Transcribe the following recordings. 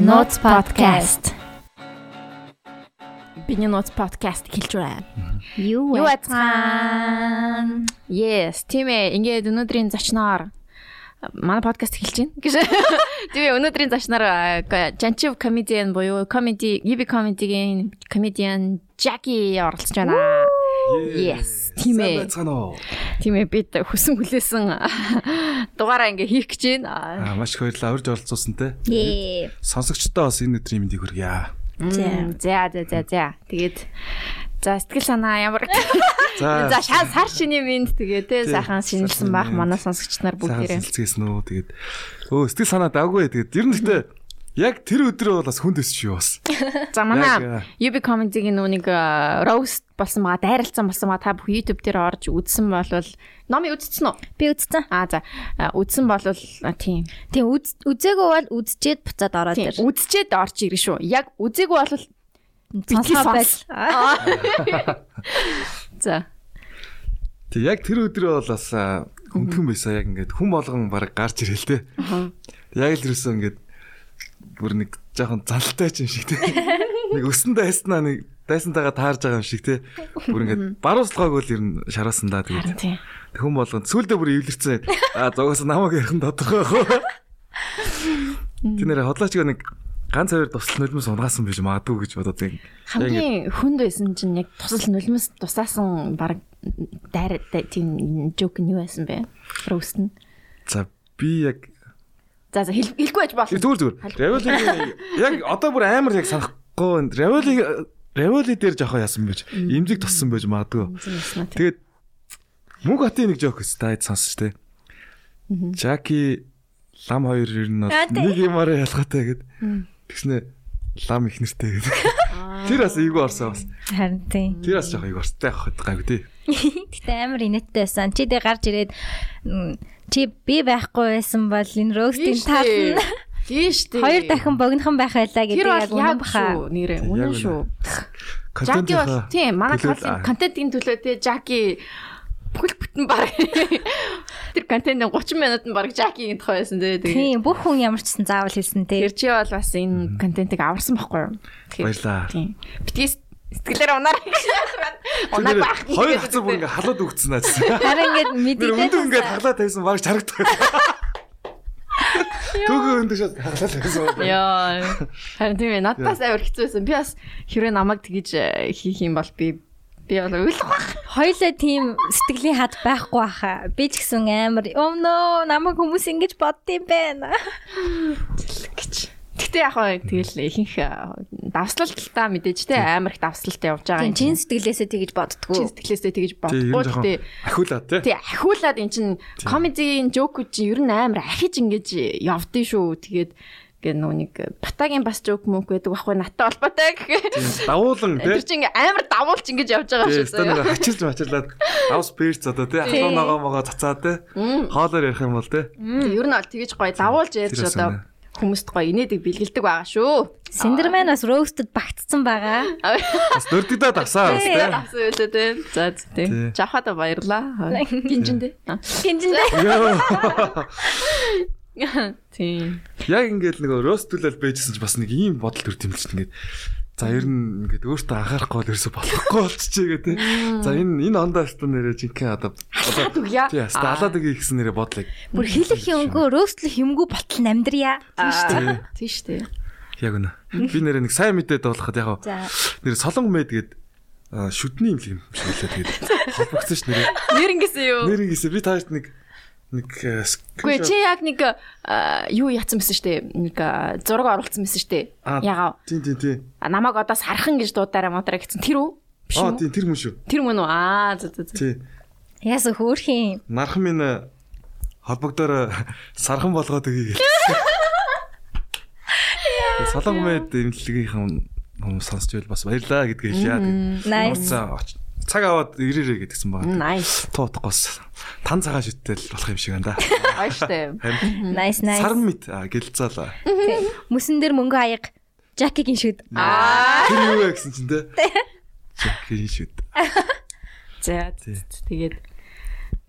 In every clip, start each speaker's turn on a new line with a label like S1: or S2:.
S1: Notes podcast. Биний Notes podcast хэлж байна.
S2: Юу
S1: Юу
S2: яцхан?
S1: Yes, тийм ээ. Ингээд өнөөдрийн зочноор манай подкаст эхэлж байна гэж. Тийм ээ, өнөөдрийн зочноор э, Жанчив comedian буюу comedy, UB comedy-гийн comedian Jackie оролцож байна. Yes, тийм
S3: Сайн
S1: ээ.
S3: байцгаана уу?
S1: Тийм ээ, бид хүсэн хүлээсэн дугаараа ингээ хийх гэж байна.
S3: Аа маш их баярлалаа урьж оролцуулсан те.
S2: Ээ.
S3: Сонсогчдоо бас энэ өдрийн мэндийг хүргье.
S1: Мм, За, за, за, за. Тэгээд За сэтгэл санаа ямар За
S3: За
S1: шар сар шиний минт тэгээ те
S3: Тий,
S1: сайхан шинжилсэн
S3: сайхан
S1: бах
S3: минт.
S1: манай сонсогч нар бүгдээрээ.
S3: бүгдээрээ үү тэгээд өө сэтгэл санаа даагүй тэгээд ер нь гэдэг яг тэр өдрөө бол бас хүнд өсч юу бас.
S1: За манай
S3: Яг,
S1: UB comedy-гийн нүг roast болсон байгаа дайралцсан болсон байгаа та бүх YouTube дээр орж үзсэн болвол номыг үзсэн үү?
S2: Би үзсэн.
S1: А за а, үзсэн болвол а, тийм.
S2: Тийм үз үзээгөө бол үзчихэд буцаад ороод
S1: Тийм
S2: ир.
S1: үзчихэд орж ирнэ шүү. Яг үзээгүй болвол битгий
S2: Сонсоо байл.
S1: сонс. за
S3: Тэг яг тэр өдрөө бол бас аа, хүндхэн байсаа яг ингээд хүн болгон баг гарч ирэл те. Тэг Яг л юусэн ингээд бүр нэг жоохон залтай ч юм шиг те. Нэг өсөндөө хайснаа нэг дайсантайгаа таарж байгаа юм шиг те. Бүр ингээд барууслагааг бол ер нь шараасан да тэгээд.
S1: харин тийм.
S3: Хүн болгон сүулдэ бүр ивлэрсэн. А зугаас намайг ярих нь тодорхой байх. Тэ нэр хотлооч нэг ганц хоёр тусал нулимс унгаасан байж магадгүй гэж бодоод байна.
S1: Хамгийн хүнд байсан чинь яг тусал нулимс тусаасан баг дайр дайр- тийм joke нь юу байсан бэ? Roast нь.
S3: За би яг
S1: За за хэл- хэлгүй байж болно.
S3: зүгээр зүгээр. Равиолиг яг одоо бүр амар яг санахгүй. Равиолиг равиоли дээр жоохон яасан байж. Имзэг туссан байж магадгүй.
S1: Зинэснэ тий.
S3: Тэгээд мөнгө хатын нэг жоок стайд сонсч тэ. Жаки лам хоёр ер нь бол
S2: Аа, тий.
S3: нэг юмараа ялгаатай гэд. Тэгснэ лам их нэртэй гэд. Тэр бас эйгүү орсон бас.
S2: Харин тийм.
S3: Тэр бас жоохон эйгүү орстай явах гайгүй тий.
S2: Гэтэ амар инээдтэй байсан. Чи дэ гарч ирээд м, чи би байхгүй байсан бол энэ ростын тална.
S1: Тийш тий.
S2: Хоёр дахин богинохан байх байлаа гэдэг
S1: тэр
S2: яг
S1: бол
S2: үнэн
S1: яг
S2: баха.
S1: шүү нэрээ
S3: Яг
S1: үнэн
S3: үнэ.
S1: шүү. Жаки бол
S3: Контентынхаа
S1: тийм манай
S3: төлөө-
S1: талын
S3: аа,
S1: контентын төлөө тий Жаки бүхэл бүтэн баг. Тэр контентын 30 минут нь баг Жакигийн тухай байсан тий. Тэгээ.
S2: Тийм бүх хүн ямар ч гэсэн заавал хэлсэн те.
S1: Тэр чи бол бас энэ контентыг аварсан байхгүй юу? Тэгэхээр-
S3: Баярлаа.
S1: Тийм. Битгий сэтгэлээр унаар. Унаар
S3: тэр
S1: байх.
S3: Хоёр хацар бүр ингээ халаад өгцөн аа.
S2: Харин ингээд
S3: Тэр
S2: мэдээд
S3: өндө ингээ халаад тавьсан баг чарагддаг. Төгөө өндө шат халаад тавьсан.
S1: Яа. Харин тийм ээ. Надаас авир хэцүүсэн. Би бас хэрвээ намайг тэгэж э, хийх юм бол би би бол ойлгох байх.
S2: хоёлаа тийм сэтгэлийн хад байхгүй баха. Би ч гэсэн амар өмнөө намайг хүмүүс ингэж боддсон байна.
S1: гэж. Гэтэ яг хоо тэгэл ихэнх э, давслалталтаа мэдээж те амар их давслалт явж байгаа юм.
S2: Тийм чин сэтгэлээсээ тэгэж
S1: Чин
S2: боддгоо.
S1: сэтгэлээсээ тэгэж
S3: Тий, ер
S1: бодохгүй л те.
S3: нь жоохон ахиулаа тий.
S1: Тий ахиулаад эн чин комедийн жоок чи ер нь амар ахиж ингэж явдсан шүү. Тэгээд гэ нөө нэг э, батагийн бас жоок мөк гэдэг байхгүй наттай холбоотой гэх.
S3: Давуулан тий.
S1: Тэр чинь ингээ амар давуулж ингэж явж байгаа шүү.
S3: Тэгээс тэ нэг Э, хачилж мачилаад авс перц одоо тий халуун ногоо могоо цацаа тий хоолоор ярих юм бол тий
S1: Тэг, Ер нь бол тэгэж гоё давуулж ярьж
S3: Тэр бас
S1: одоо хүмүүст гоё инээдэг бэлгэлдэг байгаа шүү.
S2: Синдермен бас roasted багтцсан байгаа.
S3: бас дөрдөгдөө давсаа бас тий
S1: Авсан байлаа тийм. За за, тийм.
S3: Тий.
S1: Жахата баярлаа. Гинжиндээ. Аа,
S2: Гинжиндээ.
S3: Йоо.
S1: Тийм.
S3: яг ингээд нэг ростүлэл байжсэн ч бас нэг ийм бодол төр тэмэлж ингээд за ер нь ингээд өөртөө анхаарахгүй бол ерөөсө болохгүй болчихжээ гэх тий за энэ энэ ондоо алтан нэрэ жинхэнэ одоо одоо
S1: Түгья.
S3: тий хаста алаад ийг гэсэн нэрэ бодлыг
S2: Бүр хэлэх юмгүй roastlэх юмгүй болтол амьдрья.
S3: тий
S1: Тийш тий.
S3: яг үнэ би нэрэ нэг сайн мэдээд болоход яг
S2: За.
S3: нэр солон мэд гээд а, шүдний имлэг юм шиг лээ тэгээд холбогдсон ш нэрэ
S1: Нэр ингэсэн юу?
S3: нэр ингэсэн би таашд нэг нэг э,
S1: Гүй
S3: скриншот-
S1: чи яг нэг аа, юу яцсан мэсэн штэ. Нэг аа, зураг оруулсан мэсэн штэ.
S3: Аа,
S1: Ягаа.
S3: тий тий тий
S1: А, Намайг одоо сархан гэж дуудаараа модраа гэсэн тэр үү? Биш
S3: аа
S1: үү?
S3: тий тэр мөн шүү
S1: Тэр мөн үү? Аа за за за.
S3: тий
S2: Яс хөөрхийн.
S3: нархан минь э, холбогдоор э, сархан болгоод өгье гэлээ. Солон мэд имлэгийнхэн хүмүүс сонсч байл бас баярлаа гэдгээ хэлээ.
S2: Nice.
S3: Уцаа цаг аваад ирээрээ гэдгсэн байгаа.
S1: Nice.
S3: Туутахгүйс тан цагаан шүттэл болох юм шиг байна да.
S1: Гоё штэ.
S3: Харин
S2: Nice nice.
S3: Саран мэд а, гэлцаалаа.
S2: Мөсөн дээр мөнгө аяг. Жакигийн шүд.
S3: Тэр юу вэ гэсэн чинь те. Жакийн шүт.
S1: За.
S3: Тий.
S1: Тэгээд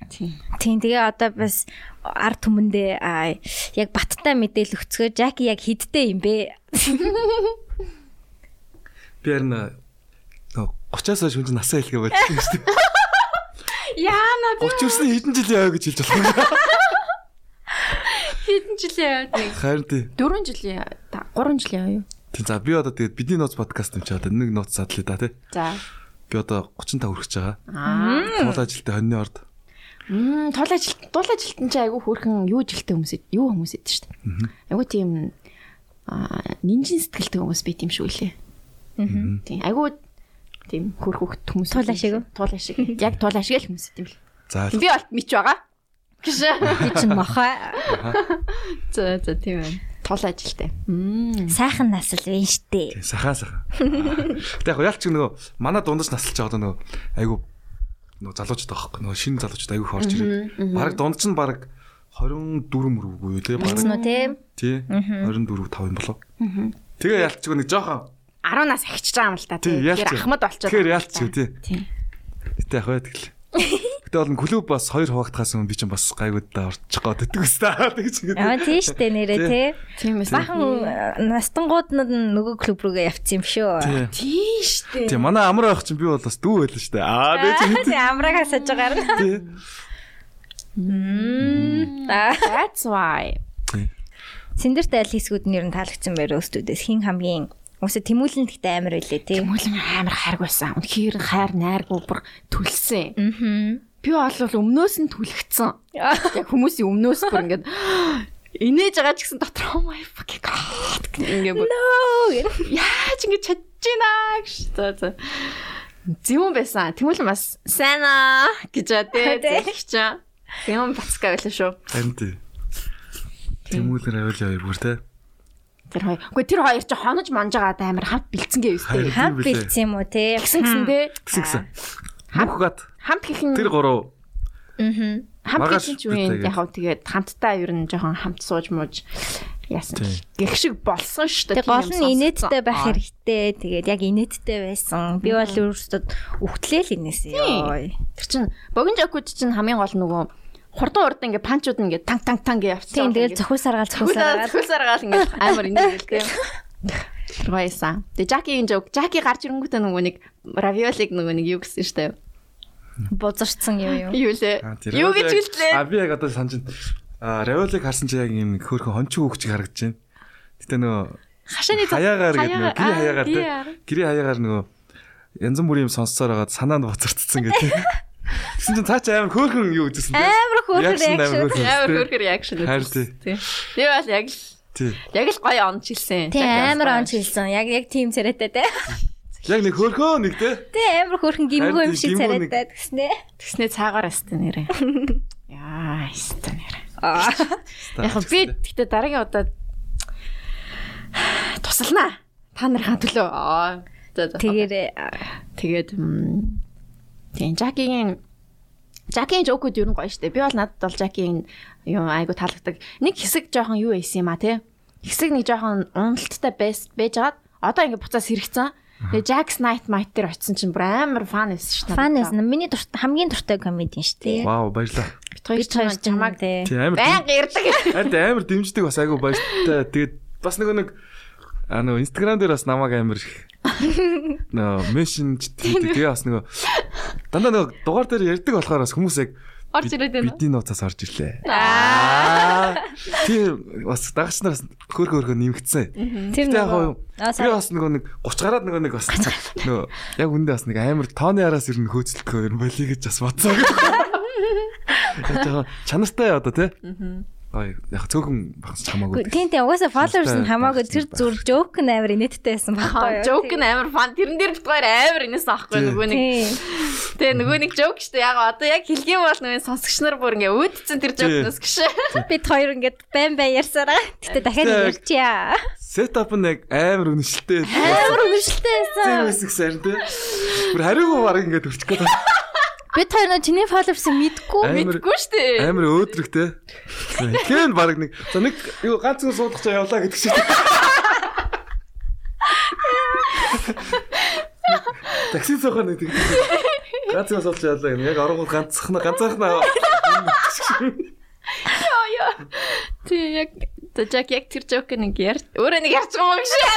S1: Тийм.
S2: Тийм тэгээ одоо бас ард түмэндээ аа, яг баттай мэдээл өгцгөө Жаки яг хидтэй юм бэ.
S3: Би харин нөө 30-аас хойш хүн насаа хэлгээ болчихсон шүү дээ.
S1: Яана
S3: 30 хүрсэн хэдэн жил яваа гэж хэлж болох юм.
S1: хэдэн жил яваад нэг
S3: Харин тий.
S1: 4 жил 3 жил яваа юу?
S3: Тий, За би одоо тэгээд бидний ноц подкаст юм чи одоо нэг ноц задлаа да тий.
S1: За.
S3: Би одоо 35 хүрчихэж байгаа.
S1: Аа.
S3: Уул ажилтай хоньны орд.
S1: Мм, тул ажилт тул ажилтан чи айгүй хөөрхөн юу жилтэй хүмүүс ээ- юу хүмүүс эд шүү дээ. Айгүй тийм аа нинжин сэтгэлтэй хүмүүс би тийм шүү лээ. Аа. Тийм айгүй тийм хөөрхөн хүмүүс.
S2: Туул ашиг үү?
S1: Тул ашиг. Яг тул ашиг л хүмүүс тийм л.
S3: За
S1: Би бол мич байгаа. Гэж.
S2: Би ч мохоо
S1: За за тийм байна. Тул ажилтай. Мм.
S2: сайхан нас л вэ штэ.
S3: тий, сахаа сахаа. Тэ яг ялч нөгөө манай дундаж наслж байгаа одоо нөгөө айгу нөгөө залуучд байгаа хөөх. Нөгөө шинэ залуучд айгу их орж ирээд. Бараг дундаж нь бараг 24 мөрөвгүй юу тий. Бараг
S2: Мэдсэн үү те?
S3: тий 24 5 юм болов. Тэгээ ялч нэг жоохон
S1: 10 нас ахичж байгаа юм л та.
S3: тий ялч.
S1: Тэгэхээр ахмад болчиход.
S3: Тэгэхээр ялч юу тий.
S1: Тийм.
S3: Гэтэ яг байдаг л. Гэтэ бол клуб бас хоёр хуваагдахаас өмнө би ч бас гайгууд да орчих гээд байдаг ус та. Тэгж
S2: Аа
S3: ингэдэг.
S2: тийм штэ нэрээ те.
S1: Тийм эсвэл.
S2: Бахан настангууд нь нөгөө клуб руугаа явцсан юм шүү.
S3: Тий.
S1: Тийм штэ.
S3: Тий манай амар байх чинь би бол бас дүү байлаа штэ. Аа би ч
S2: Тийм амраг хасаж байгаа юм.
S3: тий.
S2: Аа.
S1: That's why.
S2: Синдерт аль хэсгүүд нь ер нь таалагдсан байр өөстүүдээс хин хамгийн Үсэ тэмүүлэн гэдэгт амар байлээ тий.
S1: Мөлм амар хайргүйсэн. Үнэхээр хайр найргүй бүр төлсөн.
S2: Аа.
S1: Би бол өмнөөс нь түлэгцсэн. Яг хүмүүсийн өмнөөс бүр ингээд инээж байгаа ч гэсэн дотор oh my fucking god ингээд бүр
S2: Нөө.
S1: яаж ингэж чадчихна гэж за за. Зүүн байсан. Тэмүүлэн бас сайн аа гэж аа
S2: Тэ.
S1: тий. Тэгчихэ. Зүүн бацгаа байлаа шүү.
S3: Тань тий. Тэмүүлэр авил яваа бүр тий.
S1: Тэр хоёр. Гэхдээ тэр хоёр чи хонож манж байгаа амар хамт бэлцэнгээ юу
S3: Хайр.
S1: тест.
S2: Хам
S3: Тийм билээ.
S2: бэлдсэн юм уу те?
S1: Гэсэн гэсэндээ
S3: Гисэн гисэн. Хамхгаад
S1: хамт гэхэн
S3: тэр гурав
S2: Аа.
S1: хамт
S3: Маргааш
S1: гэж юу юм
S3: битээгээд.
S1: яг хав тэгээд хамтдаа ер нь жоохон хамт сууж мууж яасан
S3: Тий.
S1: гэх шиг болсон шүү дээ
S2: Тэг гол нь инээдтэй байх хэрэгтэй. Тэгээд яг инээдтэй байсан. Би бол өөрөөсөө өгтлээ л инээсэн ёо.
S1: тэр чин богино жокуч чин хамгийн гол нь нөгөө хурдан хурдан ингээ панчууд нь ингээ танг танг танг ингээ явцсан
S2: Тийм тэгэл зөвхөн саргаал зөвхөн
S1: цохиусараад
S2: саргаал.
S1: цохиусараад ингээ амар инээгээл тийм Тэр байсан. Тэгээ Жакигийн жок, Жаки гарч ирэнгүүтээ нөгөө нэг равиолиг нөгөө нэг юу гэсэн штэ.
S2: Бузарцсан юм юу.
S1: Юу лээ?
S3: Аа, тэр
S1: Юу гэж
S3: яг-
S1: хэллээ?
S3: Аа би яг одоо санаж байна. Аа равиолыг харсан чи яг юм хөөхөн хончиг өгч харагдаж байна. Гэтэ нөгөө
S1: Хашааны зам-
S3: хаягаар гэдэг нөгөө гэрээ
S1: аа,
S3: хаягаар тий.
S1: гэрээ.
S3: Гэрээ хаягаар нөгөө янз бүрийн юм сонссоор байгаад санаанд буцартцсан гэдэг. Тэгсэн чинь цаа чи амар хөөхөн юу гэсэн тий.
S2: Амар хөөрхөн
S3: Reaction амар
S2: reaction.
S3: хөөрхөн.
S1: Амар хөргөр реакшн
S3: Харин
S1: үзсэн. Тийм. Тэр бол яг л
S3: Тий.
S1: яг л гоё онч хэлсэн.
S2: Тийм
S1: Яг
S2: амар
S1: гоё
S2: онч хэлсэн. Яг яг тийм царайтай те.
S3: Яг нэг хөөхөн нэг тий.
S2: Тийм амар хөөрхөн гимгүү юм
S3: Харин
S2: шиг
S3: тийм гимгүү нэг-
S2: царайтай гэснэ.
S1: Тэгснээ цаагаар астай нэрээ. Яа, астай нэрээ.
S2: Аа.
S1: Яг хөө би гэхдээ дараагийн удаад туслана. Та нарынхаа төлөө. Аа. За за.
S2: Тэгээрээ
S1: тэгээд м, тийм Жакигийн Жакигийн жокуд юу гоё штэ. Би бол надад бол Жакигийн юу айгу таалагддаг. Нэг хэсэг жоохон юу эйсэн юм а те. Хэсэг нэг жоохон уналттай байс байжгаад одоо ингээ буцаас хэрэгцэн. Тэгээ Jack's Night Might дээр очисон чинь бүр амар фан байсан шнэ.
S2: фан байсан. Миний дурт- хамгийн дуртай комеди шүү дээ.
S3: Вау баярлаа.
S1: Би
S2: Бид хоёр
S1: чамаг чамаг
S2: те.
S3: Тий амар
S1: байнга ирдэг.
S3: Харин амар дэмждэг бас айгүй баяртай. Тэгээд бас нөгөө нэг аа нөгөө Instagram дээр бас намайг амар их нөгөө меншнж хийдэг. Тэгээ бас нөгөө дандаа нөгөө дугаар дээр ярьдаг болохоор бас хүмүүс яг
S1: Орж ирээд байна уу?
S3: Бидний нууцаас орж ирлээ.
S1: Аа.
S3: Аа. Тийм бас дагч нараас хөрх хөрхө нэмгдсэн.
S2: Тэр
S3: Тэ яг
S2: нөгөө-
S3: юу?
S2: Аа,
S3: Би
S2: сар-
S3: бас нөгөө нэг 30 гараад нөгөө нэг бас нөгөө яг үндэ бас нэг амар тооны араас ирнэ хөөцөлдөхөөр юм болий гэж бас бодсоо. Яг чанартай одоо тий. Аа яг цөөхөн багс чамаагүй.
S2: Тийм тийм угаасаа followers нь
S3: Дуртай
S2: хамаагүй
S3: байх
S2: тэр
S3: зүйл
S2: зүр joke нь амар инээдтэй байсан
S1: Аа,
S2: байхгүй юу?
S1: Жок нь амар фан. Тэрэн дээр битгаар амар инээс аахгүй
S3: Тий.
S1: нөгөө нэг.
S2: Тийм.
S1: Тэгээ нөгөө нэг жок шүү дээ. Яг одоо яг хэлгийн бол нөгөө сонсогч нар бүр ингээ өөдцэн тэр жокноос гэж.
S2: Бид хоёр ингээд байн байн ярьсараа. Гэтэ дахиад
S3: Тэ.
S2: ярьчихъя.
S3: Сетап нь яг амар үнэшилтэй.
S2: Амар өнөшлтэй
S3: Тийм
S2: байсан.
S3: эсэх сарын тий. Бүр хариугүй баг ингээд өрчих гээд байна.
S2: Бид хоёр нөө чиний followers мэдгүй.
S3: Амар-
S1: Мэдгүй шүү дээ.
S3: амар өөдрөг тий. Тэгэхээр нь баг нэг за нэг юу ганц зүгээр суудах чаа явлаа гэдэг шиг. Такси цохор нэг тийм. Ганц зүгээр суудах чаа явлаа гэнэ. Яг оронгууд ганцхан ганцхан
S1: Йоо. Тий яг за Жак яг тэр жок нэг яар. Өөрөө нэг ярьж байгаа юм биш ээ.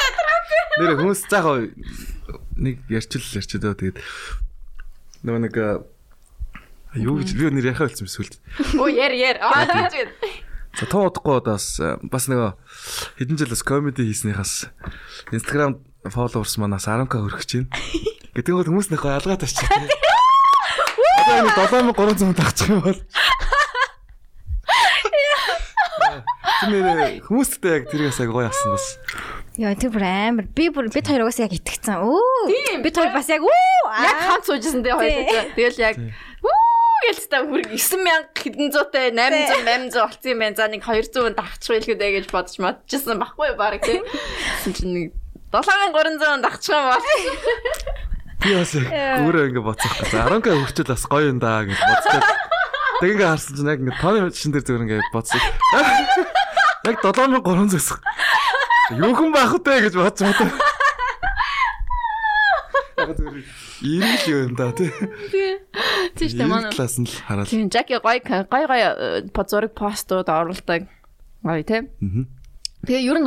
S3: Нэр хүмүүс заахаа нэг ярьчил ярьчдаа тэгээд нөгөө нэг а, юу гэж би нэр яхаа болсон юм сүлд.
S1: Оо яар яар. Аа тийм.
S3: За тоо удахгүй одоо бас э, бас нөгөө хэдэн жилээс комеди хийснийхаас Instagram followers манаас 10k хүрэх гэж байна. Гэтэн бол хүмүүс нөхөө ялгаа тавьчих. Одоо энэ 7300 тагчих юм бол. Тэр Э, хүмүүсттэй яг тэрийг асаа гоё асан бас.
S2: Яа тэр бүр амар. Би бүр бид хоёр угаасаа яг итгэцэн. Өө. Бид хоёр бас яг үу.
S1: Яг хамт суужсэн дээ хоёулаа. Тэгэл яг үу гэлтэй хүрг 9000 хэдэн зуутай 800 800 болсон юм байна. За нэг 200 дагчих байл гэдэг гэж бодож модчихсан баггүй баг тийм. Тэгсэн чинь нэг 7300 дагчих юм бол
S3: Би бас яг өөрөө ингэ бодсохгүй. За 10k хүртэл бас гоё юм даа гэж бодсоо. Тэг ингээ харсан чинь яг ингээ тооны шин дээр зүгээр ингээ бодсон. Яг 7300 зэсэх. Юу хүн баах вэ гэж бодож бодсон. Яг зүгээр ирэх юм даа тий.
S1: тийм шүү дээ манай.
S3: Класс нь л хараад.
S1: Тийм Жаки гой гой гой э, по- зураг постууд оруулдаг. Гой тийм. Тэгээ ер нь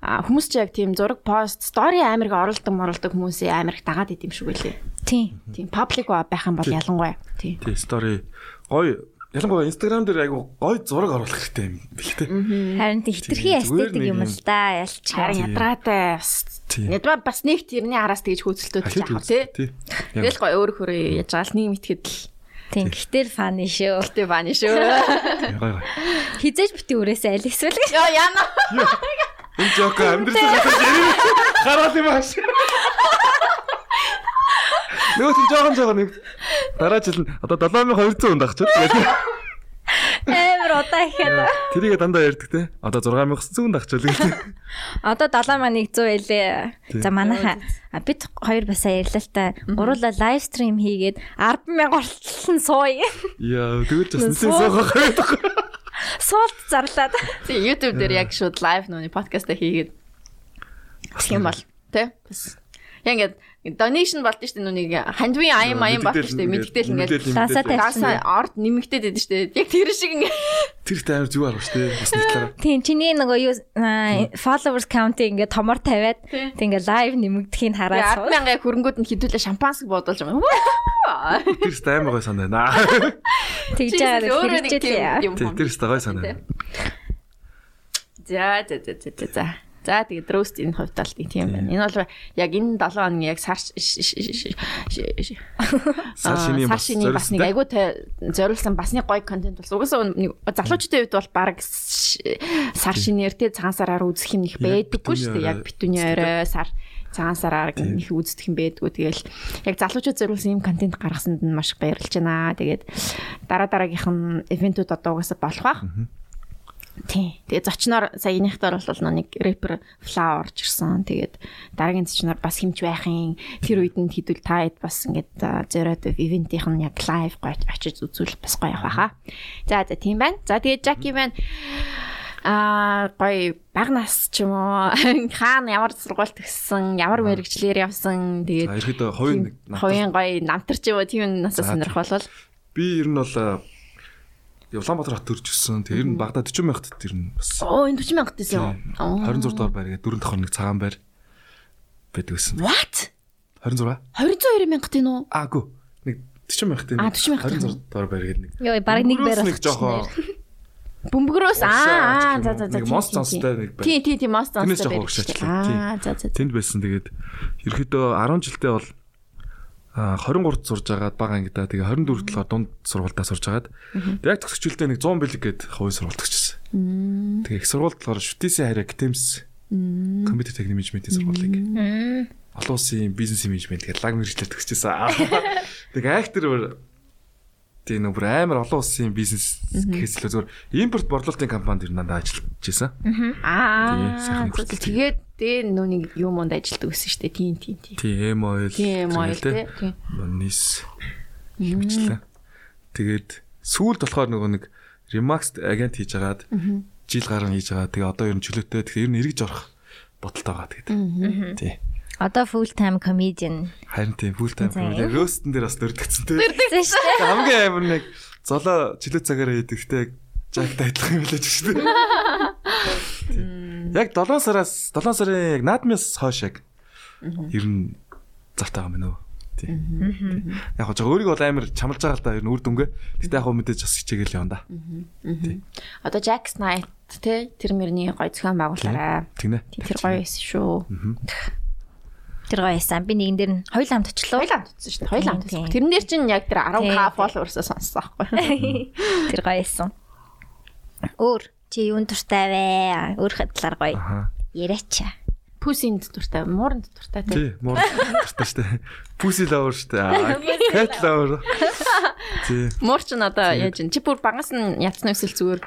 S1: а, хүмүүс ч яг тийм зураг пост стори амирыг оруулдаг оруулдаг хүмүүсийн амирыг дагаад идэм шүү гэлээ.
S2: Тийм.
S1: Тийм паблик байх юм бол
S3: Тийм.
S1: ялангуяа. Тийм.
S3: Тий, стори гоё. Ялангуяа Instagram дээр айгу гоё зураг оруулах хэрэгтэй юм биш үү?
S2: Харин тийм хитрхи
S3: Тийм, зүгээр
S2: эстетик
S3: нэг
S2: юм
S3: юм.
S2: л да. Ялчаа.
S1: Харин
S3: Тийм.
S1: ядраатай. бас.
S3: Тийм.
S1: Ядраа бас нэг тэрний араас тэгж хөөцөлтөө
S3: Ахид
S1: таах
S3: үздэг,
S1: тий.
S3: Тийм.
S1: Тэгэл гой өөр хөрөө яж гал нэг мэтгэд л
S2: Тийм. Гэтэр фаны шүү.
S1: үлтэй бааны шүү.
S3: Тийм, Гоё гоё.
S2: Хизээж бити өрөөсөө аль эсвэл гэж.
S1: Йоо яна.
S3: Энэ жок амьдрсан гэж ярив. Хараад юм ааш. Нөгөө тийм жоохон жоохон нэг дараа жил нь одоо 7200 хүнд ахчих.
S2: Амар удаа ихэд.
S3: Тэрийгээ дандаа ярьдаг те. Одоо 6900 хүнд ахчих гэдэг.
S2: Одоо 7 маань 100 байлээ.
S3: Тийм.
S2: За манайха а, бид хоёр бас аяллаа л та. Гурлаа лайв стрим хийгээд 100000 ортлон сууя.
S3: Яа, тэгвэл бас нэлээд сонгох байдаг.
S2: Суулт зарлаад.
S1: Тий YouTube дээр яг шууд лайв нүний подкаст хийгээд Тэгэх юм бол тий бас яг ингээд donation болд нь штэ нүнийг хандвийн аим аим болд нь штэ мэддэл ингээд
S2: Ласаа
S1: Гаса орд нэмэгдээд байдаг штэ яг тэр шиг ингээд
S3: Тэр их амар зүг аргач те. Бас нэг талаараа.
S2: Тийм чиний нөгөө юу а, followers count ингээ томор тавиад
S1: Тийм.
S2: тийм ингээ лайв нэмэгдэхийг хараад сууя.
S1: 100000 хөрөнгүүд нь хідүүлээ шампанск бодуулж байгаа юм.
S3: Тэр их амар гой санаа байна.
S2: Тэгж
S1: Жаа
S2: байгаа
S1: өөрөө нэг
S2: хэрэгжээ.
S1: тийм юм.
S3: Тий, Тэр их гой санаа байна.
S1: За за за за за за. За тэгээд roast энэ хувьд л тийм байна. Энэ бол яг энэ 7 хоногийн яг сар ш- ш- ш- ш- ш- ш- Аа,
S3: Сар шинийн
S1: сар
S3: бас
S1: шинийн бас нэг
S3: зориулсан.
S1: айгүй та зориулсан бас нэг гоё контент болсон. Угаасаа нэг залуучдын үед бол баг сар шинээр те цагаан сараар үзэх юм их
S3: Яг
S1: байдаггүй шүү дээ.
S3: битүүний
S1: Яг
S3: орой.
S1: битүүний орой сар цагаан сараар их үздэг юм байдгүй. Тэгэл яг залуучууд зориулсан юм контент гаргасанд нь маш их баярлж байна. Тэгээд дараа дараагийнх нь ивентүүд одоо угаасаа болох бах. Тий. Тэгээ зочноор сая энийхтэр бол нөө нэг рэпер Flower орж ирсэн. Тэгээд дараагийн зочноор бас хэмж байхын тэр үед нь хэдүүл таад бас ингээд а, зориод ивентийнх нь яг лайв гоо очиж үзүүл бас гоё явах хаа. За за тийм байна. За тэгээд Jackie байна. Аа гоё баг нас ч юм уу хаана ямар сургуульд төгссөн, ямар мэрэгчлэр явсан.
S3: За
S1: Тэгээд
S3: ерөөдөө хоёрын нэг
S1: тийм, хоёрын гоё намтарч юм уу тийм юм насаа
S3: За,
S1: сонирх болвол
S3: Би ер нь бол э, Улаанбаатар хот төрж өссөн. Тэр нь Багдад 40 мянгад тэр нь бас
S1: оо энэ 40 мянга гэсэн юм. Оо.
S3: 26 дугаар байр гээд 4 дахь хоног цагаан байр байдаг гэсэн.
S1: What?
S3: 26?
S1: 22 мянга тийм үү?
S3: Аагүй. Нэг 40 мянгад тийм.
S1: А, 40 мянга.
S3: 26 дугаар байр гээд нэг.
S2: Йоо баг нэг байр
S3: Нэг жоохон
S1: Бөмбөрөөс аа аа,
S3: Урсаа
S1: за за за.
S3: нэг
S1: тийм,
S3: мост
S1: тийм,
S3: цонцтой
S1: тийм.
S3: нэг байна.
S1: Тий, тий, тий, мост цонцтой.
S3: Тэрнээс жоохон
S1: байдаг шүү дээ.
S3: урагшаачлаа, тий.
S1: Аа, за за. за.
S3: тэнд байсан. Тэгээд ерөөдөө 10 жилдээ бол а 23-д сурж агаад бага ангидаа тэгээ 24-д болохоор дунд сургуультаа сурж агаад яг төгсгчлээ нэг 100 бэлэг гээд хувийн сургуульд өгчсэн. Тэгээ их сургуульд болохоор шүтээсийн хараа гитэмс компьютер техник менежментийн сургуулийг олон улсын бизнес менежмент гэдэг лаг мэрэгчлэр төгсчихсэн. Тэгээ актер бүр тийм нэг бүр амар олон улсын бизнес гэхээс илүү зүгээр импорт борлуулалтын компанид ер нь дандаа ажиллаж байсан.
S1: Аа.
S3: Тий, сайхан
S1: за, за.
S3: хүртэл.
S1: Тэгээд дээ нүг юм онд ажилтдаг гэсэн шүү дээ. Тий, тий, тий.
S3: Тийм ойл.
S1: Тий, юм аа тий. Тий.
S3: Нис хэмжлээ. Тэгээд сүүлд болохоор нөгөө нэг Remax агент хийж агаад жил гарan хийж байгаа. Тэгээ одоо ер нь чөлөөтэй. Тэгэхээр ер нь эргэж орох бодолтой байгаа тэгээд. Тий.
S2: Одоо full time comedian.
S3: Харин тийм full time
S2: За,
S3: comedy. Roast-н дээр бас дөрдөгцөн тийм.
S2: Тэгсэн шүү дээ.
S3: Хамгийн амар нэг золоо чөлөө цагаараа хийдэгтэй жагтай адилхан юм лээ шүү дээ. Тийм. Яг 7 сараас 7 сарын яг наадмаас хойш яг ер нь завтай байгаа юм байна уу? Тийм. Яг хоо жоо өөрийгөө бол амар чамлж байгаа л да ер нь үр дүнгээ. Гэтэ яг хоо мэдээж бас хичээгээл явна да.
S1: Одоо Jack Knight те тэр мөрний гой зохион байгуулаарай.
S3: Тэгнэ.
S1: Тий, Тэр гоё байсан шүү.
S2: Тэр гоё байсан. Би нэгэн дээр нь хоёул хамт очлоо.
S1: Хоёлаа амтсан шүү дээ. Хоёлаа
S2: Тийм,
S1: амтсан.
S2: тийм.
S1: Тэрэн дээр чинь яг тэр 10k
S2: Тийм.
S1: follower-саа сонссон байхгүй.
S2: Тэр гоё байсан. Өөр чи юун дуртай вэ? Өөр хадлаар гоё.
S3: Аха.
S2: Яриач.
S1: Пүсинд дуртай, мууранд дуртай те.
S3: Тий, муу тартаа штэ. Пүси лавр штэ. Аа, Кэт лавр. Тий.
S1: Муур ч нь одоо яаж вэ? Чи бүр багаас нь ятсан өсөл зүгээр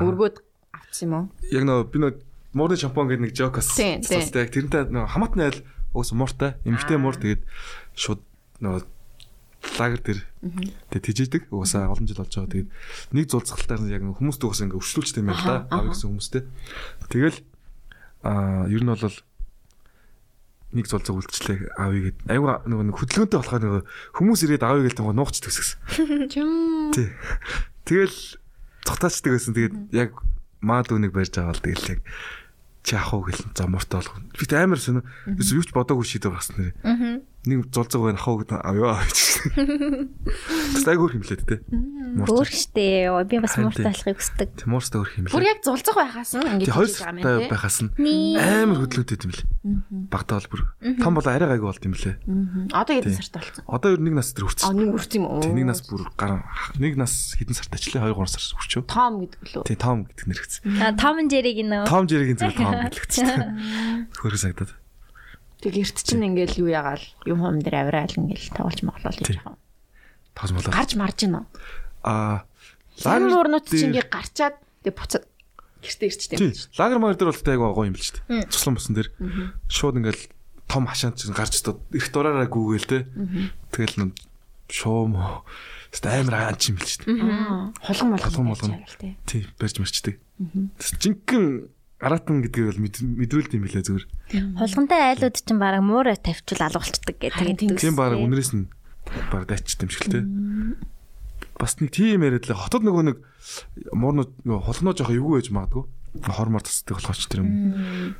S1: өргөөд авчихсан юм уу?
S3: Яг нөө би нөө муурны шампунь гэдэг нэг жок
S1: Тий,
S3: асуусан.
S1: тий.
S3: Яг тэрнтэй нөө хамаатны айл уус мууртай, эмгтэй муур тэгээд шууд нөө лагер дээр тэгээд тижээдэг. Уусаа олон жил болж байгаа. Тэгээд нэг зулцгалтаар нь яг нөө хүмүүст уусаа ингээ өвчлүүлчтэй юм байна да. Аав гэсэн хүмүүстэй. Тэгэл аа ер нь бол нэг зулцаг үлчлээ аавь гээд айгаа нөгөө нэг хөдөлгөөнтэй болохоор нөгөө хүмүүс ирээд аавь гээл тэнгоо нуугч төсгсөн.
S1: Чим.
S3: Тий. Тэгэл цогтаачдаг байсан. Тэгээд яг маад үнийг барьж аваад тэгэл яг чи ах уу гэлэн замууртай болгоно. Би тэ амар сонио. Юу ч бодоогүй шийдвэр бас нэр. Нэг зулцаг байна ах уу гэдэг авъя. Тэстэй хөөр химлээд тэ.
S2: Өөр
S3: Муурч.
S2: штэ. Ой, Би бас
S3: Харин
S2: мууртай
S3: тийм.
S2: болохыг хүсдэг.
S3: Муурстай хөөр химлээд.
S1: Бүр яг зулцах байхаас нь ингэж
S3: Тэг хоёр
S1: хийж байгаа юм
S3: сартай
S1: байна те.
S3: байхаас нь
S2: Ни.
S3: амар хөдлөгдөд юм лээ. Багтаа бол бүр том бол арай гайгүй болд юм лээ.
S1: Одоо хэдэн
S3: Тий.
S1: сартай болсон?
S3: Одоо ер нь нэг нас төр
S1: А
S3: хүрчихсэн.
S1: нэг үрц юм уу?
S3: Тэг нэг нас бүр гар нэг нас хэдэн сартай ч лээ 2 3 сар хүрчөө.
S1: том гэдэг лөө.
S3: Тэг том гэдэг нэр хэвчээ.
S2: Том Жериг нөө.
S3: Том жирэгийн зэрэг том гэлэгчтэй. Хөргө сагдаад.
S1: Тэг эрт чинь ингээл юу ягаал юм хам дээр авираал ингээл тоглож моглол
S3: Тий.
S1: хийж байгаа. юм.
S3: Тос болоо.
S1: Гарч марж гинөө.
S3: Аа.
S1: Лагер нуурнууд чинь ингээ гарчаад тэг буцаад гэртээ ирчтэй юм
S3: Тий.
S1: чинь.
S3: Лагер маяг дээр бол тэ айгаа гоё юм бил ч тээ. Цуслан мөсөн дээр шууд ингээл том хашаанд чинь гарч дод их дураараа гүүгээл тэ. Тэгэл нүм шуум. Тэст амар анч юм бил ч тээ.
S1: Аа, Хулган болгон.
S3: Хулган болгон.
S1: Тий.
S3: Тий, барьж марчдаг. Тэс жинхэнэ аратан гэдгийг бол мэд- мэдрүүлд юм билээ зүгээр.
S2: Хулгантай айлууд чинь бараг муурай тавьчул алгуулцдаг
S1: Харин тийм.
S2: гэдэг.
S3: Тийм баг үнэрээс нь баг дайчтай юм шиг л те. Бас нэг тийм яриад л хотод нөгөө нэг муурнууд нөгөө холхноо жоох эвгүй байж магадгүй. Хормор тасдаг болохоч тэр юм.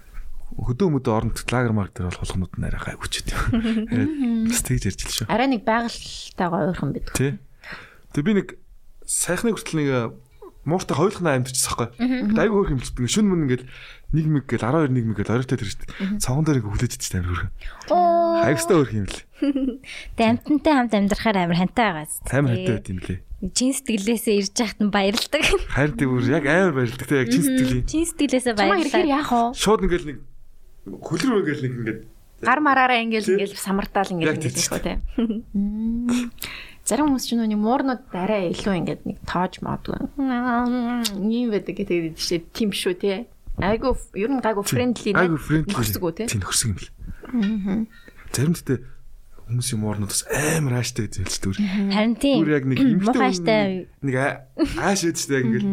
S3: Хөдөө мөдөө оронт лагер марк дээр бол холхнууд нь арай гайвчихэд юм. Яриад Бас тэгж ярьж л шүү.
S1: Араа нэг байгальтайгаа ойрхон бид.
S3: Тэ. Тэг би нэг сайхны хүртэл нэг э, мууртай хойлохна амьдчихсан байхгүй. Тэгэд айгүй хөөх хэмжилтэн шүн мөн ингээл 1 мэг гэл 12 1 мэг гэл оройтой тэр шүү дээ. Цогон дээр ингээ хүлээж идчихсэн амир хөрх.
S2: Оо.
S3: Хайгстай хөөх юм лээ.
S2: Тэ амтантай хамт амьдрахаар амар хантай байгаа зү. Э,
S3: Амар хэвтэй байт юм лээ.
S2: Чин сэтгэлээсээ ирж яхад нь баярлдаг.
S3: Харин тэр бүр яг амар баярлдаг те яг чин сэтгэлийн.
S2: Чин сэтгэлээсээ
S1: Чамаа ирэхээр
S2: баярлаа.
S1: яах вэ?
S3: Шууд ингээл нэг хөлрөө ингээл нэг ингээд
S1: Гар мараараа ингээл
S3: Тий.
S1: ингээл самартаал
S3: Яг
S1: ингээл ингээл
S3: тийч.
S1: шүү тий. Мм. Зарим хүмүүс ч нүний муурнууд арай илүү ингээд нэг тоож модгүй. Ийм байдаг гэдэг тийш тийм шүү тий. Айгу ер нь гайгу фрэндли
S3: айгу фрэндли
S1: Хөрсгөө тий.
S3: Тийм хөрсөг юм л. Аа. Заримдтэй хүмүүс юм орнод бас амар ааштай зээлж дүр.
S2: Харин тийм.
S3: Бүр яг нэг эмхтэй
S2: мухаштай
S3: нэг аа- ааш ээжтэй яг ингээл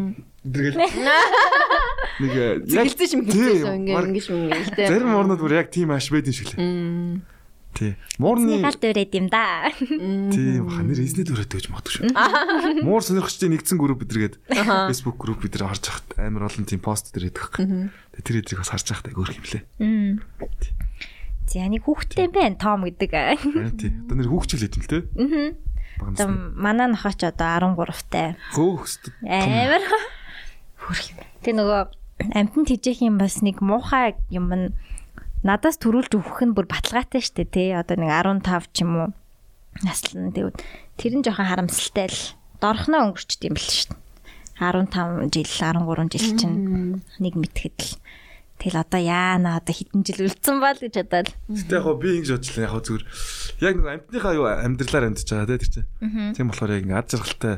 S3: дэргэл нэг аа, яг
S1: Гэлцэн шим гэлцэн ингээл
S3: Тийм,
S1: ингээш ингээл тий.
S3: баг- Зарим орнод бүр яг тийм ааш байдэн шүү лээ.
S1: Мм.
S3: Тий. Муурны
S2: гал дөрөөд юм да.
S3: Тийм баха нэр эзнэл өрөөд гэж магадгүй шүү. Муур сонирхчдын нэгдсэн групп бидрэгэд Facebook групп бидрэ харж хахад амар олон тийм пост дээр идэх хэрэг. Тэгээ тэр эдрийг бас харж хахад өөр юм лээ.
S2: Мм. За нэг хүүхдтэй байна том гэдэг.
S3: Харин тий. Одоо нэр хүүхчл хэдэм л те.
S2: Одоо
S3: Аа.
S2: манай нохооч одоо 13-тай.
S3: Хөөхсд.
S2: Амар. Хөрх юм. Тэ нөгөө амтнд хижээх юм бас нэг муухай юм нь надаас төрүүлж өгөх нь бүр баталгаатай штэ тий. Одоо нэг 15 ч юм уу наслан тэгвэл тэр нь жоохон харамсалтай л дорхноо өнгөрчд юм бэл штэ. 15 жил 13 жил чинь нэг мэтгэд л тэгэл одоо яана одоо хэдэн жил үлдсэн бол гэж бодоод
S3: Гэтэ яг гоо би ингэж бодлоо яг гоо зүгээр яг нэг амтныхаа юу амьдралаар амьдж байгаа те тэр чинь. Тийм болохоор яг ингэ ад жаргалтай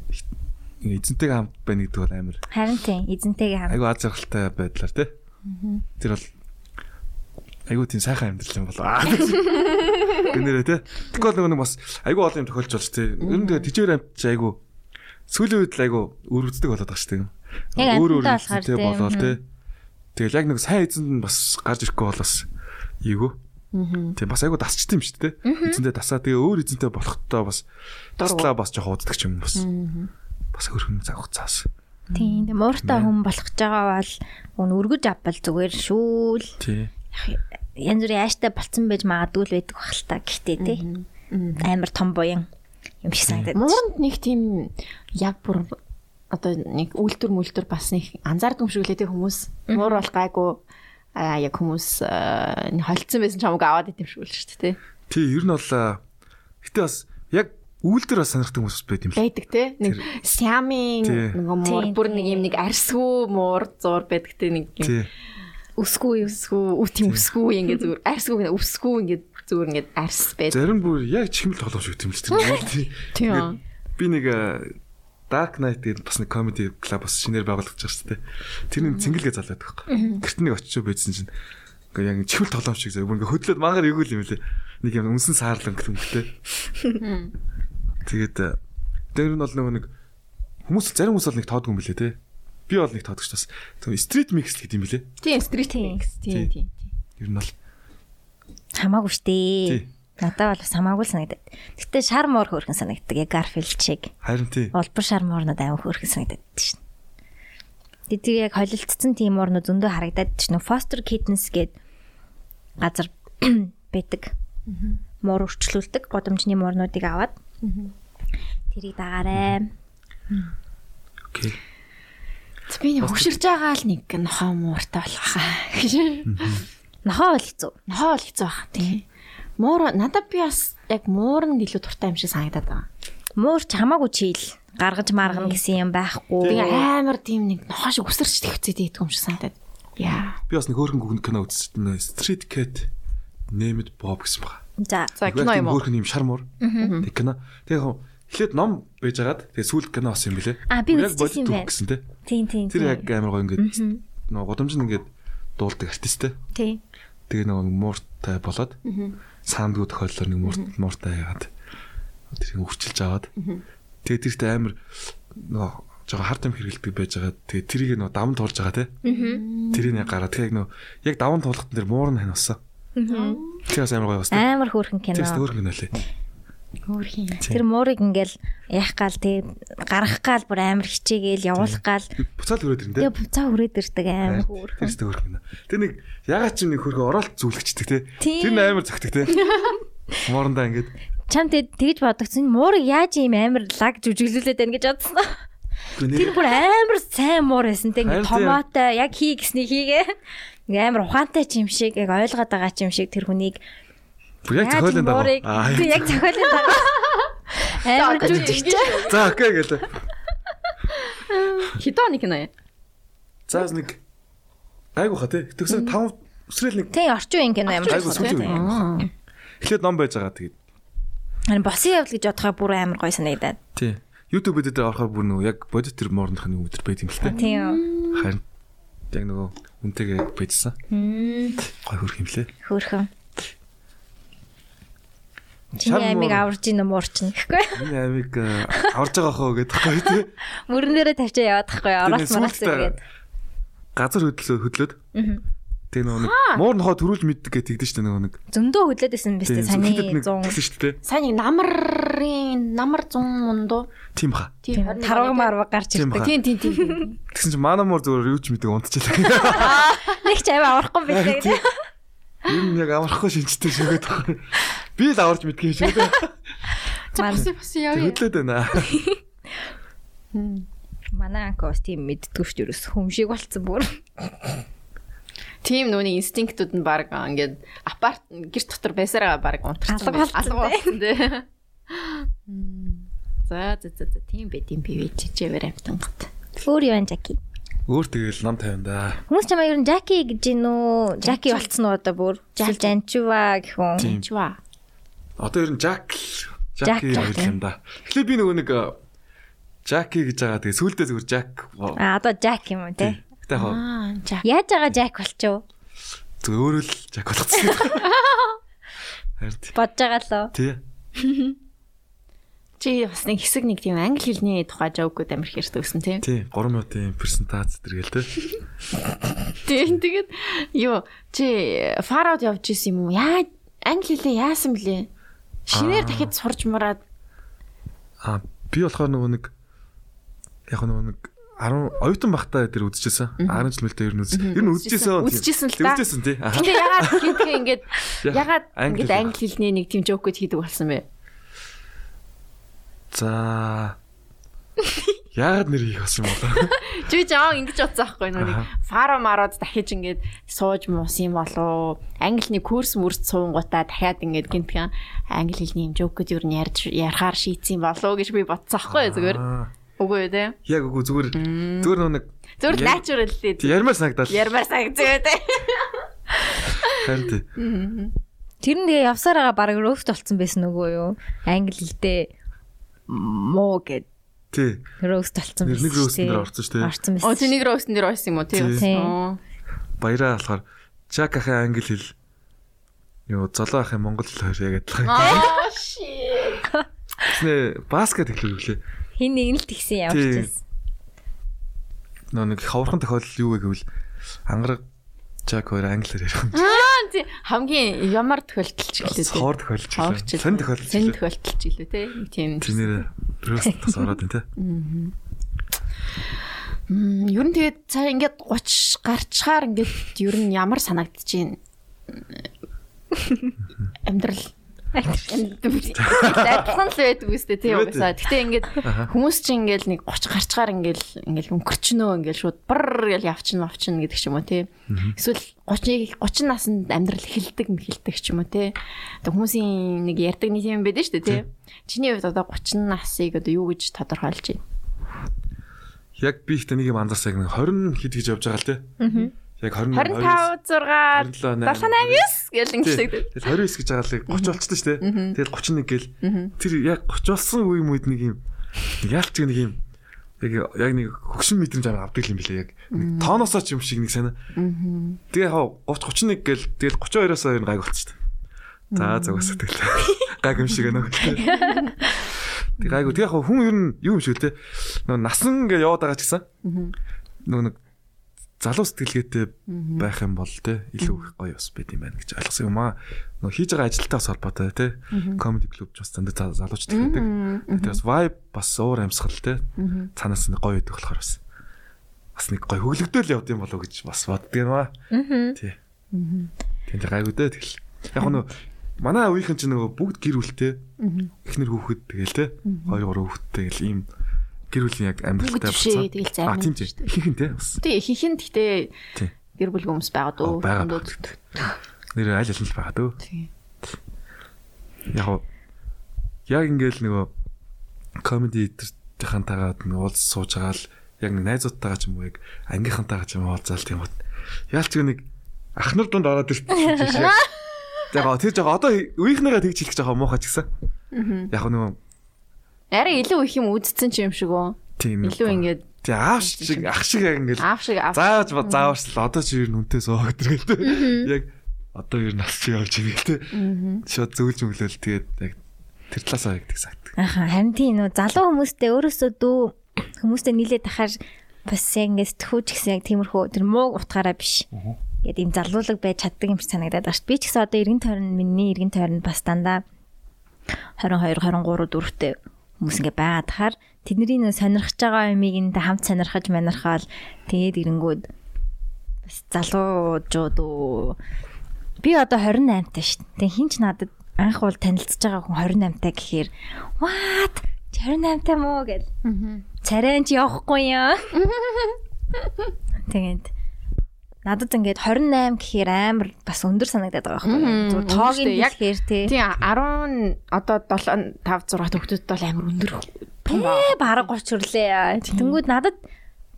S3: ингээ эзэнтэйг хамт байна гэдэг бол амар
S2: харин тий эзэнтэйгээ хам
S3: айгүй аз жаргалтай байдлаар те. Тэр бол айгүй тийм сайхан амьдрал юм болоо. Аа. Гэнэрэ те. Тэгэхгүй бол нөгөө нэг бас айгүй олон юм тохиолж болж те. Ер нь тэгээ тижээр амт чи айгүй сүүлийн үед л айгүй өрөвддөг болоод байгаа шүү дээ.
S2: Яг амттай
S3: эзэнтэй
S2: болохоор,
S3: болоод
S2: тий.
S3: те. Тэгэл яг нэг сайн эзэнд нь бас гарч ирэхгүй бол бас ийгүү.
S1: Мгм.
S3: Тийм бас айгуу дасчт юм шүү дээ. Эзэнтэй дасаа тэгээ өөр эзэнтэй болохдоо бас
S1: Дургу.
S3: таслаа бас жоо уддаг юм бас. Бас хөрхөн завх цаас.
S2: Тийм. Тэгээ мууртай
S3: Мэ.
S2: хүн болгож байгаа бол өн өргөж авбал зүгээр шүү л.
S3: Тий.
S2: Янз бүрийн ааштай болцсон байж магадгүй л байдаг бахалтай. Гэхдээ тий. Амар том буян юм шиг санагдаад.
S1: Мууранд нэг тийм яг бүр одоо нэг үлдэр мүлдэр бас нэг анзаардаг юм шиг лээ тэг хүмүүс. Муур бол гайгүй аа яг хүмүүс аа, холцсон байсан ч хамаагүй аваад идэм шиг л шүү дээ. тэ.
S3: Тий, ер нь бол аа, гэтээ бас яг үйлдэл бас санагддаг хүмүүс байт юм л.
S1: байдаг те нэг сямын
S3: Тий.
S1: нэг муур
S2: Тий,
S1: бүр
S2: тий.
S1: нэг юм нэг арсгүй муур зур байдаг те нэг юм
S3: Тий.
S1: өсгүй өсгүй үт тийм өсгүй ингээ зүгээр арсгүй гэнэ өсгүй ингээ зүгээр ингээ арс байдаг
S3: Зарим бүр яг чихмэл тоглоомч гэдэг юм л тийм.
S1: Тийм.
S3: Ингээд Би нэг аа, Dark Knight гэдэг бас нэг comedy club бас шинээр байгуулагдаж байгаа шүү дээ. Тэрний цэнгэлгээ залгаад байхгүй. Гэрт нэг очиж байсан чинь ингээ яг чихмэл тоглоомч шиг заяа. Бүр ингээ хөдлөөд маагаар өгөөл юм лээ. Нэг юм үнсэн саарлан гэх юм хэлээ. Тэгээд аа, тэр нь бол нөгөө нэг хүмүүс зарим хүмүүс бол нэг тоодгүй юм билээ те. Би бол нэг тоодогч бас. Тэгвэл Street Mix гэдэг юм билээ.
S1: тийм стрит
S2: Тий.
S1: микс тийм тийм
S3: Ер нь бол
S2: Хамаагүй штэ.
S3: Тий.
S2: Надад бол бас хамаагүй л санагдаад. Гэтэ шар муур хөөрхөн санагддаг. Яг Garfield шиг.
S3: харин тий.
S2: Улбар шар муурнууд амар хөөрхөн санагдаад шин. Тэдгээр яг холилдсон тийм муурнууд зөндөө харагдаад шин. Foster Kittens гээд газар байдаг. Муур өрчлүүлдэг годамжны муурнуудыг аваад тэрийг дагаарай.
S3: Окей.
S1: би нэг хөширж байгаа л нэг нохоо мууртай болох
S3: Hmm.
S1: хаа
S2: Нохоо бол хэцүү.
S1: нохоо л хэцүү байх тийм муур надад би бас яг мууранд илүү дуртай юм шиг санагдаад байгаа
S2: Муур ч хамаагүй чийл гаргаж маргана гэсэн
S1: тийм
S2: юм байхгүй.
S1: амар тийм нэг нохоо шиг өсөрч тэгцээд идэх юм шиг санагдаад яа
S3: Би бас нэг хөөрхөн гүн кино үзсэн. нөө Street Cat Named Bob гэсэн байна.
S2: За.
S1: за кино юм уу
S3: Хөөрхөн юм шармур. Тэг кино. Тэг яг эхлээд ном байжгаад тэг сүүлд кино авсан юм билээ.
S2: А, би
S3: Яг
S2: үзчихсэн юм
S3: бодит
S2: байна.
S3: үг Гэсэн те.
S2: Тийм тийм.
S3: Тэр
S2: тийм.
S3: яг амар гоё ингээд нөгөө годамж нь ингээд дуулдаг артисттэй.
S2: тийм.
S3: Тэгээ нөгөө мууртай болоод саамдгүй тохиолдолд нэг муурт мууртай яагаад тэрийг өрчилж аваад тэгээ тэртээ амар нөгөө жоо хард юм хэргэлдэг байжгаа тэгээ тэрийг нөгөө даван туулж байгаа те тэрийг яг гараа тэгээ яг нөгөө яг даван туулахтан дээр муур нь ханивсан тэр бас амар гоё бас те.
S2: Амар хөөрхөн кино.
S3: тэрс өөр гэнэ лээ
S1: хөөрхийн
S2: Тэр муурыг ингээл яах гал тий гарах гал бүр амар хичээгээл явуулах гал
S3: буцаал өрөөд ирэн те
S2: тэгээ буцаа хүрээд ирдэг амар хөөрхөн.
S3: тэрс өөр гэнэ тэр нэг ягаад ч нэг хөрхөө оролт зүүлгэчдэг те
S2: Тийм.
S3: тэр нь амар зөвхтэг те муурандаа ингээд
S2: Чам тэг тэгж бодогдсон муурыг яаж ийм амар лаг жүжиглүүлээд байна гэж бодсон. Тэр бүр амар сайн муур байсан тэг
S3: Харин
S2: ингээд
S3: тийм.
S2: томоотой яг хий гэсний хийгээ. Ингээ амар ухаантай ч юм шиг яг ойлгоод байгаа ч юм шиг тэр хүнийг
S3: бүр яг зохиолын даа
S2: муурыг тий яг зохиолын дагав. Амар жүжигч.
S3: за окей гэлээ
S1: хитоо нэг кино яа
S3: Заас нэг айгуу ха тий. Төгсөв 5 өсрэл нэг
S2: Тий орчин үеийн кино амар.
S3: айгуу
S2: байсан, тий.
S3: сүлжээ. Эхлээд ном байж байгаа тэгээд.
S2: Харин босын явдал гэж бодохоор бүр амар гоё санагдаад.
S3: Тий. YouTube дээр орохоор бүр нөгөө яг бодит тэр морных нэг өдөр байт юм л тий.
S2: Тийм.
S3: Харин яг нөгөө үнтэйгээ яг байжсан. Гой хөрх юм лээ.
S2: Хөөрхөн.
S3: Шар
S2: Чиний амиг
S3: муур.
S2: аварж ийн муурчин гэхгүй.
S3: Энэ амиг э, орж байгаа хөө гэдэг гоё тий.
S2: Мөрөн дээрээ тавьчаа яваад тахгүй
S3: Тэгээд
S2: оролт моролт
S3: сүүлдээ
S2: зэрэгэд.
S3: Газар хөдлөө хөдлөөд. Тэгээ нөгөө нэг муурнохоо төрүүлж мэддэг гэдэг тэгдэж штэ нөгөө нэг.
S2: Зөндөө хөдлөөд исэн биз
S3: Тий.
S2: дээ саны
S3: зүрхэдэд нэг
S2: 100
S3: Тэгсэн штэ тий.
S1: сайн нэг намарын намар 100 мундуу
S3: Тийм баха.
S1: тийм
S2: тарваг марваг гарч
S3: Тийм
S2: ирдэг.
S3: баха.
S1: тийм тийм тийм
S3: Тэгсэн чинь манай муур зүгээр юу ч мэддэг унтчихлаа.
S2: Нэг ч аваа аврахгүй биз дээ.
S3: Ер нь яг амархгүй шинжтэй шүгэд байгаа. Би л аварч мэдгүй шүү дээ.
S2: Ман-
S1: бас явъя
S3: Хөдлөөд байна.
S2: Манай анкос тийм мэддгүй ч юус хөмшиг болцсон бүр.
S1: тийм нүуний инстинктүүд нь баг ингээд апарт гэр дотор байсараа баг унтарсан
S2: Алга болцсон
S1: алга болсон тий за за за за тийм бэ тийм бэ чичээвэр амтангат
S2: Өөр юу энэ Жаки?
S3: Өөр тэгэл нам тавина да.
S2: Хүмүүс чамаа ер нь Жаки гэж гин үү? Жаки болцсон уу одоо бүр? Жаки Жанчува гэх хүн.
S3: Тийм.
S1: чва
S3: Одоо ер нь Жак л-
S2: Жак,
S3: Жаки
S2: Жак.
S3: явуулсан да. Эхлээд би нөгөө нэг э, Жаки гэж байгаа. Тэгээ сүүлдээ зүгээр Жак. бо-
S2: А одоо Жак юм уу те?
S3: Гэтэ яг
S1: аа жак
S2: Яаж байгаа Жак болчихв?
S3: зүгээр өөрөө л Жак болгоцсон. Харин тий.
S2: Бодж байгаа лөө.
S3: тий.
S1: чи бас нэг хэсэг нэг тийм англи хэлний тухай жоокуд амир хэрэг төгсөн тийм
S3: Тий. 3 минутын презентац зэрэгэл тий.
S1: Тийм тэгээд юу чи фараод явж исэн юм уу? Яа англи хэлээ яасан блэ? Шинээр
S3: Аа.
S1: дахид сурж мураад
S3: А би болохоор нөгөө нэг яг нөгөө нэг 10 оюутан багтаа тэр үзчихсэн. 10 жил мэлтэй ер нь үз. Ер нь үзчихсэн.
S1: Үзчихсэн л
S3: да.
S1: та.
S3: Үзчихсэн тий. Аа.
S1: Гэтэ ягаад гинтгэ ингээд ягаад
S3: Англи
S1: ингээд
S3: хэл.
S1: англи хэлний нэг тийм жоок гэж хийдэг болсон бэ?
S3: За. Яагаад нэр хийх болсон юм бол?
S1: Чи жоон ингэж утсан байхгүй юу? нэг
S3: Аха.
S1: фаро марууд дахиж ингээд сууж муус юм болов. Англиний курс мөрс суунгуудаа дахиад ингээд гинтгэн англи хэлний юм жоок гэж юу н ярьж ярахаар шийдсэн болов гэж би бодсон байхгүй юу зүгээр.
S3: Аа.
S1: Үгүй юу те.
S3: Яг үгүй зүгээр зүгээр нөгөө нэг
S1: Зүгээр
S3: Яа-
S1: natural л дээ.
S3: ярмаар санагдал.
S1: Ярмаар санагдчихэ те.
S3: Харин тий.
S2: Тэр нь тэгээ явсаар байгаа баг рөөст болсон байсан нөгөө юу? Англи хэлдээ муу гэд
S3: Тий.
S2: рөөст болсон
S3: Нэр-
S2: байсан.
S3: нэг roast дээр орсон шүү дээ.
S2: Орсон байсан.
S1: Оо чи нэг руусан дээр байсан юм уу те?
S2: Тийм.
S1: Оо.
S3: Баяраа болохоор Чак ахын англи хэл ёо залуу ахын монгол хэл хоёр яг адилхан.
S1: Оо shit.
S3: Тэснэ баскет хэлэв үлээ.
S2: хин нэг нь л тэгсэн явж
S3: Тийм.
S2: байсан.
S3: Нөгөө нэг ховорхон тохиолдол юу вэ гэвэл ангараг Чак хоёр англи хэл ярих юм.
S1: Аа, тий. Хамгийн ямар тохиолдолч гэлээ те.
S3: Хоор тохиолдож байна.
S1: Хавчил.
S3: Сэн тохиолдож
S1: Сэн
S3: байна.
S1: тохиолдолч илүү те. Нэг тийм.
S3: Тэрээр рөөстөс ороод ин тэ.
S1: Мм, Ер нь тэгээд цаа ингээд 30 гарчхаар ингээд ер нь ямар санагдаж байна? Амьдрал адилхан л байдаг үстэй тийм
S3: Юу гэдэг?
S1: угаасаа. Гэтэ ингээд хүмүүс чинь ингээд нэг 30 гарчгаар ингээд ингээд өнгөрчнөө ингээд шууд бэр гэл явчихна авчихна гэдэг ч юм уу тий. Эсвэл 30 30 наснд амьдрал эхэлдэг м эхэлдэг ч юм уу тий. Одоо хүмүүсийн нэг ярьдаг нэг юм байдаг шүү дээ тий. Чиний хувьд одоо 30 насыг одоо юу гэж тодорхойлж байна?
S3: Яг би ихтэй нэг юм анзаарсан яг нэг 20 хэд гэж явж байгаа л тэ. Яг 20
S1: 25 6 79
S3: 28,
S1: гэл ингээд
S3: Тэгэл 29 гэж агаалыг 30 болчтой шүү дээ. Тэгэл 31 гэл тэр яг 30 болсон үе юм үед нэг юм нэг ялч нэг юм яг яг нэг хөгшин мэдрэмж аваад авдаг юм билээ яг. Нэг Тооноосоо ч юм шиг нэг санаа. Тэгээ хав 30 31 гэл тэгэл 32-оос хоёр гаг болчих шүү дээ. За зугаас тэгэл гаг юм шиг өнөг. Тэгээ гайгүй тэгээ хав хүн ер нь юу юм шүү те. Нөгөө насан гэж яваад байгаа ч гэсэн. Нөгөө нэг залуу сэтгэлгээтэй байх юм бол те илүү их гоё бас байд юм байна гэж ойлгосон юм аа. Нөгөө хийж байгаа ажилтаа бас холбоотой те. Comedy club ч бас занд залууч гэдэг. Тэр бас vibe бас уур амьсгал те. Цанаас нэг гоё өгөх болохоор бас бас нэг гоё хөглөгдөөл явд юм болов гэж бас боддөг юм аа. Тий. Тэнд гайгүй дээ тэгэл. Яг нөгөө манай үеийн чинь нөгөө бүгд гэр бүлтэй. Эхнэр хүүхэд тэгэл те. Хоёр гурван хүүхэдтэй гэл ийм гэр бүлийн яг
S1: Бүгд
S3: амьдралтай
S1: жишээ, тэгэл займ
S3: А тийм
S1: юм
S3: тийм.
S1: шүү дээ.
S3: Хинхэн те бас.
S1: Тий, хихэн гэхдээ
S3: Тий.
S1: гэр бүл хүмүүс байгаад
S3: Оо,
S1: өө.
S3: байгаа багт. Нэр аль аль нь л байгаа дөө.
S1: Тий.
S3: Яг уу, яг ингээл нөгөө комеди эдэртэй хантагаад нөгөө уулз сууж байгаа л яг нэг найзуудтайгаа ч юм уу яг ангийнхантайгаа ч юм уу уулзаал тийм үү. Яалч нэг ахнар дунд ороод ирчихсэн. Яг тэр жоо одоо үеийнхнээгээ тэгж хэлэх жоо муухай ч гэсэн. Яг нөгөө
S1: Арай илүү их юм үздсэн ч юм шиг үү.
S3: тийм
S1: Илүү ингээд
S3: тий аав шиг ах шиг яг ингээл
S1: аав шиг аав.
S3: зааж ба- зааварч л одоо чи ер нь үнтэй суугаад тэргэлтэй. Яг одоо ер нь нас чи явж ирэлтэй. Шууд зөвлж мөглөөл тэгээд яг тэр талаасаа яг тэгсагт.
S2: Аха харин тийм нөө залуу хүмүүстэй өөрөөсөө дүү хүмүүстэй нийлээд ахаар бас яг ингэ сэтгүүч гэсэн яг тиймэрхүү тэр муу утгаараа биш. Ингээд ийм залуулаг байж чаддаг юм шиг санагдаад багт. Би ч гэсэн одоо эргэн тойрон миний эргэн тойрон бас дандаа 22 23 дөрөвтэй хүмүүс ингээ байгаад хахаар тэдний нөө сонирхож байгаа юмыг энэ хамт сонирхож манархаал тэгээд ирэнгүүд бас залуужууд уу би одоо 28 таа шүү дээ. Тэгээ хинч надад анх бол танилцж байгаа хүн 28 таа гэхээр what 28 таа мó гэл. Царай энэ ч явахгүй юм. Тэгээд надад ингээд 28 гэхээр амар бас өндөр санагдаад байгаа
S1: Мгм,
S2: юм. Зүгээр тоогийн
S1: үнэхээр яг-
S2: хэлэхээр тий.
S1: Тий 10 одоо 7 5 6 төгтөд бол амар өндөр.
S2: Ээ бараг 30 хүрлээ. Тэнгүүд надад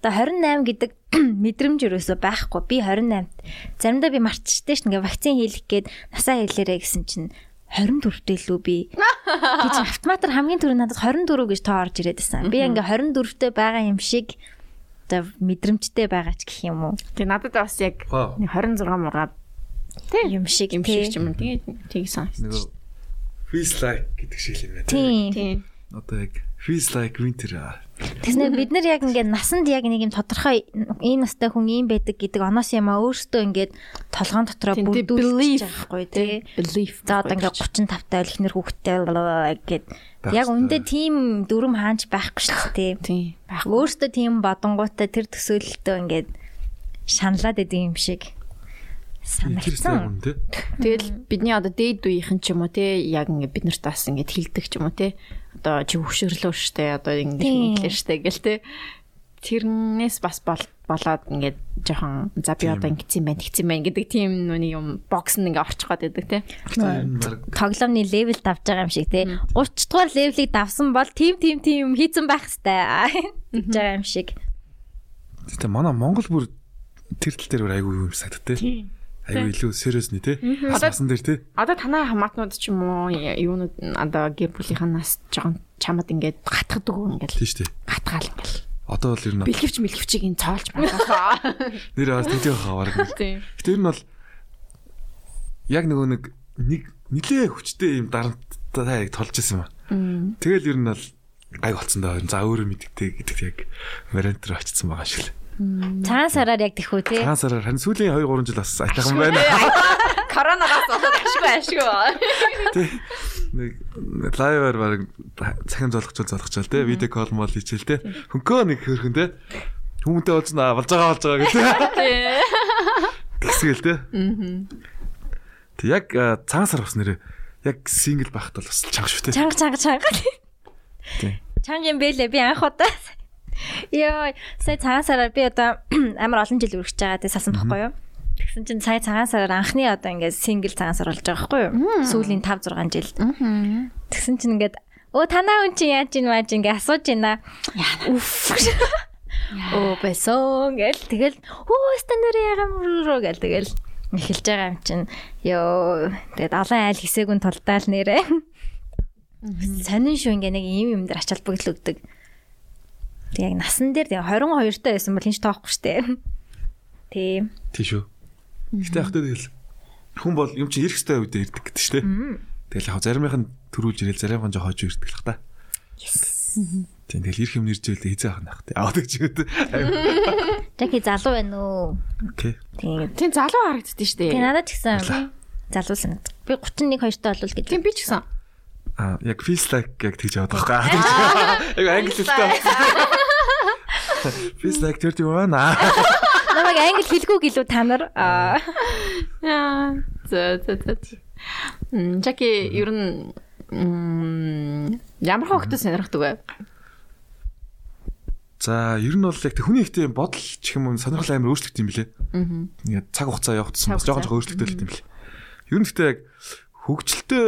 S2: оо 28 гэдэг мэдрэмж өрөөсөө байхгүй. Би 28. Заримдаа би мартчихдээ шин ингээ вакцин хийлгэх гээд насаа хэлээрэ гэсэн чинь 24 дэх лүү би. Гэж автоматар хамгийн түрүү надад 24 гэж тоо орж ирээд байсан. Би ингээ 24 дэх байгаа юм шиг оо мэдрэмжтэй байгаа ч гэх юм уу.
S1: Тий надад бас яг
S3: Вау.
S1: 26 мураад
S2: Юм шиг
S1: юм шиг ч
S2: тий.
S1: юм. Тэгээд тийг сан.
S3: Нөгөө feel like гэдэг шиг л юм байна.
S2: Тийм.
S1: Тий.
S3: одоо яг feels like winter аа.
S2: Тэснэ бид нар яг ингээд насанд яг нэг юм тодорхой энэ настай хүн ийм байдаг гэдэг оноос юм а өөртөө ингээд толгоон дотроо
S1: Тэнтэй belief.
S2: бүрдүүлж байхгүй тий.
S1: Belief.
S2: За одоо ингээд 35 таа ихнэр хүүхдтэй гэд яг үндэ тийм дүрм хаанч байхгүй шүү дээ тий.
S1: Тийм. Байхгүй.
S2: Өөртөө тийм бодонгуудтай тэр төсөөлөлтөө ингээд шаналаад идэв юм шиг
S3: Интерестэй
S2: санагдсан.
S3: хүн тий.
S1: Тэгэл бидний одоо дээд үеийнхэн ч юм уу те яг ингээд бид нарт бас ингээд хилдэг ч юм уу те одоо чи өвшөрлөө штэ одоо ингээд
S2: Тийм.
S1: мэдлээ штэ гэл те тэрнээс бас бол болоод ингээд жоохон за би
S3: Тийм.
S1: одоо ингэсэн байна тэгсэн байна гэдэг тийм нүний юм бокс нь ингээд орчих гад байдаг те
S3: Баг
S2: Тоглоомны левелд авч байгаа юм шиг тий. 30 дугаар левлийг давсан бол тим тим тим хийцэн байх хэвээр гэж байгаа юм шиг.
S3: Гэтэ манай Монгол бүр тэр тал дээр бүр айгүй юу юм сагд тээ. Айгүй илүү сериусны тээ. Хасан дээр тээ.
S1: Одоо танай хамаатнууд ч юм уу юунууд нь одоо гэр бүлийнхэн нас жоохон чамд ингээд гатгадаг уу ингээд
S3: Тийш тээ.
S1: гатгаал ингээд
S3: Одоо бол ер нь
S1: бэлгэвч мэлгэвчийг ин цоолж байна.
S3: нэр аваад тэлээ хаваар.
S1: Тийм.
S3: Гэтэ ер нь бол яг нөгөө нэг нэг нилээ хүчтэй юм дарамттай яг толж исэн ба. Тэгэл ер нь бол гай болсон даа. За өөрөө мэддэг гэдэгт яг вариант руу очсон байгаа шиг л.
S2: Цагаан сараар яг тэхүү тий.
S3: Цагаан сараар харин сүүлийн 2 3 жил бас айтайхан байна.
S1: Коронавирус болоод ашгүй ашгүй.
S3: нэг лайваар баг цахим золгочул золгочул те видео кол мол хийчихэл те хөнкөө нэг хөрхөн те хүмүүстэй уулзна болж байгаа болж байгаа гэдэг тэгсгэл те тэг яг э, цагаан сар бас нэрээ яг сингл байхад бол бас чанга шүү те
S2: Чанга чанга чанга.
S3: Тий.
S2: Чанга юм бэлээ би анх удаа. Йой, сая цагаан сараар би одоо амар олон жил үргэж байгаа тий сасан баггүй юу? Тэгсэн чинь сая цагаан сараар анхны одоо ингээд сингл цагаан сар болж байгаа байхгүй юу? Сүүлийн 5 6 жил. Тэгсэн чинь ингээд оо танаа үн чинь яаж ийн мааж ингээд асууж байна. Үф. Оо бэсон гэл тэгэл хөө стандар ягаан руу гэл тэгэл эхэлж байгаа юм чинь. Йоо, тэгэд олон айл хэсэгүн тулдаал нэрээ. Сонин шүү ингээ нэг ийм юм дээр ачаал бүгдл өгдөг. Тэг яг насан дээр тэг 22 таа байсан бол хинч тоохгүй штэ. Тийм.
S3: тийш үү гэхдээ яг тэгэл хүн бол юм чи ирэх стай үедээ ирдэг гэдэг шүү те тэгэл яг заримынх нь төрүүлж ирэл зарим нь жоо хож ирдэг л хта тийм тэгэл ирэх юм нэржээл хизээ ахна хта аа тэгж үү
S2: Жаки залуу байна уу?
S3: окей
S2: Тийм.
S1: Тийм залуу харагддээ шүү
S2: Тэг
S1: дээ.
S2: надад ч гэсэн залуу санагдав. Би 31 2 таа болвол гэж.
S1: Тийм би ч гэсэн.
S3: Аа, яг feels like яг тэгж яваад байгаа байхгүй. Яг англи хэлтэй. болсон. Feels like 31 аа.
S2: Намайг англи хэлгүй гэлөө та нар. Аа.
S1: За за за. Мм, Жаки ер нь мм, ямар хогтой сонирхдаг вэ?
S3: За, ер нь бол яг тэг хүний ихтэй бодол ч юм уу сонирхол амар өөрчлөгдөж юм билээ.
S1: Аа.
S3: Ингээд цаг хугацаа явагдсан бас
S1: Цаг
S3: жоохон жоохон өөрчлөгдөж л юм билээ. Ер нь гэхдээ яг хөгжилтэй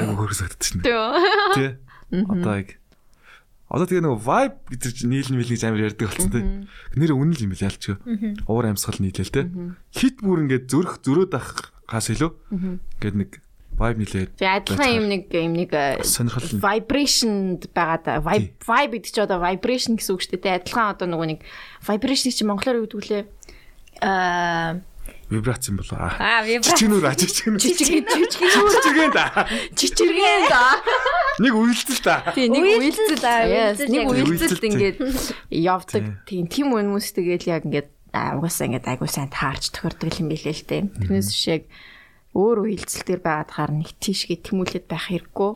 S3: айгу хөрсөгдөж шнэ.
S1: Төө.
S3: Тэ. Одоо яг Одоо тэгээ нөгөө vibe гэдэг чинь нийлэн мэлний амар ярьдаг болсон тэ. Нэр үнэн л юм билээ ялч. Уур амьсгал нийлэл тэ. Хит бүр ингээд зөрөх зөрөөд ах хаас илүү. Ингээд нэг vibe нийлээд
S1: Би адилхан юм нэг юм нэг э,
S3: Сонирхол нь.
S1: vibration байгаа да. Vibe vibe гэдэг чи одоо vibration гэсэн үг шүү дээ. Адилхан одоо нөгөө нэг vibration чи монголоор юу гэдэг вүлээ? Аа
S3: вибрац юм болоо. Аа.
S2: Аа, би бра.
S3: Чичгнүр ажиг чичгнүр.
S1: чичгэн чичгэн
S3: Чичгэн да.
S1: чичгэн да.
S3: Нэг үйлдэл да.
S1: Тий, нэг
S2: Үйлдэл,
S1: үйлдэл
S2: аа,
S1: yes,
S2: үйлдэл
S1: нэг
S2: яг.
S1: үйлдэлд
S3: Үйлдэл,
S1: ингээд явдаг.
S3: Тий.
S1: Тийм тийм хүмүүс тэгэл яг ингээд аа, угаасаа ингээд айгуу сайн таарч тохирдог юм билээ л дээ. Тэрнээс биш яг өөр үйлдэл төр байгаад харна их тийшгээ тэмүүлээд байх хэрэггүй.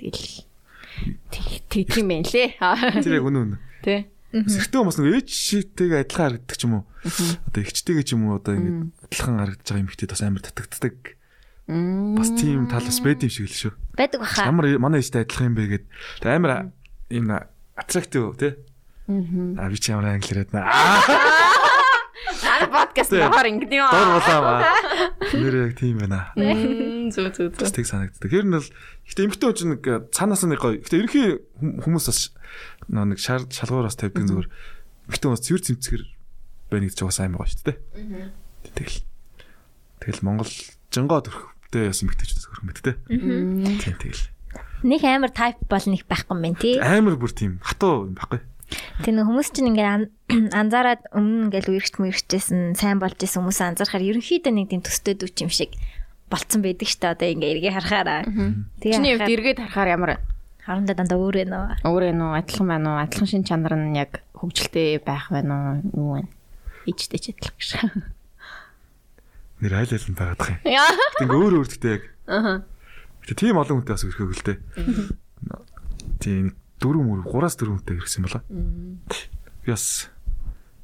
S1: Тэгэл тэг- тэг тийм байна лээ.
S3: Тэр яг үнэн үнэн.
S1: Тэ.
S3: Сэрхтэн хүмүүс нэг ээж шитэйгээ адилхан харагддаг ч юм уу. Одоо эгчтэйгээ ч юм уу одоо ингэ адилхан харагдаж байгаа юм ихтэй бас амар татагддаг. Бас тийм тал бас байд юм шиг л шүү.
S2: Байдаг баха.
S3: Ямар манай ээжтэй адилхан юм бэ гэд. Тэг амар энэ attractive тий. Аа би ч ямар англиэр ядна. Аа
S1: Манай подкаст
S3: Тий.
S1: нөхөр ингээд юм.
S3: дор болоо маа. Нэр яг тийм байна.
S1: Мм, Зү зү зү.
S3: бас тэг санагддаг. Тэр нь бол ихтэй эмхтэй хүн чинь нэг э, цаанаас нь нэг гоё. Ихтэй ерхий хүмүүс бас нөө нэг шар шалгуураас тавьдаг нь зүгээр. Эмхтэй хүмүүс цэвэр цэмцгэр байна гэж бас аймаг байна шүү дээ. тэ. Тэгэл. Тэгэл Монгол жингоо төрхтэй бас эмхтэйчдээс хөрх мэт тэ. Тийм тэгэл.
S2: Них амар тайп бол них байхгүй юм байна тий.
S3: Амар бүр тийм хатуу юм баггүй.
S2: Тэг нэг хүмүүс чинь ингээд ан- анзаараад өмнө ингээд үерхт мэрчсэн, сайн болж исэн хүмүүс анзаархаар ерөнхийдөө нэг тийм төстэй дүүч юм шиг болцсон байдаг штэ одоо ингээд эргээ харахаараа.
S1: Чиний
S2: Тэгээ
S1: хувьд эргээд харахаар ямар
S2: Харамдаа дандаа өөр ээ нөө.
S1: Өөр юм уу? Адилхан байна уу? Адилхан шин чанар нь яг хөгжилтэй байх байна уу? Юу вэ? Ичтэй ч адилхан гэж.
S3: Нэр айл айл нь байгаад байгаа юм.
S1: Яа.
S3: Гэтэ ингээ өөр өөртөө яг.
S1: Аха.
S3: Гэтэ тийм олон хүнтэй бас өрхөг л дээ. Тийм дөрөв мөр 3-аас 4 хүнтэй өрхсөн юм байна. Би бас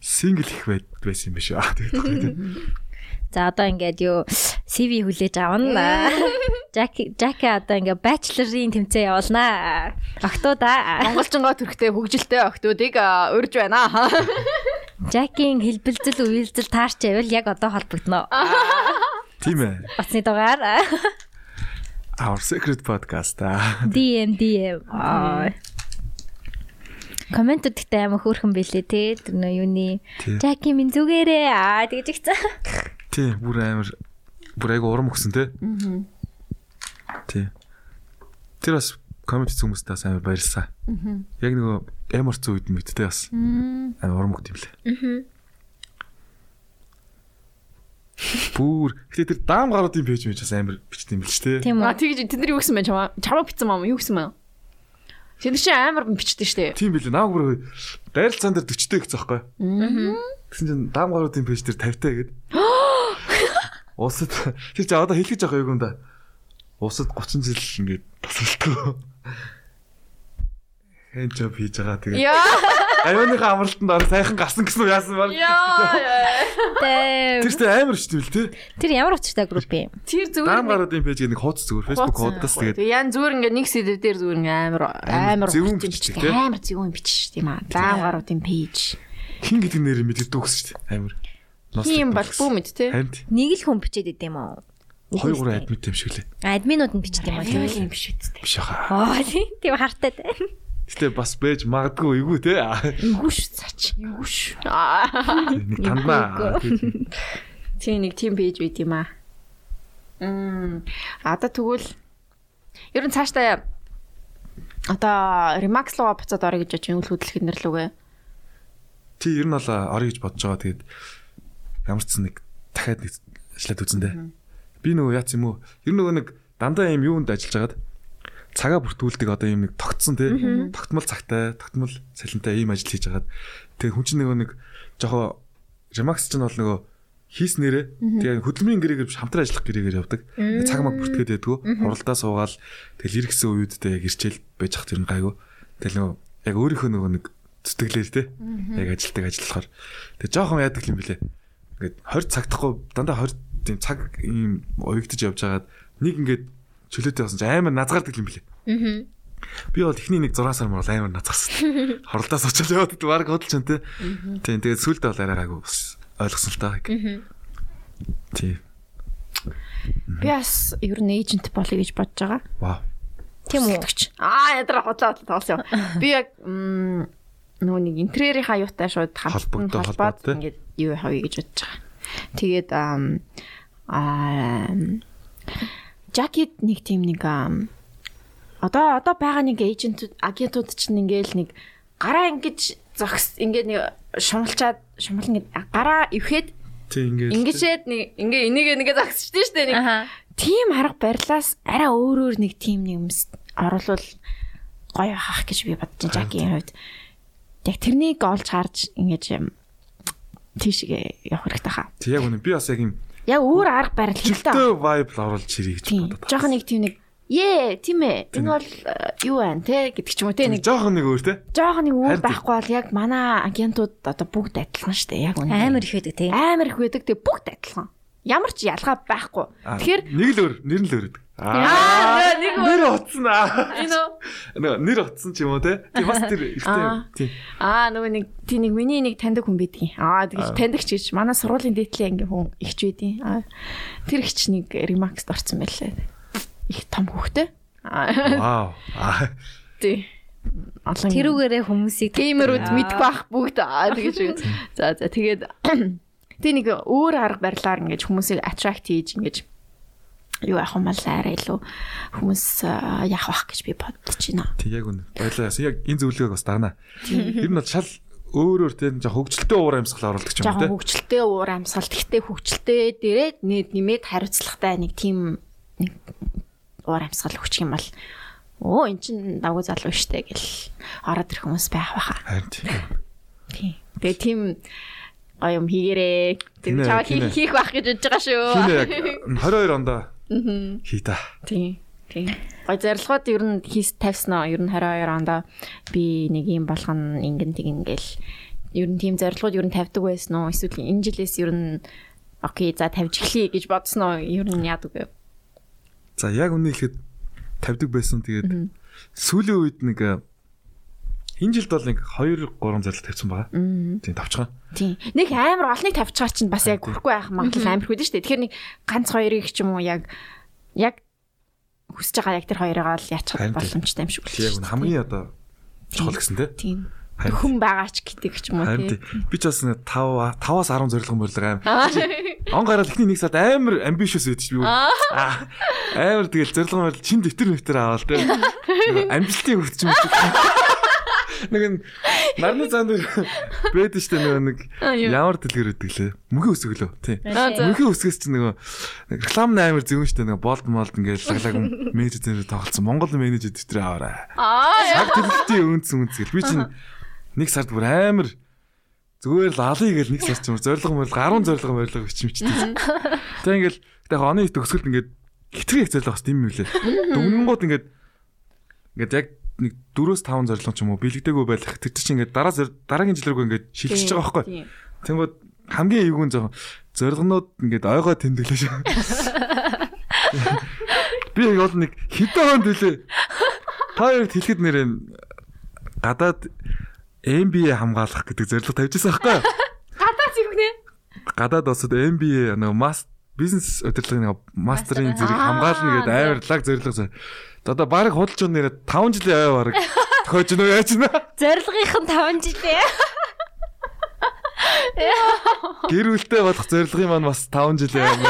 S3: сингл их байд- байсан юм биш аа. Тэгээд
S2: За одоо ингээд юу CV хүлээж авна. Жак Жаки одоо ингээд бachelor-ийн тэмцээн явуулнаа. Октоуда.
S1: Монголчингоо төрхтэй хөгжилтэй охтуудыг аа, урьж байна.
S2: Жакийн хэлбэлзэл үйлзэл таарч байвал яг одоо холбогдно.
S3: тийм ээ.
S2: Бацны дугаар.
S3: Our Secret Podcast аа.
S2: DM DM. Коммент өгдөгтэй амар хөөрхөн билээ те. Тэр нөө юуны
S3: Тийм.
S2: Жаки минь зүгээрээ аа тэгж ихсэн.
S3: Тийм бүр амар бүр айгу урам өгсөн те. Аа. Тийм. Тэр бас коммент хийсэн хүмүүстээ бас амар баярлсан. Аа. Яг нөгөө амар цуу үед мэд те бас. Аа. Амар урам өгд юм лээ. Аа. Бүр гэтээ тэр даам гаруудын пэйж мэж бас амар бичсэн юм биш те.
S2: Тийм
S1: Аа
S2: үү.
S1: тэгж тэд нар юу гэсэн мэ чамаа? Чамаа битсэн маа юу гэсэн мэ? Тэд чинь амар бичдэг штэ.
S3: Тийм билээ. Нааг бүр дайралцаан дээр 40 дэх зөхгүй. Аа. Тэгсэн чинь даам гаруудын пэйж дээр 50 таа гээд. Усад тэр чи одоо хэлгэж байгаа юм да. Усад 30 жил ингээд тасалдаг. Хэн ч жоп хийж байгаа тэгээ.
S1: Яа.
S3: Аюуныхаа амралтанд ор сайхан гасан гэсэн үг яасан баг.
S1: Яа.
S2: Тэр
S3: Тэрстэй амар шүү дээ л тий.
S2: тэр ямар учиртай групп юм?
S1: Тэр
S3: Даам
S1: зүгээр.
S3: гаруудын пэйж гэдэг нэг хуудас зүгээр Facebook хуудас тэгээд
S1: Тэгээ яан зүгээр ингээ нэг сэдв дээр зүгээр ингээ амар амар
S3: зөвүүн
S1: хурдан
S3: бичдэг,
S1: бичдэг.
S3: тий?
S1: Амар зөвүүн бичж тийм аа. Даам гаруудын пэйж.
S3: хин гэдэг нэрийг мэддэг үгс шүү дээ. Амар.
S1: Тийм болгүй мэд тий.
S3: Хамт
S2: Нэг л хүн бичээд идэм үү?
S3: 2 3 адмит юм шиг лээ.
S2: Админууд нь бичдэг юм аа. тийм үү?
S1: юм биш үст.
S3: Биш хаа.
S2: Оо тийм хартай те.
S3: Гэтэ бас байж магадгүй эйгүү те.
S1: Эвгүй ш цаач. Эвгүй ш. Аа.
S3: Нэг тандаа. Тэгээд
S1: Тий нэг тим пэйж байд юм аа. Мм. Ада тэгвэл ер нь цаашдаа одоо Remax руу буцаад орё гэж бодчих юм үл хөдлөх нэр лүгэ.
S3: Тий ер нь бол орё гэж бодож байгаа. Тэгээд ямар ч нэг дахиад нэг ажиллаад үзэн дээ. Би нөгөө яац юм уу? Ер нь нөгөө нэг дандаа юм юунд ажиллаж хагаад цагаа бүртгүүлдэг одоо юм нэг тогтсон тий. Тогтмол цагтай, тогтмол цалинтай ийм ажил хийж хагаад тэгээд хүн чинь нөгөө нэг жохоо ремакс чинь бол нөгөө хийс нэрэ тэгээ хөдөлмөрийн гэрээгээр биш хамтран ажиллах гэрээгээр явдаг. Тэгээ цаг маг бүртгээд байдгүй. Хуралдаа суугаал тэгэл иргэсэн үеүдтэй яг ирчээл байж хах тэр нь гайгүй. Тэгэл нөгөө яг өөрийнхөө нөгөө нэг зүтгэлээр те яг ажилтдаг ажиллахаар тэгээ жоохон яадаг юм билэ. Ингээд 20 цагдахгүй дандаа 20 тийм цаг ийм уягдж явж хагаад нэг ингээд чөлөөтэй болсон ч амар назгардаг юм билэ. Би бол эхний нэг 6 сар мөр бол амар назгарсан. Хорлдоо сочод яваад баг хөдөлж энэ. Тийм тэгээд сүлд бол арай гайгүй бас ойлгосон л таа. Тийм.
S1: Би бас ер нь эйжент болъё гэж бодож байгаа.
S3: Вау.
S2: Тийм үү?
S1: Тэгч. Аа ядра хотлоо тоглосон юм. Би яг м, нөгөө нэг интерьерийнхаа юутай шууд хамтан
S3: Холбогдоо,
S1: холбоод
S3: холбоотой.
S1: ингээд юу хавь гэж бодож байгаа. Тэгээд ам, аа жакет нэг тийм нэг ам, одоо одоо байгаа нэг эйжентүүд агентууд чинь ингээл нэг гараа ингэж зогс ингээд нэг шумалчаад шумална гэдэг гараа өвхэд
S3: Тийм ингээд.
S1: Ингээшэд нэг ингээ энийг нэгэ загсчтэй штэ нэг.
S2: Аха.
S1: Тим арга барилаас арай өөрөөр нэг тим нэг юмс оруулал гоё хах гэж би бодож байна Жакийн хувьд. Яг тэрнийг олж харж ингэж юм тийшээ явах хэрэгтэй хаа.
S3: Тэг яг үнэ би бас яг юм
S1: Яг өөр арга барил хэрэгтэй.
S3: жилтэй vibe л оруулж ирэй гэж
S1: Тийм.
S3: бодод. байгаа.
S1: Жохон нэг тим нэг Ээ тийм ээ энэ бол э, юу байна те гэдэг ч юм уу те
S3: Нэг
S1: нэг
S3: жоохон нэг өөр те.
S1: жоохон нэг өөр
S3: Харин-
S1: байхгүй бол яг манай агентууд одоо бүгд адилхан шүү дээ яг үнэ
S2: Амар их байдаг те.
S1: амар их байдаг тэг бүгд адилхан. Ямар ч ялгаа байхгүй.
S3: Аа,
S1: Тэгэхээр
S3: нэг л өөр, нэр нь л өөр гэдэг. Аа.
S1: аа нэг
S3: Нэр утсан аа.
S1: энэ үү?
S3: Нэг нэр утсан ч юм уу те. Тийм бас тэр ихтэй.
S1: Аа.
S3: Тийм.
S1: аа нөгөө нэг тий нэг миний нэг таньдаг хүн байдгийн. Аа тэгэж таньдаг ч гэж манай сургуулийн дээдлийн ангийн хүн ихч байдгийн. Аа тэр ихч нэг ремакс орсон байлээ. Их том хөхтэй. Аа
S3: Вау. Аа.
S1: тий. Олон
S2: Тэрүүгээрээ хүмүүсийг
S1: геймерүүд
S2: Аа.
S1: мэдгүй байх бүгд аа тэгэж үү. За за тэгээд тэг нэг өөр арга барилаар ингэж хүмүүсийг attract хийж ингэж юу яах юм бол арай илүү хүмүүс аа, яах бах гэж би бодож байна.
S3: Тэг яг үнэ. Баярлалаа. Яасан. Яг энэ зөвлөгөөг бас дарна. Ер нь бол шал өөр өөр те жоо хөгжилтэй уур амьсгал оруулдаг ч юм
S1: жоохон
S3: уу те.
S1: хөвгчлээ уур амьсгал гэхдээ хөвгчлээ дээрээ нэ- нэмээд хариуцлагатай нэг тийм нэг уур амьсгал өгчих юм бол Оо эн чин давгүй залуу штэ гэл ороод ирэх хүмүүс байх байха.
S3: Харин тийм.
S1: Тийм. Тэгээ тийм гоё юм хийгээрээ.
S3: Тийм
S1: Тэр
S3: ээ,
S1: чаваа
S3: тийм
S1: хийх
S3: ээ.
S1: хийх байх гэж бодож байгаа шүү.
S3: Хинэ яг 22 онд хий та.
S1: Тийм. Тийм. Гой зарлагууд ер нь хийс тавьсан аа. Ер нь 22 онд би нэг юм болгоно ингэн тэг ингээл ер нь тийм зарлагууд ер нь тавьдаг байсан уу? Эсвэл энэ жилээс ер нь окей за тавьж эхлэе гэж бодсон уу? Ер нь яадаг вэ?
S3: За яг үнийг хэлэхэд тавьдаг байсан. Тэгээд сүүлийн үед нэг э, энэ жилд бол нэг 2 3 зарлал тавьсан байгаа. Тийм тавчгаа.
S1: Тийм. Нэг амар олныг тавьчихаар чинь бас яг
S3: Тийм.
S1: хүрхгүй байх магадлал амар хүүд нь шүү дээ. Тэгэхээр нэг ганц хоёрыг ч юм уу яг яг хүсэж байгаа яг тэр хоёрыг л яачих
S3: Харин тийм.
S1: боломжтой юм шиг
S3: Тэг яг
S1: үлээ.
S3: нь хамгийн одоо чухал гэсэн те.
S1: тийм
S3: Харин-
S1: хүн байгаач гэдэг ч юм уу
S3: Харин
S1: тийм.
S3: тийм. Би ч бас 5 5-аас 10 зорилгон болдог аим.
S1: Аа.
S3: Он гараад ихний нэг сард амар ambitious байдаг чи би.
S1: Аа.
S3: Аа. Амар тэгэл зорилгон бол чин дэвтэр нэвтэр аваал те. Амжилтын хөвч юм шиг. Нэг нь нарны зам дээр бэдэж штэ нөгөө нэг
S1: Аа, юу.
S3: ямар дэлгэр өгдөг лээ. Мөнхийн үсэг лөө. Тийм.
S1: Аа, за.
S3: Мөнхийн үсгээс чи нөгөө нэг реклам нээр зөвөн штэ нөгөө болд молд ингээл лаглаг менежер дээр тоглолцсон. Монгол менежер дэвтэр аваарай.
S1: Аа.
S3: Цаг төлөлтийн өнц өнц гэл. Би чинь нэг сард бүр амар зүгээр л алий гэл нэг сард чинь зориг морил 10 зориг морил өчмчтэй. Тэг ингээл тэг яг оны төгсгөлд ингээд хитрхи хэцэл багс тийм юм лээ. Дүнгууд ингээд ингээд яг нэг 4-5 зориг ч юм уу бэлэгдээгүй байлах. Тэр чинь ингээд дараа зор- дараагийн жил рүү ингээд шилжиж байгаа байхгүй.
S1: Тийм.
S3: Тэнгүүд хамгийн эвгүн зоо зоригнууд ингээд ойгоо тэмдэглэж байгаа. Би яг бол нэг хэдэн хонд үлээ. Таард хэлэхэд нэрэн гадаад MBA хамгаалах гэдэг зорилго тавьчихсан байхгүй юу?
S1: Гадаа зүгнэ.
S3: Гадаад улсад MBA нөгөө мас бизнес удирдлагын нэг мастерын зэрэг
S1: Аа,
S3: хамгаална гэдэг
S1: за.
S3: авирлаг зорилго зоо. Одоо баг худалч уу нэрэ 5 жилийн ой баг тохиож нөө яаж нэ
S2: Зорилгынх нь 5 жилээ.
S3: гэр бүлтэй болох зорилгын маань бас 5 жил яваа.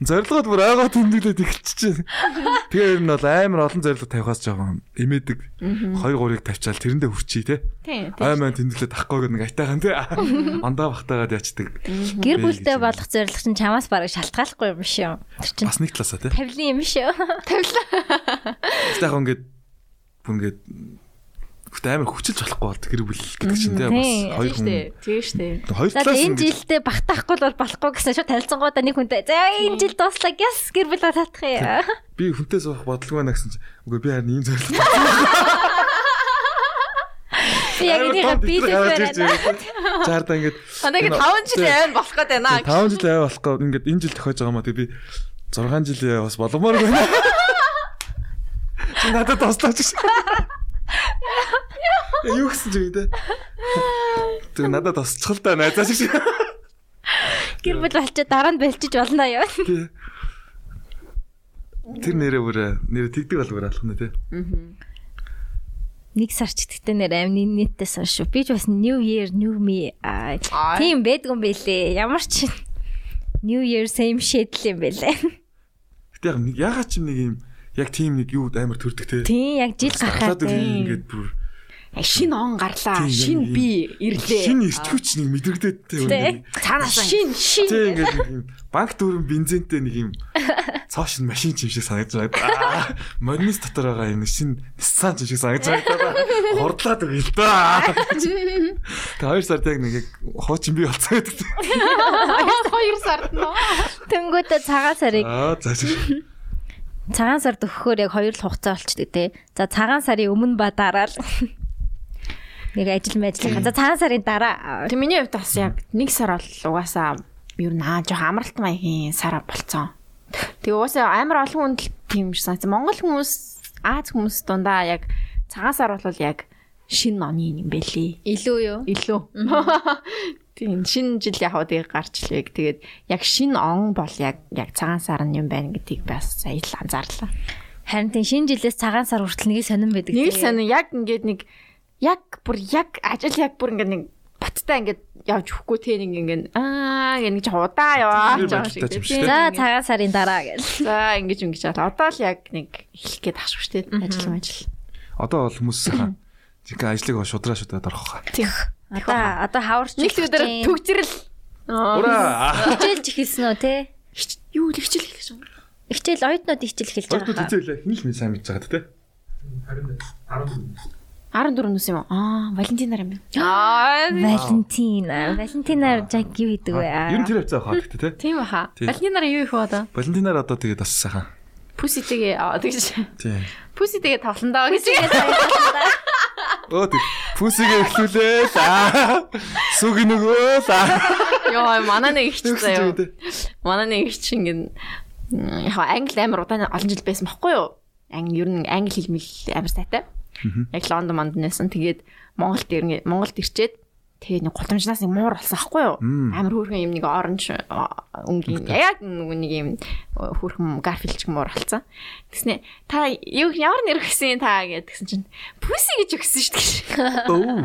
S3: Зорилгоод бүр айгаа тэмдэглээд эхэлчихэж байна. Тэгээ ер нь бол амар олон зорилго тавихаас жоохон имээдэг. 2 3-ыг тавьчаал тэрэндээ хүрчий те.
S1: Тийм.
S3: Аймаа тэмдэглээд авахгүй гэдэг нэг айтайхан те. Ондоо багтаагаад ячдаг.
S2: Гэр
S3: Бэ
S2: бүлтэй
S3: гэж.
S2: болох зорилго чинь чамаас бараг шалтгааллахгүй юм шүү. Тэр чинь
S3: Бас нэг талаасаа те.
S2: тавилын юм шүү.
S3: Гэтэл яг ингээд бүр ингээд гэхдээ амар хүчилж болохгүй бол гэр бүл гэдэг чинь те. Бас
S2: Тийм,
S3: хоёр хүн.
S1: Тийм штэ.
S3: Хоёр
S2: За
S3: талаас
S2: тэгээ
S3: нь
S2: энэ жилдээ багтаахгүй бол болохгүй гэсэн шүү. Танилцсангуудаа нэг хүнтэй. За энэ жил дуслаа. Гэс гэр бүл татах юм.
S3: би хүнтэй суух бодлого байна гэсэн чинь үгүй би харин ийм зорилго
S2: Би яг энийгээ бизнес байна.
S3: Заардаа ингээд
S1: Анаг 5 жил айн болох гээд байна.
S3: 5 жил аваа болохгүй ингээд энэ жил тохиож байгаа маа тэг би 6 жил яваа бас боломоор байна. Чи надад тослооч гэж. Яа, Юу гэсэн чи гэдэг. Тэг надад тосчих л да найзаач шиг.
S2: Гэр бүл болчихо дараа нь бэлчиж болно аа.
S3: Тий. Тэр нэрээ бүр нэр тэгдэг бол бүр алах нь тий.
S2: Нэг сар ч гэдэгтээ нэр амны нийтээ сар шүү. Би ч бас new year new me аа,
S1: Аа.
S2: тийм байдгүй юм бэлээ. Ямар ч new year same shit л юм бэлээ.
S3: Гэтэ яг нэг- ягаад ч нэг юм яг тийм нэг юу амар төрдөг тий.
S2: Тийм яг жил гаргаад
S3: Хахаад
S2: байна.
S3: ингээд бүр
S1: Шин он гарлаа.
S3: Тийм, яг
S1: Шин
S3: ийм.
S1: би ирлээ.
S3: Шинэ иртгүүч нэг мэдрэгдээд тийм
S2: Тий.
S1: цаанаас шин шин.
S3: Тий ингээд нэг юм банк дөрөв бензинтэй нэг юм цоошин машин ч юм шиг санагдаж байгаа. Аа, Моднис дотор байгаа юм шинэ Nissan ч юм шиг санагдаж байгаа. Хурдлаад өгье л доо. Тэг хоёр сард яг нэг яг хуучин би болцоо гэдэг.
S1: Хоёр сард нөө.
S2: Тэнгүүдээ цагаан сарыг
S3: Аа за за.
S2: цагаан сард өгөхөөр яг хоёр л хугацаа болчтой те. За цагаан сарын өмнө ба дараа л нэг ажил мэжлэх. За цагаан сарын дараа
S1: Тэг миний хувьд бас яг нэг сар бол угаасаа ер нь аа жоох амралт маягийн сар болцсон. Тэг угаасаа амар олон хүнд л тийм шиг санагдсан. Монгол хүмүүс Аз хүмүүс дундаа яг цагаан сар бол яг шин оны юм бэлээ.
S2: илүү юу?
S1: илүү. Тийм шинэ жил яг одоо гарч илвэг. Тэгээд яг шинэ он бол яг яг цагаан сар нь юм байна гэдгийг бас сая л анзаарлаа.
S2: Харин тийм шинэ жилээс цагаан сар хүртэл нэг л сонирн байдаг.
S1: Нэг л
S2: те.
S1: сонир яг ингээд нэг яг бүр яг ажил яг бүр ингээд нэг баттай ингээд явж хөхгүй те нэг ингээд аа гэх нэг жоо удаа яваа
S3: Тэр
S1: жоо
S3: бодолтой
S1: шиг
S3: ч
S1: те.
S3: юм
S2: За цагаан сарын дараа гэж.
S1: За ингэж ингэж жаа. Одоо л яг нэг эхлэх гээд ахшгүй те ажил ажил.
S3: Одоо бол хүмүүс хаа жиг ажлыг шудраа шудраад орох хаа.
S1: Тийм.
S2: Одоо одоо хаварч
S1: Нэг л өдөр төгжрэл. Аа.
S3: Ура.
S2: хичээлж ихэлсэн үү те?
S1: Хич- Юу л хичээл хийх гэж байна.
S2: Ихчээл оюутнууд ихчээл эхэлж
S3: Хоёрдуг
S2: байгаа хаа.
S3: хизээлээ хин л минь сайн мэдж байгаа тэ.
S1: 14 нүс юм уу? Аа, Валентин нар юм байна.
S2: Валентина. Валентинаар Жак юу хийдэг вэ?
S3: Ер нь тэр хавцаа хаваад тэ.
S1: Тийм баха.
S3: Тийм.
S1: Валентин нар юу их бодоо?
S3: Валентинаар одоо тэгээд бас сайхан.
S1: Пүси тэгээ аа тэгж.
S3: Тийм.
S1: Пүси тэгээ тавландаа гэж.
S3: Өө тэг. Пүсигээ эхлүүлээ. За. Сүг нөгөө. За.
S1: Йоо, манай нэг ихч заяа.
S3: Тэгсэн чинь тэ.
S1: Манай нэг их чинь ингэ яг хаа англи амар удаан олон жил байсан байхгүй юу? Англи ер нь англи хэл мэл амар сайтай. Яг Лондон манд нэсэн. Тэгээд Монголд ирнэ Монголд ирчээд тэгээд нэг голомжнаас нэг муур болсон байхгүй юу?
S3: Мм.
S1: Амар хөөрхөн юм нэг оранж өнгийн яг нэг нэг юм э, хөөрхөн гарфилч муур болсон. Тэснэ та юу ямар нэр өгсөн та гэдэг гэсэн чинь пүси гэж өгсөн шүү дээ.
S3: Оо.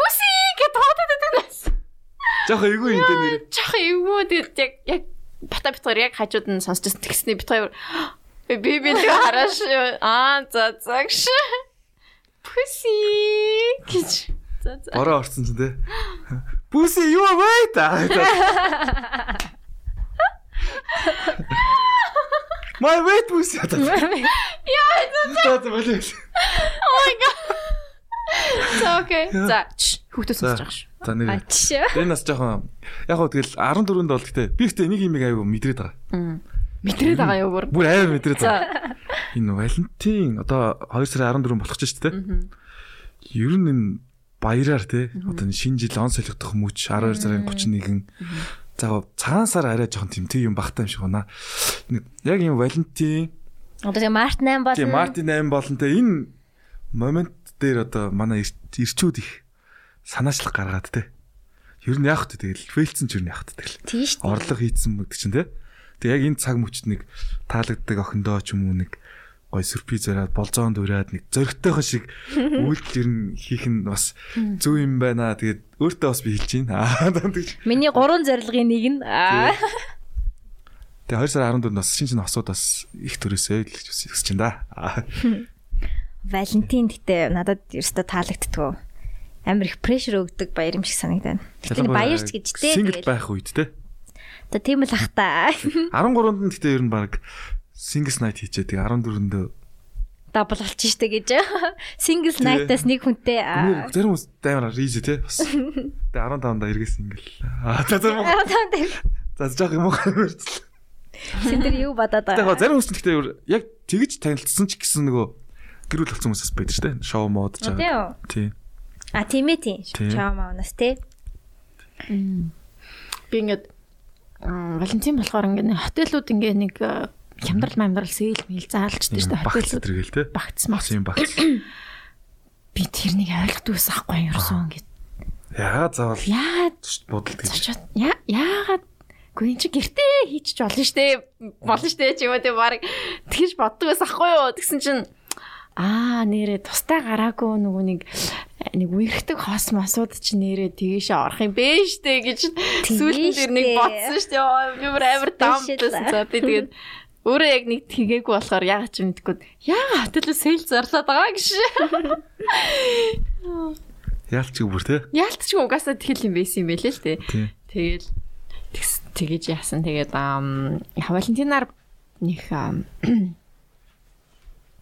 S1: Пүси гэдэг тоотод өгсөн.
S3: Жохоо эйгүй энэ нэр.
S1: Жохоо эвгүй тэгээд яг яг бата битгаар яг хажууд нь сонсчихсан тэгснээ битгаар би би би тэг хараш аа за загш пүси гэж за за
S3: Бороо орсон ч тэ. Пүси юу вэ? та? My wait пүси. Яа, зөө.
S1: за окей за чш, хүүхдүүд сонсож байгаа ш
S3: За нэр.
S2: Ачи.
S3: Энэ бас жоохон яг хөө тэгэл 14-нд бол гэдэг. Би ихтэй нэг имийг аягүй мэдрээд байгаа.
S1: мэдрээд байгаа юу бүр
S3: Бүр амар мэдрээд байгаа. Энэ Валентин одоо 2 сарын 14 болох ч шүү дээ. тэ? Ер нь энэ баяраар те одоо энэ шинэ жил он солигдох мөч 12 сарын 31-нд за цагаан сар арай жоохон тэмтэй юм багтаа юм шиг байна. Нэг- Яг юм Валентин
S2: Одоо тийм Март 8 болно.
S3: тийм Мартин 8 болон те энэ момент дээр одоо манай ирч- ирчүүд их санаачлах гаргаад те. Ер нь яах вэ тэгэл фейлцэн ч ер нь яах вэ тэгэл
S2: Тийм шүү.
S3: орлого хийцэн мэгдэг чинь те. Тэгээ яг энэ цаг мөчт нэг таалагддаг охиндоо ч юм уу нэг гой сүрприз өрөөд болзоонд өрөөд нэг зөргтөйхөн шиг үйлдэл ер нь хийх нь бас зөв юм байна. Тэгээд өөртөө бас би хэлж байна. Аа тэгж.
S2: Миний гурван зорилгын нэг нь аа.
S3: Тэгээ 2 сарын 14-нд бас шинэ шинэ осууд бас их төрөөсэй л гэж бас ихсэж байна. Аа.
S2: Валентин гэдэг надад ерөөсөө таалагддгүй. Амар их прешэр өгдөг баяр юм шиг санагдана. Гэтэ баярч гэж
S3: Сингл
S2: тээ.
S3: байх үед те.
S2: Одоо тийм л ах та.
S3: 13-нд нь гэтээ ер нь баг Singles night хийчээ. Тэгээ 14-нд
S2: Дабл болчих штэ гэж. Single night-аас нэг хүнтэй. аа.
S3: зарим хүмүүс амар easy те. Бас. Тэгээ 15-нд эргээс single. Аа за зарим
S2: Аа тийм.
S3: За жоох юм уу хэмэрч.
S2: Синдэр юу бодоод
S3: Яг
S2: байгаа.
S3: зарим хүмүүс нь гэхдээ яг тэгж танилцсан ч гэсэн нөгөө гэрүүл болсон хүмүүс бас байдаг шүү дээ. Шоу мод ч
S2: Тийм
S3: аа.
S2: үү?
S3: Тий.
S2: А тийм ээ тийм.
S3: Тийм.
S2: Чао маунаас тий.
S1: би ингээд м, Валентин болохоор ингээд нэг хотелууд ингээд нэг э, хямдрал мямдрал сэйл мэл заалчдаг шүү дээ
S3: Багц
S1: хотелууд
S3: зэрэгэл те.
S1: багц
S3: Багц
S1: магц
S3: юм багц.
S1: би тэрнийг ойлгохгүй байсан хгүй ерөөсөн ингээд
S3: Яга заавал
S1: яагаад
S3: бодолд гэж.
S1: Зочод я- яагаад гоо эн чи гэртээ хийчих болно штэ болно штэ ч юм уу тийм баг тэгж боддог байсан ахгүй юу тэгсэн чинь аа нэрээ тустай гараагүй нөгөө нэг нэг үерхдэг хос масууд чи нэрээ тгээшээ орох юм бэ штэ гэж сүүлд нь тэр нэг
S2: штэ.
S1: бодсон штэ Оо, би бүр амар
S2: Тийш л.
S1: дампсан за би тэгээд өөрөө яг нэг тгээгүй болохоор яагаад ч мэдэхгүй яагаад хөтөлөө сэл зарлаад байгаа гэж
S3: Яалч юу бүр те.
S1: яалтчгүй угаасаа тэгэл юм байсан юм байлээ л тээ
S3: Тий.
S1: Тэгэл тэгс- тэгэж яасан. Тэгээд ам, яг Валентинаар нэг ам,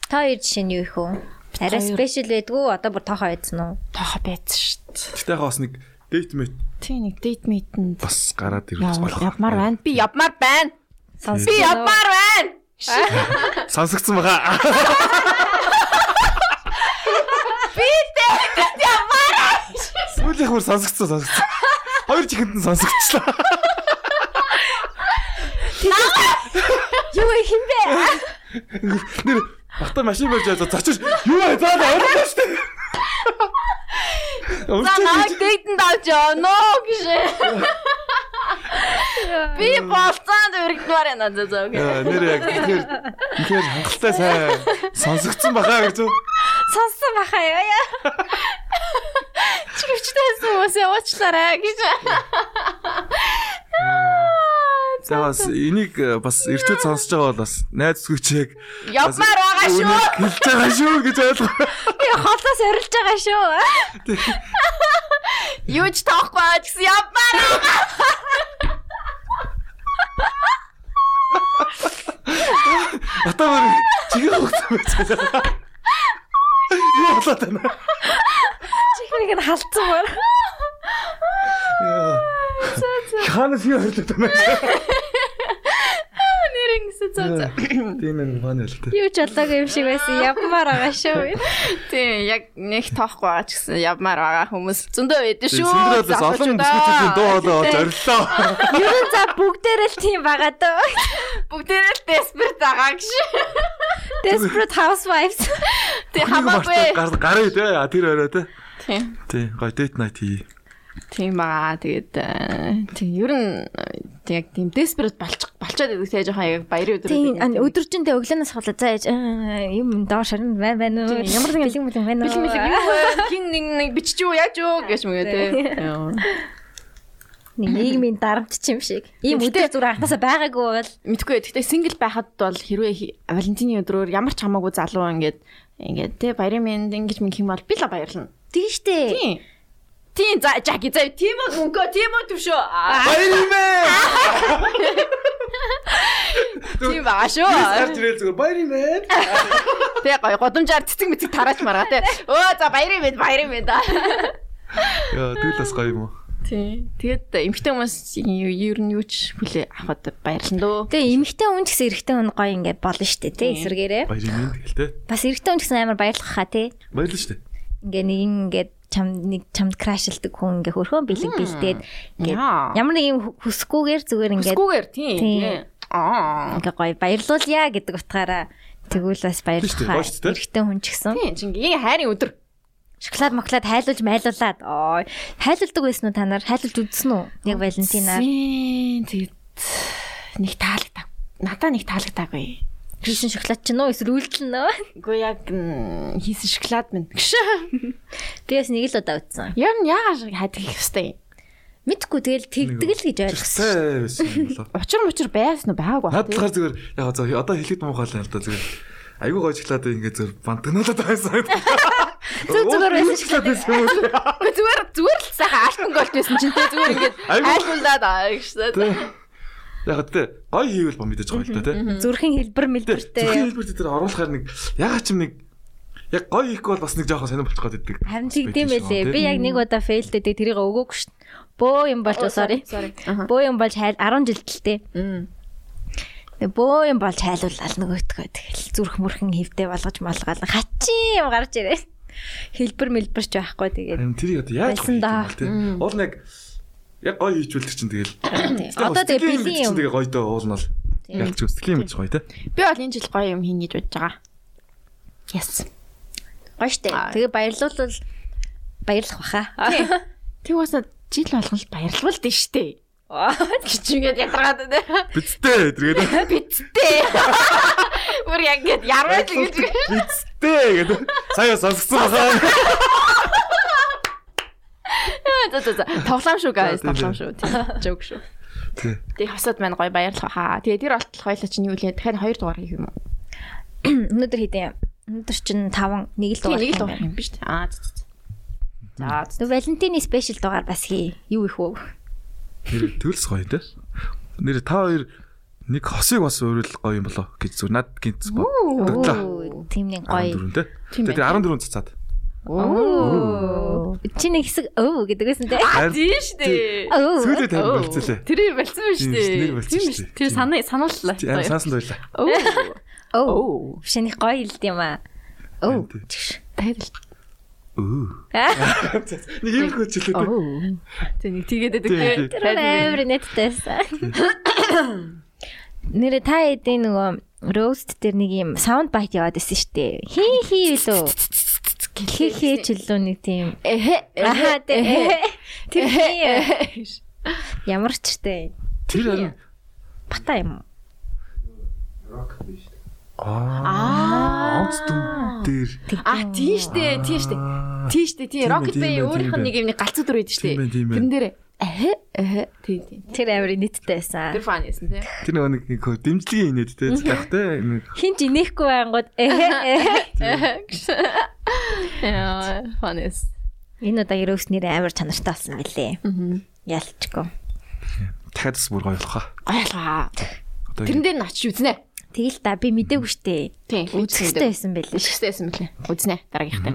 S2: Та хоёр жишээ нь юу их вэ? Арай
S1: хоёр.
S2: спешиал байдгүй одоо бүр тохоо айдсан уу?
S1: тохо байсан штт.
S3: Гэтэ яга бас нэг date мэт
S1: Тэг нэг дейт митинд
S3: бас гараад ирэх
S1: явмар явмаар байна. Би явмаар байна. Би явмаар байна.
S3: Сонсогдсон баха. Сүүлийнх бүр сонсогдсон сонсогдсон. Хоёр чихэнд нь сонсогдчихлаа.
S2: Юу их юм бэ?
S3: Нэр багтаа машин барьж яваа зочиж юу вэ? За орлоо шүү дээ.
S1: За
S3: Өөрчлөж
S1: намайг дейтэнд авч явно гэж. Би болцоонд өргөдмөр юм аа зөө.
S3: Яа, нэр яг тэгэхээр тэгэхээр хангалттай сайн сонсогдсон бахаа гэж үү?
S2: Сонссон баха яа.
S1: Чи хөвчтэйсэн хүмүүс явуучлаарэ гэж.
S3: За бас энийг э, бас ирчүүд сонсож байгаа бол бас найз зүгчээг
S1: Явмаар байгаа шүү.
S3: Хэлж байгаа шүү гэж ойлгоо.
S2: Би холоос орилж байгаа шүү.
S1: Юу ч тоохгүй аа гэсэн явмаар.
S3: Ата бүр чигээ хөөхтэй байцгаа. Юу болоод байна?
S2: Чихнийг нь халтсан байна.
S3: Яа. Ханас юу хөрлөд байна?
S1: Нэр ингэсэн цаа цаа.
S3: Тийм энэ маань л тээ.
S2: Юу ч болоогүй юм шиг байсан. Явмаар байгаа шүү.
S1: Тий, яг нэг тоохгүй байгаа ч гэсэн явмаар байгаа хүмүүс зөндөө байдаг шүү.
S3: Синдролоос олон дискусийн дуу хоолой олж ориллоо.
S2: Ер нь за бүгдээрээ л тийм байгаа дөө.
S1: Бүгдээрээ л desperate байгаа гэж.
S2: Desperate housewives.
S1: Тий,
S3: Нэг
S1: хамаагүй.
S3: мартаа гар- гарыг тээ. А, Тэр орой тээ.
S1: Тий.
S3: Тий, гоё date night хий.
S1: Тийм баа. Тэгээд э, тийм ер нь э, яг тийм desperate болчих болчоод байдаг те жоохон яг баярын өдөр.
S2: Тийм
S1: байдаг.
S2: өдөржиндээ өглөөс хоолой за ээж аа, юм доор шарна байна байна уу?
S1: Тийм, ямар нэгэн-
S2: бэлэн бэлэн байна
S1: бэлэн бэлэн юу вэ? Хин нэг нэг бичиж юу яаж юу гэж мгээ те. Яа.
S2: Нэг нийгмийн дарамтч юм шиг. Ийм өдөр зүр анхнаасаа байгаагүй бол
S1: Мэдхгүй. Гэхдээ single байхад бол хэрвээ хи- Валентины өдрөөр ямар ч хамаагүй залуу ингээд ингээд те баярын мэнд ингэж мэн хэм бол би л баярлна.
S2: тийм штэ.
S1: Тийм. Тийм за жаки за тийм бол мөнгө тийм бол төвшөө. Аа,
S3: Баяр юм ээ.
S1: Тийм баа
S3: Гарч
S1: шүү.
S3: ирэл зүгээр баяр юм ээ.
S1: Тэ гоё годамжаар цэцэг мэцэг тараач маргаа те. Өө за баярын мэнд баярын мэнд.
S3: Яа, тэгэл бас гоё юм уу?
S1: Тийм. Тэгээд эмгтэй хүмүүс юу- ер нь юу ч хүлээ авахд баярлна дөө.
S2: Тэгээ эмэгтэй хүн ч гэсэн эрэгтэй хүн гоё ингээд болно штэ тий
S1: Тийм.
S2: эсэргээрээ.
S3: Баяр юм ээ тэгэл тээ.
S2: Бас эрэгтэй хүн ч гэсэн амар баярлах хаа тий.
S3: Баярлна штэ.
S2: Ингээ нэг ингээд чам нэг чамд крашлдаг хүн ингээ хөрхөн бэлэг бэлдээд ингээ
S1: Яа.
S2: ямар нэг юм хө- хүсгүйгээр зүгээр ингээд
S1: Скүүгээр тийм.
S2: Тийм.
S1: тийм. Аа.
S2: ингээ гоё баярлуулъя гэдэг утгаараа тэгвэл бас баярлах
S3: Тийш дээ,
S2: хаа.
S3: гоё штэ, тий.
S2: Эрэгтэй хүн ч гэсэн
S1: Тийм чингийн хайрын өдөр.
S2: шоколад моклад хайлуулж майлуулад ой хайлуулдаг байсан уу та нар хайлуулж үзсэн үү яг валентинаар
S1: Тийм. Тэгээд нэг таалагдаг. Надаа нэг таалагдаагүй.
S2: хийсэн шоколад ч нөө эсвэл үйлдэл нөө
S1: Гүү яг м, хийсэн шоколад минь. Гэш.
S2: би бас нэг л удаа үзсэн
S1: Ер нь яагаад хадгалах хэвстэй.
S2: мэдхгүй тэгэл тэгдэг л гэж ойлгосон
S3: Тэ байсан юм болоо.
S1: Учир мучир байсан уу байгаагүй
S3: Наад
S1: байна.
S3: талаар зүгээр яг за одоо хэлэхэд муухай л юм л да зүгээр. Айгуу гоё шоколад ингээ зүр бантгнаалаад байсан.
S2: Зүг зүгээр байсан
S3: шоколад байсан юм уу?
S1: Гэхдээ зүгээр зүгээр л сайхан алтан голт байсан чинь тэ зүгээр ингээд
S3: Айгу.
S1: айлгуулаад аа гэж.
S3: Тэ. Яг хөө тэ гоё хийвэл ба мэдээж гоё л да тэ.
S2: зүрхэн хэлбэр
S3: Тэ.
S2: мэлбэртэй
S3: Зөвхөн хэлбэр дээр оруулахаар нэг ягаад ч юм нэг яг гоё хийхгүй бол бас нэг жоохон сонир болчих гээд байдаг.
S2: харин тэгдэм байлээ би яг нэг удаа фейлдээ тэг тэрийг өгөөгүй шин бөө юм болж sorry
S1: Sorry.
S2: бөө юм болж хайл 10 жилдэлтэй
S1: Мм.
S2: Тэг бөө юм болж хайлуулаад нөгөөтгөө тэгэл зүрх мөрхөн хөвдөө болгож малгаал хачин юм гарч ирээ хэлбэр мэлбэр ч байхгүй тэгээд
S3: Харин тэр яг яаж
S2: Байсан да.
S3: те. Уул нэг яг гоё хийчихвэл тэр чинь тэгэл.
S2: Тийм. Одоо тэгээ бэлгийн юм.
S3: Тэгээ гоё доо уул нь бол. Яг ч сэтгэлийн мэдж гоё те.
S1: Би бол энэ жил гоё юм хийнэ гэж бодож байгаа. Yes.
S2: Гоё штэ.
S1: Аа.
S2: Тэгээ баярлуулвал баярлах баха.
S1: Тэг бас жил болгол баярлвал дээ штэ. Гэж ингээд ядаргаад байна.
S3: Бидтэй тэргээд.
S1: Бицтэй. Бүр яг ингээд ярмаж л гэж.
S3: Бидтэй гэдэг. Сая сонсгосон бахаа.
S1: За за за. Тоглоом шүү guys,
S3: За, тий,
S1: тоглоом шүү. Жог шүү.
S3: Тий.
S1: Тэг хасад маань гоё баярлах хаа. Тэгээ тэр болтол хоёлаа чинь юу лээ? Дахиад хоёр дугаар хийх юм уу?
S2: Өнөөдөр хэдэн юм? Өнөөдөр чинь 5 нэг л
S1: Тэгээ нэг
S2: дугаар.
S1: л дугаар юм биш үү? Аа за за. За. За.
S2: Нөө Валентины спешиал дугаар бас хий. Юу их вэ?
S3: Нэр төгөлс гоё те. Нэр та хоёр нэг хосыг бас өөрөл гоё юм болоо гэж зүр над гинц бодлоо.
S2: Оо, тийм нэг гоё.
S3: 14 те.
S1: Тийм
S3: Тэгээ 14 цацаад.
S2: Оо. Чи нэг хэсэг өө гэдэг байсан те.
S3: Харин
S1: Тийш дээ.
S2: Оо.
S3: Сүүлд тань
S1: Оо.
S3: болцлээ.
S1: Тэр юм болсон биш
S3: Тийм,
S1: дээ.
S3: нэр болсон
S1: Тийм
S3: шүү
S1: биш.
S3: дээ.
S1: Тэр
S3: Тийм.
S1: санаа санууллаа.
S3: Тийм амар сансан байлаа.
S1: Оо.
S2: Оо.
S1: Оо.
S2: Шинэ гоё л юм аа. Оо.
S3: Харин тий.
S2: Чиш.
S1: Дахиад.
S3: Өө.
S2: Аа,
S3: Нэг юм хөчлөө те.
S1: Оо. Тэ нэг тийгээд байдаг
S3: Тийм,
S1: те.
S3: тийм.
S2: Тэр амар нэттэйсэн. Нэр та эдийн нөгөө roast дээр нэг юм sound bite яваад исэн штэ. Хи хи юу лөө. Хи хи ч лөө нэг тийм.
S1: Эхэ.
S2: Аха тий. Тэр хи. Ямар ч штэ.
S3: Тэр харин
S2: Бата юм. уу?
S3: аа онц дүн дээр.
S1: А тийш дээ, тийш дээ.
S3: Аа.
S1: Тийш дээ, тий.
S3: Тийм
S1: Rocket
S3: бай, тийм
S1: Bay
S3: бай,
S1: өөрийнх
S3: тийм
S1: нь нэг юм нэг галц өдөр байдаг шүү дээ.
S3: Тийм бай, тийм бай.
S1: Тэрэн дээр эхэ эхэ тий тий.
S2: Тэр амар нэттэйсэн.
S1: Тэр фан ясан тий.
S3: Тэр нөгөө нэг нэг хөө дэмжлэгийн инээд те. Зах те. Нэг
S2: Хин ч инехгүй байнгут ээ.
S1: Яа, фан яс.
S2: Энэ удаа roast нэр амар чанартай болсон мөлий.
S1: Мгм.
S2: Ялчгүй.
S3: дахиад бас бүр гоё болох аа.
S1: Гоё алгаа.
S3: Одоо
S1: Тэрэн дээр нь очиж үзнэ.
S2: Тэгэл та би мэдээгүй штэ.
S1: Тийм.
S2: Үзэх хэрэгтэй байсан байлээ.
S1: Үзэхтэйсэн мөлий. Үзнэ дараагийнхтай.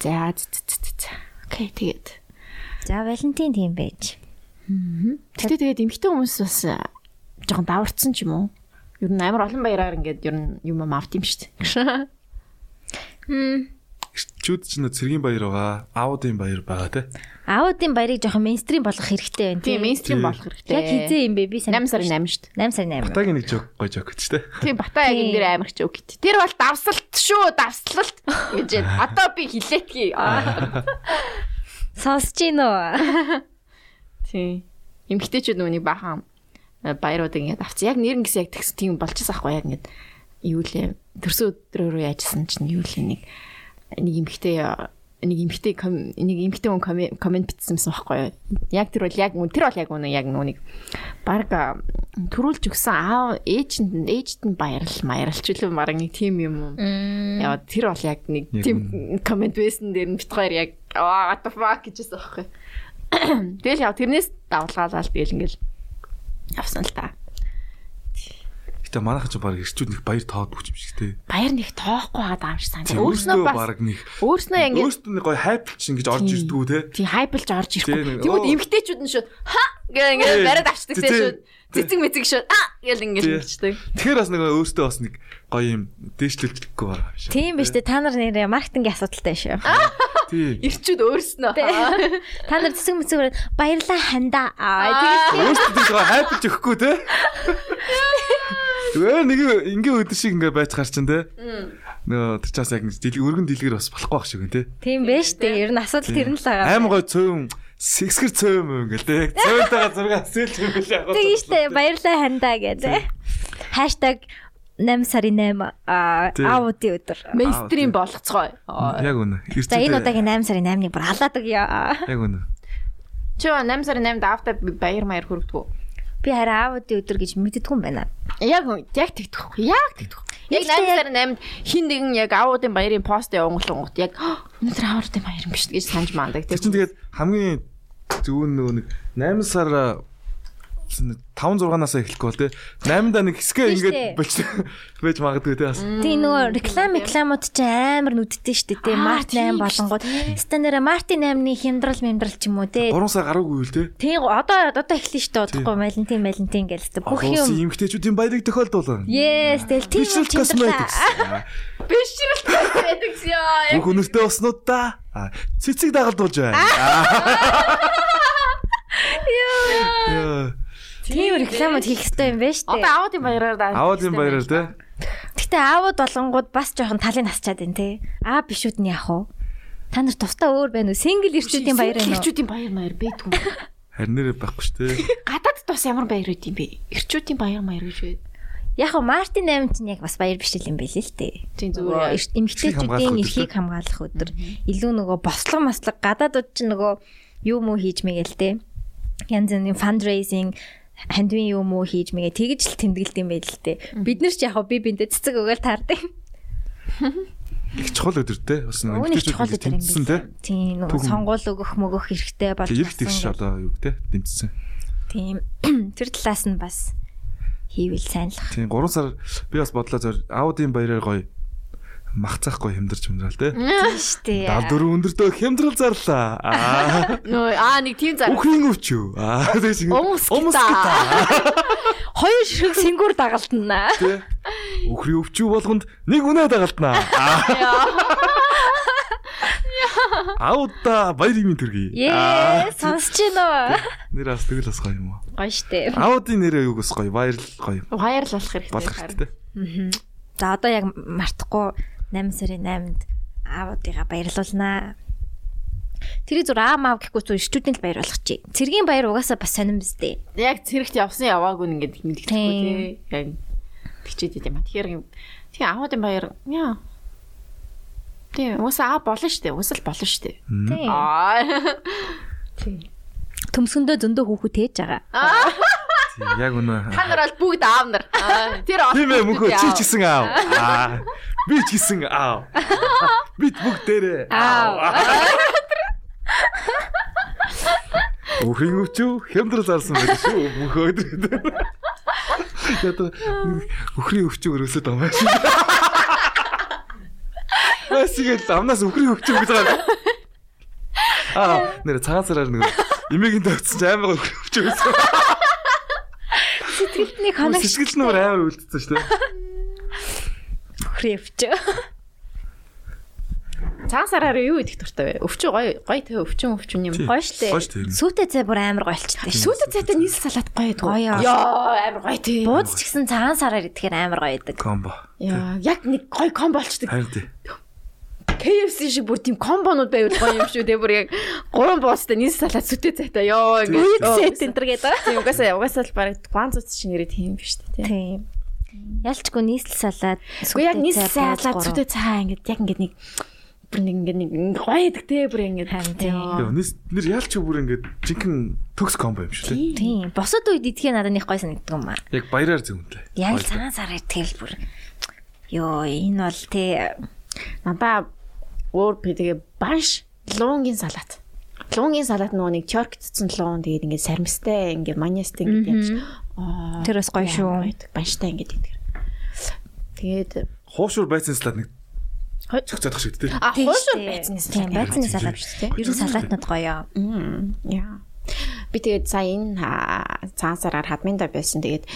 S1: За за за за, за. Окей тэгээд.
S2: За Валентин тийм байж.
S1: Тэгтээ тэгээд эмгтэй хүмүүс бас э, жоохон даварцсан ч юм уу? Ер нь амар олон баяраар ингээд ер нь юм ам авт юм шүү дээ.
S3: Эрчүүд ч нөө цэргийн баяр байгаа, аудын баяр байгаа те.
S2: Аудын баярыг жоохон мейнстрим болгох хэрэгтэй байна.
S1: Тийм мейнстрим
S3: Тийм.
S1: болох хэрэгтэй.
S2: Яг хизээ юм бэ би
S1: 8 сарын 8 шүү дээ.
S2: 8 сарын 8.
S3: Тагийн нэг жог гой жог гэж те.
S1: Тийм бата яг энэ дээр амар ч үг гэдэг. Тэр бол давсалт шүү, давслалт гэж яд. одоо би хилээтгий.
S2: Сонсож гин үү?
S1: Тийм. Эмгтэйчүүд нүуний бахан э, баярууд ингээд авц. Яг нэрнгээс яг тэгс тийм болчихсон аахгүй яг ингээд юу лээ. Төрсөн өдрөө рүү яжсан чинь юу лээ нэг нэг эмгтэй нэг эмгтэй ком- нэг эмгтэй хүн коме- комент бичсэн байсан байхгүй юу. Яг тэр бол яг үн- тэр бол яг үнэн яг нүуник баг а, төрүүлж өгсөн аа ээжэнд нь- ээжэд нь баярл маяралч үлээ марга нэг тийм юм юм. Яа тэр бол яг нэг
S3: Яг
S1: тийм комент байсан дээр нь битгаар яг аа what the fuck гэжсэн байхгүй юу. Тэгэл яв тэрнээс давлгаалаад тэгэл ингээл явсан л та.
S3: Гэтэ манайхан ч баг эрчүүд нэг баяр тоодгүй юм шиг те.
S1: Баяр нэг тоохгүй хаад аамш сан.
S3: Тийм,
S1: Өөрснөө бас
S3: баг нэг
S1: өөрснөө ингээд
S3: өөртөө нэг гой хайпл чинь гэж орж
S1: Тийм.
S3: ирдгүү те.
S1: тий хайплж орж
S3: Тийм,
S1: ирэхгүй.
S3: нэг,
S1: Тэгмүүд
S3: оо.
S1: эмгтээчүүд нь шууд ха гэх ингээд
S3: Тийм.
S1: бариад авчдаг
S3: Тийм.
S1: тийм шууд. Цэцэг мэцэг шууд а гэл ингээд
S3: Тийм.
S1: хилчдэг.
S3: Тэгэхээр бас нэг өөртөө бас нэг гоё юм дээшлэлтэхгүй байгаа юм шиг.
S2: Тийм ба штэ та нар нэрээ маркетингийн асуудалтай шүү.
S3: Тийм.
S1: Ирчүүд өөрснөө.
S2: Та нар цэцэг мэцэг баярлаа хандаа. Аа
S3: Өөртөө тийм гой хайпл өгөхгүй те. Тэгээ нэг ингээ өдөр шиг ингээ байж гар чинь те. Нөө тэр чаас яг нэг дэлг өргөн дэлгэр бас болохгүй байх шиг юм те.
S2: тийм ба штэ. Ер нь асуудал тэр нь л байгаа.
S3: Аим гой цөөн сэсгэр цөөн юм ингээл те. Цөөнтэйгээ зурга асэлж юм лээ.
S2: Тийм штэ. Баярлаа хандаа гэдэг. Хаштаг 8 сарын 8 аа
S3: Тийм.
S2: аудио өдөр.
S1: Мейнстрим болгоцгой.
S3: Яг үнэ.
S2: За энэ удаагийн 8 сарын 8-ыг бүр халаадаг ёо.
S3: яг үнэ.
S1: Чи 8 сарын 8-нд авта баяр маяр хүргэдэг.
S2: Би хараа аудио өдөр гэж мэддэггүй юм байна.
S1: Яг үн- яг тэгдэх. Яг тэгдэх. Яг
S2: Нэг
S1: 8
S2: сар-
S1: сарын 8-нд хин нэгэн яг ауудын баярын пост явуулангууд яг "Хөө, өнөөдөр ауудын баяр юм биш гэж санаж маадаг
S3: Тэр чинь тэгээд хамгийн зүүн нөгөө нэг 8 сар 5 6-наас эхлэхгүй бол те 8-да нэг хэсгээ
S2: Тийм
S3: ингээд
S2: шүү дээ.
S3: болчих байж магадгүй те бас
S2: Тийм нөгөө реклам рекламууд ч амар нүдтэй штэ тий.
S1: Аа,
S2: Март
S1: тийм
S2: 8 болонгууд стандараа Мартин 8-ны хямдрал мямдрал ч юм уу тий.
S3: 3 сар гараагүй юу л те
S2: Тий одоо одоо эхлэн штэ удахгүй Валентин Валентин гэлээ. Бүх
S3: Улсын
S2: юм.
S3: эмгтээчүүдийн баялаг тохиолдуулна.
S2: Yes тэл тийм
S3: Digital
S2: юм чимдэрлээ.
S3: Cosmetics.
S1: бишрэлт байдаг ёо.
S3: Бүх өнөртэй уснууд та цэцэг дагалдуулж байна. Яа.
S2: Тийм рекламууд хийх хэрэгтэй юм байна штэ.
S1: Одоо ауудын баяраар даа.
S3: Аавын баяраар те.
S2: Гэтэ аауд болонгууд бас жоохон талын насчаад байна тий. Аа бишүүд нь яах вэ? Та нар тусдаа өөр байна уу? Сингл ирчүүдийн баяр байна уу?
S1: Ирчүүдийн баяр маяр бэдгүй. юм.
S3: Харин нэрэ байхгүй шүү дээ.
S1: Гадаадд бас ямар баяр үт юм бэ? Ирчүүдийн баяр маяр гэж бай.
S2: Яг нь Мартин 8 чинь яг бас баяр биш л юм байл л дээ.
S1: Тийм
S2: Нөгөө
S1: зүгээр.
S2: эрт- эмэгтэйчүүдийн
S3: Эрхийг хамгаалах
S2: эрхийг хамгаалах өдөр. Илүү нөгөө бослог маслаг гадаадууд чинь нөгөө юу муу хийж мэгээл те. Янз бүрийн fundraising хандвийн юу муу хийж мэгээ тэгж л тэмдэглэдэг юм байл л те. Бид нар ч яг хөө би бинтэ цэцэг өгөөл таардаг.
S3: Их чухал өдөр те. Бас нэг
S2: Өвнөх чухал өдөр
S3: эмэгтэйчүүд
S2: юм
S3: тэмцсэн те.
S2: биш. Тийм нөгөө
S3: Түүхэн.
S2: сонгуул өгөх мөгөх хэрэгтэй болж
S3: Ирэх
S2: гарсан
S3: тэгш
S2: гэж.
S3: одоо юу те тэмцсэн.
S2: Тийм. Тэр талаас нь бас хийвэл сайнлах.
S3: Тийм 3 сар би бас бодлоо зор аудын баяраар гоё махцахгүй хэмдэрч хэмдэрэл те.
S2: Тийм шүү дээ.
S3: Дав дөрөв өндөртөө хэмдрэл зарлаа. Аа.
S1: Нөө аа нэг тийм зар.
S3: Үхэн өвчөө. Аа тийм.
S1: Омс гитаа.
S2: Хоёр ширхэг сэнгүүр дагалтнаа.
S3: Тэ. Үхрийн өвчүү болгонд нэг үнэ дагалтнаа. Ауда баяр имийн төргий.
S2: Ее, сонсож байна уу?
S3: Нэр бас тэгэл бас гоё юм уу?
S2: Гоё штэ.
S3: Аудын нэрээ юу бас гоё, баяр л гоё
S1: Баяр л болох хэрэгтэй.
S3: болох хэрэгтэй.
S2: За одоо яг мартахгүй 8 сарын 8-нд аавуудыгаа баярлуулнаа. Тэр зүр аа мав гэхгүй зүр студент баяр болгочих. Цэргийн баяр угаасаа бас сонирм биз дээ.
S1: Яг зэрэгт явсан яваагүй нь ингээд мэдгэдэггүй
S2: Тийм.
S1: тий. Яг тэгчээд идэм. Тэгэхээр тий аахуудын баяр яа. Тий, уусаа аа болно штэ. Уусаа л болно штэ.
S2: Тийм.
S1: Аа.
S2: Төмсгөндөө зөндөө хүүхүүд тээж байгаа.
S3: Тийм, яг үнэ.
S1: Та нар бол бүгд аав нар. Аа, Тэр олон
S3: Тийм ээ
S1: хүүхдүүд
S3: мөнхөө чи
S1: аав.
S3: ч гэсэн аав. Аа. Би ч гэсэн аав. Бид бүгд дээрээ.
S2: Аа.
S3: Үхэн өвчүү хямдрал зарсан байх шүү. Мөнхөө өдөр. Одоо өхрийн өвчөг өрөөсөд байгаа юм шиг. Эсвэл амнаас өхрийн өвчөг гэж байгаа. Аа, нэр цагаан сараар нэг эмээгийн төгсөж аймаг өхрийн өвчөг өрөөсөд.
S2: Сэтгэлд нэг хоног
S3: Сэтгэл нүр амар үлдсэн шүү дээ.
S2: хөвч.
S1: Цагаан сараар юу идэх дуртай вэ? Өвчин гоё гоё тэ өвчин өвчин юм.
S2: Гоё штэ.
S3: Гоё штэ, хэрнээ.
S2: Сүүтэй зэ бүр амар голчтой шүү.
S1: Сүүтэй цайтай нийл салат гоё гэдэг.
S2: Гоё.
S1: Йоо амар гоё тэ.
S2: Бууз ч гэсэн цагаан сараар идэхээр амар гоё идэг.
S3: Комбо.
S1: Яа, яг нэг гоё комбо болчдаг.
S3: Харин тий.
S1: KFC шиг бүр тийм комбонууд байвал гоё юм шүү. Тэ бүр яг гурван буустай нийс салат сүтэ зайтай. Йоо ингэ.
S2: Үйд сэт энэ төр гэдэг.
S1: Тийм угаасаа угаасаа л баг гуан зуц шиг нэрэд тийм биш үү? Тэ.
S2: Тийм. Ялчгүй нийслэл салаад.
S1: Уу яг нийс салат сүтэ цай ингэ яг ингэ нэг бүр нэг ингэ нэг гоё идэг тэ бүр ингэ
S2: Харин
S1: Тий.
S2: тийм.
S3: Өвнэс нэр яалч бүр ингээд жинхэнэ төгс комбо юм шүү дээ.
S2: Тийм. Босод үед идэхээр надад нэг гой санагддаг юм аа.
S3: Яг баяраар зөвнөлээ.
S2: Яг л цагаан сараар идэхэл бүр. Йоо, энэ бол тий
S1: Надаа өөр тэгээ банш луунгийн салат. Луунгийн салат нөгөө нэг чоркцсан луун тэгээд ингээд сармстай ингээд майонезтэй ингээд яаж. Аа.
S2: Тэр бас гоё шүү.
S1: байдаг. Банштай ингээд идэг. Тэгээд
S3: Хуушур байцсан салат нэг
S1: Хой-
S3: цогцоодох шиг дээ.
S1: а
S2: Тийм
S1: хуушур
S2: шүү.
S1: байцны салат.
S2: Тийм, байцны
S3: Байцны
S2: салат
S3: салат
S2: шүү дээ. Ер нь салатнууд гоё.
S1: Мм, Яа. Би тэгээд сая энэ а, цагаан сараар хадминда байсан. Тэгээд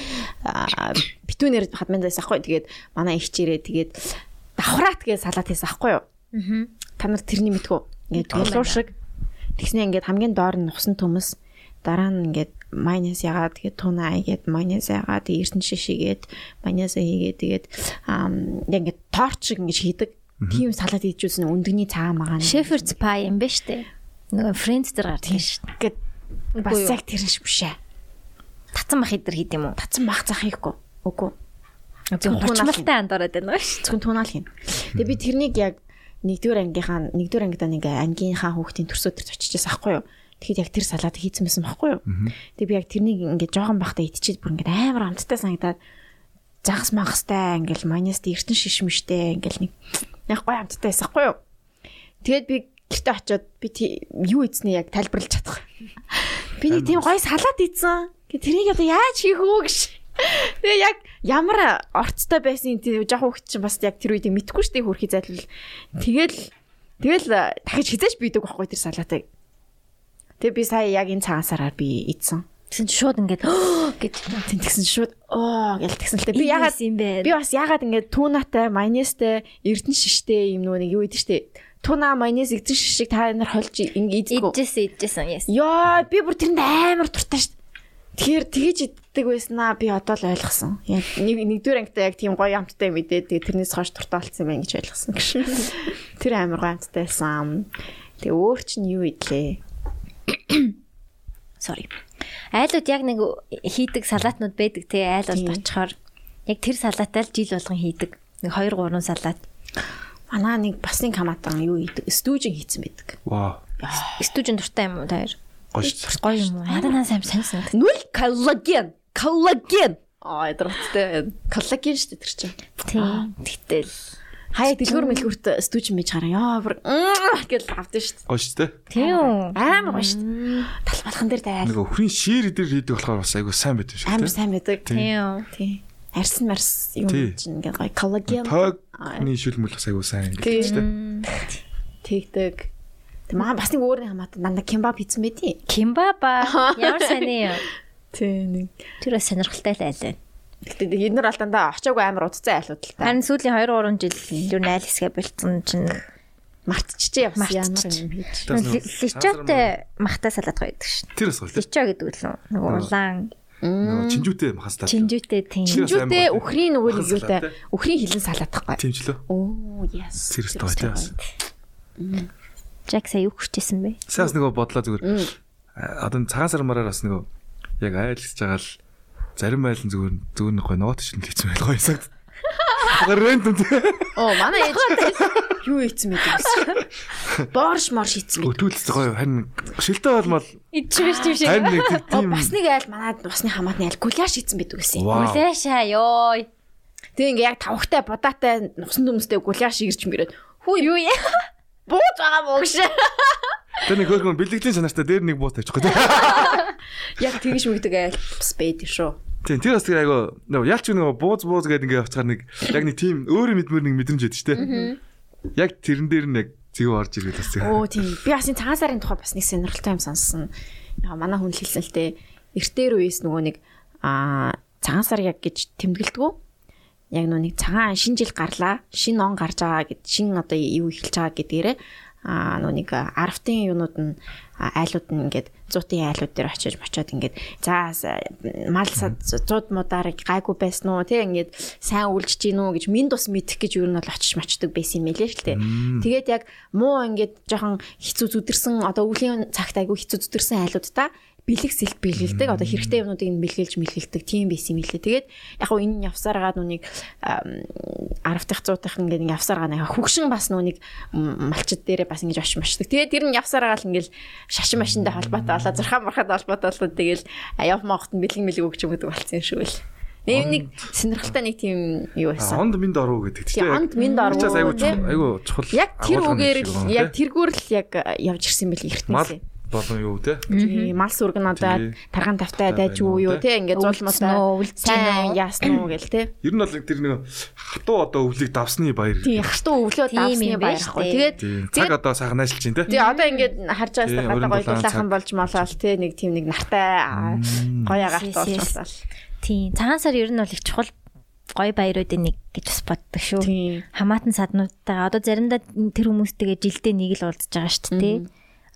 S1: а, битүүнээр хадминда байсан аахгүй. Тэгээд манай их чирээ тэгээд давхраат гэж салат хийсэн аахгүй юу? Аа. Та нар тэрний мэдгүй. Ингээд
S2: Мэдгүй
S1: гэлүү шиг. Тэгснэ ингээд хамгийн доор нь усан төмөс дараа нь ингээд майонез ягаад тэгээд тунаа хийгээд майонез ягаад эрдэнэ шиш хийгээд майонез хийгээд тэгээд аа ингээд торт шиг ингэж хийдэг. Тийм салат хийжүүлсэн өндөгний цагаан магаан.
S2: Шеферц пай юм ба штэ. Нөгөө фрэнд дээр гардаг шүү.
S1: гэд бас яг тэр шиг биш ээ.
S2: Татсан бах идэр хийд юм уу?
S1: Татсан бах зах хийхгүй. Үгүй.
S2: Зөв
S1: Хурц
S2: хурцмалтай анд ороод байна шүү.
S1: зөвхөн тунаал хийн. Тэгээ би тэрнийг яг нэгдүгээр ангийнхаа нэгдүгээр ангидаа нэг ангийнхаа хүүхдийн төрсөд төрч очижээс аахгүй юу. Тэгэхэд яг тэр салаад хийцэн байсан байхгүй юу. Тэгээ би яг тэрнийг ингээд жоохон бахта идчихэд бүр ингээд амар амттай санагдаад загас мангастай ингээд майонез эрдэн шишмэштэй ингээд нэг яг гой амттай байсан байхгүй юу. Тэгээд би гэртээ очиод би тий- юу ийцнэ яг тайлбарлаж чадах. Би нэг тийм гой салаад ийцэн. Гэ тэрийг одоо яаж хийх вэ гэж. Тэгээ яг ямар орцтой байсан тийм жоох хөвгч чинь бас яг тэр үеийг мэдгүй штеп хөрхий зайлвал. Тэгэл тэгэл э, дахиж хизээч бийдэг байхгүй тэр салаатыг. Тэгээ би сая яг энэ цагаан сараар би ийцэн.
S2: Тэгсэн чинь шууд ингээд гэж
S1: Тэнтгсэн шууд оо гэл тэгсэн л тэ. Би
S2: Энэ
S1: ягаад
S2: юус юм бэ?
S1: Би бас ягаад ингээд тунатай, майонезтэй, эрдэн шиштэй юм нөгөө нэг юу идэв штэ. Туна, майонез, эрдэн шишийг та нар холж ингээд идэггүй.
S2: идчихсэн идчихсэн яс.
S1: Йоо, би бүр тэрэнд амар дуртай шүү. Тэгэхээр тгийж иддэг байснаа би одоо л ойлгосон. Яг нэг нэгдүгээр ангитай яг тийм гоё амттай мэдээ. Тэгээ тэрнээс хойш дуртай болсон юм байна гэж ойлгосон гэж. Тэр амар гоё амттай байсан. Тэгээ өөр чинь юу идлээ?
S2: Sorry. Айлууд яг нэг хийдэг салаатнууд байдаг те айл
S1: Тийм.
S2: болд очихоор яг тэр салаатай л жил болгон хийдэг. Нэг 2 3 салаат.
S1: Манаа нэг бас нэг хамаатан юу идэг? Стүүжин хийцэн байдаг.
S3: Ваа.
S2: Стүүжин дуртай юм уу таяр?
S3: Гоё шүү. дээ.
S2: Гоё юм уу? Надад наа сайн сонсон.
S1: Нүл коллаген. Коллаген. Аа, дуртай. Коллаген шүү дээ тэр чинь.
S2: Тийм. Тэгтэл
S1: Хаяа дэлгүүр мэлгүүрт стүүжин мэж гараа. Йоо, бүр мм гэл авдаа шүү дээ.
S3: Гоё шүү дээ.
S2: тийм.
S1: Амар гоё шүү дээ. Тал балхан дээр тавиад.
S3: Нэг өхрийн шир идэр хийдэг болохоор бас айгүй сайн байт юм шиг
S1: Амар
S3: дээ.
S1: сайн байдаг.
S2: Тийм.
S1: Тий. Арсан марс юм
S3: Тий.
S1: чинь ингээ гоё коллаген
S3: Тойгны шүлмөл бас айгүй сайн
S1: Тий.
S3: гэдэг шүү дээ.
S1: тэгдэг. Тэг маа бас нэг өөр нэг хамаатан дандаа кимбаб хийсэн мэдий.
S2: Кимбаба ямар сайн юм.
S1: Тий нэг.
S2: Тэр бас сонирхолтой л айл байна.
S1: Гэтэ энэ нар бол дандаа очоогүй амар удцсан айлууд л та.
S2: Харин сүүлийн 2 3 жил юу найл хэсгээ болцсон чинь
S1: Мартчихжээ явсан ямар
S2: Мартчих.
S1: юм хийж.
S3: Тас нөгөө
S2: личотой махтай салаад байдаг шүү.
S3: Тэр бас гоё тийм.
S2: Личо гэдэг л нүү. нөгөө
S3: Нөгөө-
S2: улаан
S3: Нөгөө чинжүүтэй махастаа.
S2: чинжүүтэй тийм.
S3: Чинжүү-
S1: Чинжүүтэй өхрийн нөгөө нэг
S3: Махан
S1: юутай
S3: салаат,
S1: өхрийн хилэн салаатахгүй.
S3: Тимчлөө.
S1: Оо yes.
S3: Цэрэст гоё тийм. бас.
S2: Жак сая юу хурчээсэн бэ?
S3: Сайн бас нөгөө бодлоо зүгээр. А, Одоо энэ цагаан сар мараар бас нөгөө яг айлсж байгаа л зарим айл нь зүгээр зүгээр нэг гоё ногоот шилэн хийсэн байл гоё сагд. Рэндом тийм.
S1: Оо манай ээж юу хийсэн мэдий гэсэн. Борш морш хийсэн мэдий.
S3: Өтүүлс гоё харин шилтэй болмол
S2: Идчихвэж тийм
S3: харин нэг тийм-
S1: Оо
S3: тийм
S1: бас нэг айл манад усны хамаатны айл гуляш хийсэн мэдий гэсэн.
S3: Вау.
S2: Улаашаа ёо.
S1: Тэг ингээ яг тавхтай бодаатай нусан дүмстэй гуляш ирч мөрөөд хүү юу яа бууж байгаа мó гэж
S3: Тэр нэг хөрхөн бэлгэлийн санаартаа дээр нэг буут тавьчих гэдэг.
S1: яг тэгж мэгдэг айл бас байд шүү.
S3: Тийм тэр бас тэр айгаа нөгөө ялч нөгөө бууз бууз гэдэг ингээ явцгаар нэг яг нэг тийм өөр мэдмөр нэг мэдрэмж өгдөг штэ. Яг тэрэн дээр нэг зэв орж ирвэл бас тэр.
S1: Оо тийм. Би бас энэ цагаан сарын тухай бас нэг сонирхолтой юм сонссон. Яг манай хүн л хэлсэн л дээ. Эртээр үеэс нөгөө нэг аа цагаан сар яг гэж тэмдэглэдэггүй. Яг нөгөө нэг цагаан шинэ жил гарлаа. Шинэ он гарч байгаа гэд шинэ одоо юу эхэлж байгаа гэдгээрээ аа нөгөө нэг арфтын юунууд нь а, айлууд нь ингээд зуутын айлууд дээр очиж мочоод ингээд за с- мал сад зууд мудаар гайгүй байсан уу тий ингээд сайн үлжиж гин үү гэж минь тус мэдэх гэж юу нь бол очиж мочдөг байсан юм элэ шүү дээ. Тэгээд яг муу ингээд жоохон хэцүү зүдэрсэн одоо өвлийн цагт айгүй хэцүү зүдэрсэн айлууд та бэлэг сэлт бэлгэлдэг одоо хэрэгтэй юмнуудыг нь бэлгэлж мэлгэлдэг тийм байсан юм лээ. Тэгээд яг хөө энэ нь явсараад нүг 10 дахь 100 дахь ингээд ингээд явсараад нэг хөгшин бас нүг малчид дээрээ бас ингэж ош машдаг. Тэгээд тэр нь явсараад л ингээд шашин машинтай холбоотой болоо зурхаан бурхад холбоотой болоо тэгээд аяв могт нь бэлэг мэлэг өгч юм гэдэг болсон юм шүү л. Нэг нэг сонирхолтой нэг тийм юу
S3: А,
S1: байсан.
S3: Онд минь доруу гэдэг
S1: Тийм,
S3: яг.
S1: онд минь доруу,
S3: Тэр чинь Айгу
S1: тийм.
S3: чухал- айгу чухал.
S1: Яг тэр
S3: агуулга
S1: үгээр
S3: нэг шиг
S1: л
S3: байна,
S1: яг
S3: тий.
S1: тэргээр л яг явж ирсэн байл
S3: мал
S1: эртнээс.
S3: болон юу те.
S1: Тийм, мал сүргэн одоо
S3: Тийм.
S1: тарган тавтай дайж юу юу те ингээд
S2: Өвлцсөн
S1: зулмаа
S2: үү, өвлжж
S1: сайн
S2: байна уу?
S1: яасан уу гэл те.
S3: Ер нь бол тэр нэг хатуу одоо өвлийг давсны баяр.
S1: Тийм хартуу өвлөө
S2: Тийм
S1: давсны
S2: юм байна
S1: баярх
S2: шүү
S1: гоо.
S2: дээ.
S1: Тэгээд
S3: Тийм. Цаг
S1: тэгээд
S3: одоо сагнаач л чинь те.
S1: тий одоо ингээд харж байгаас
S3: Тийм,
S1: гадаа
S3: өрн дулаан
S1: гойлуулаахан
S3: цаг.
S1: болж малаал те нэг тийм нэг нартай аа, гоё агаарт
S2: Yes,
S1: болж
S2: yes.
S1: малаал.
S2: Тийм. Цагаан сар ер нь бол их чухал гой баяруудын нэг гэж бас боддог шүү.
S1: Тийм.
S2: Хамаатан саднуудтайгаа одоо заримдаа тэр хүмүүстэйгээ жилдээ нэг л уулзж байгаа шүү дээ, тий.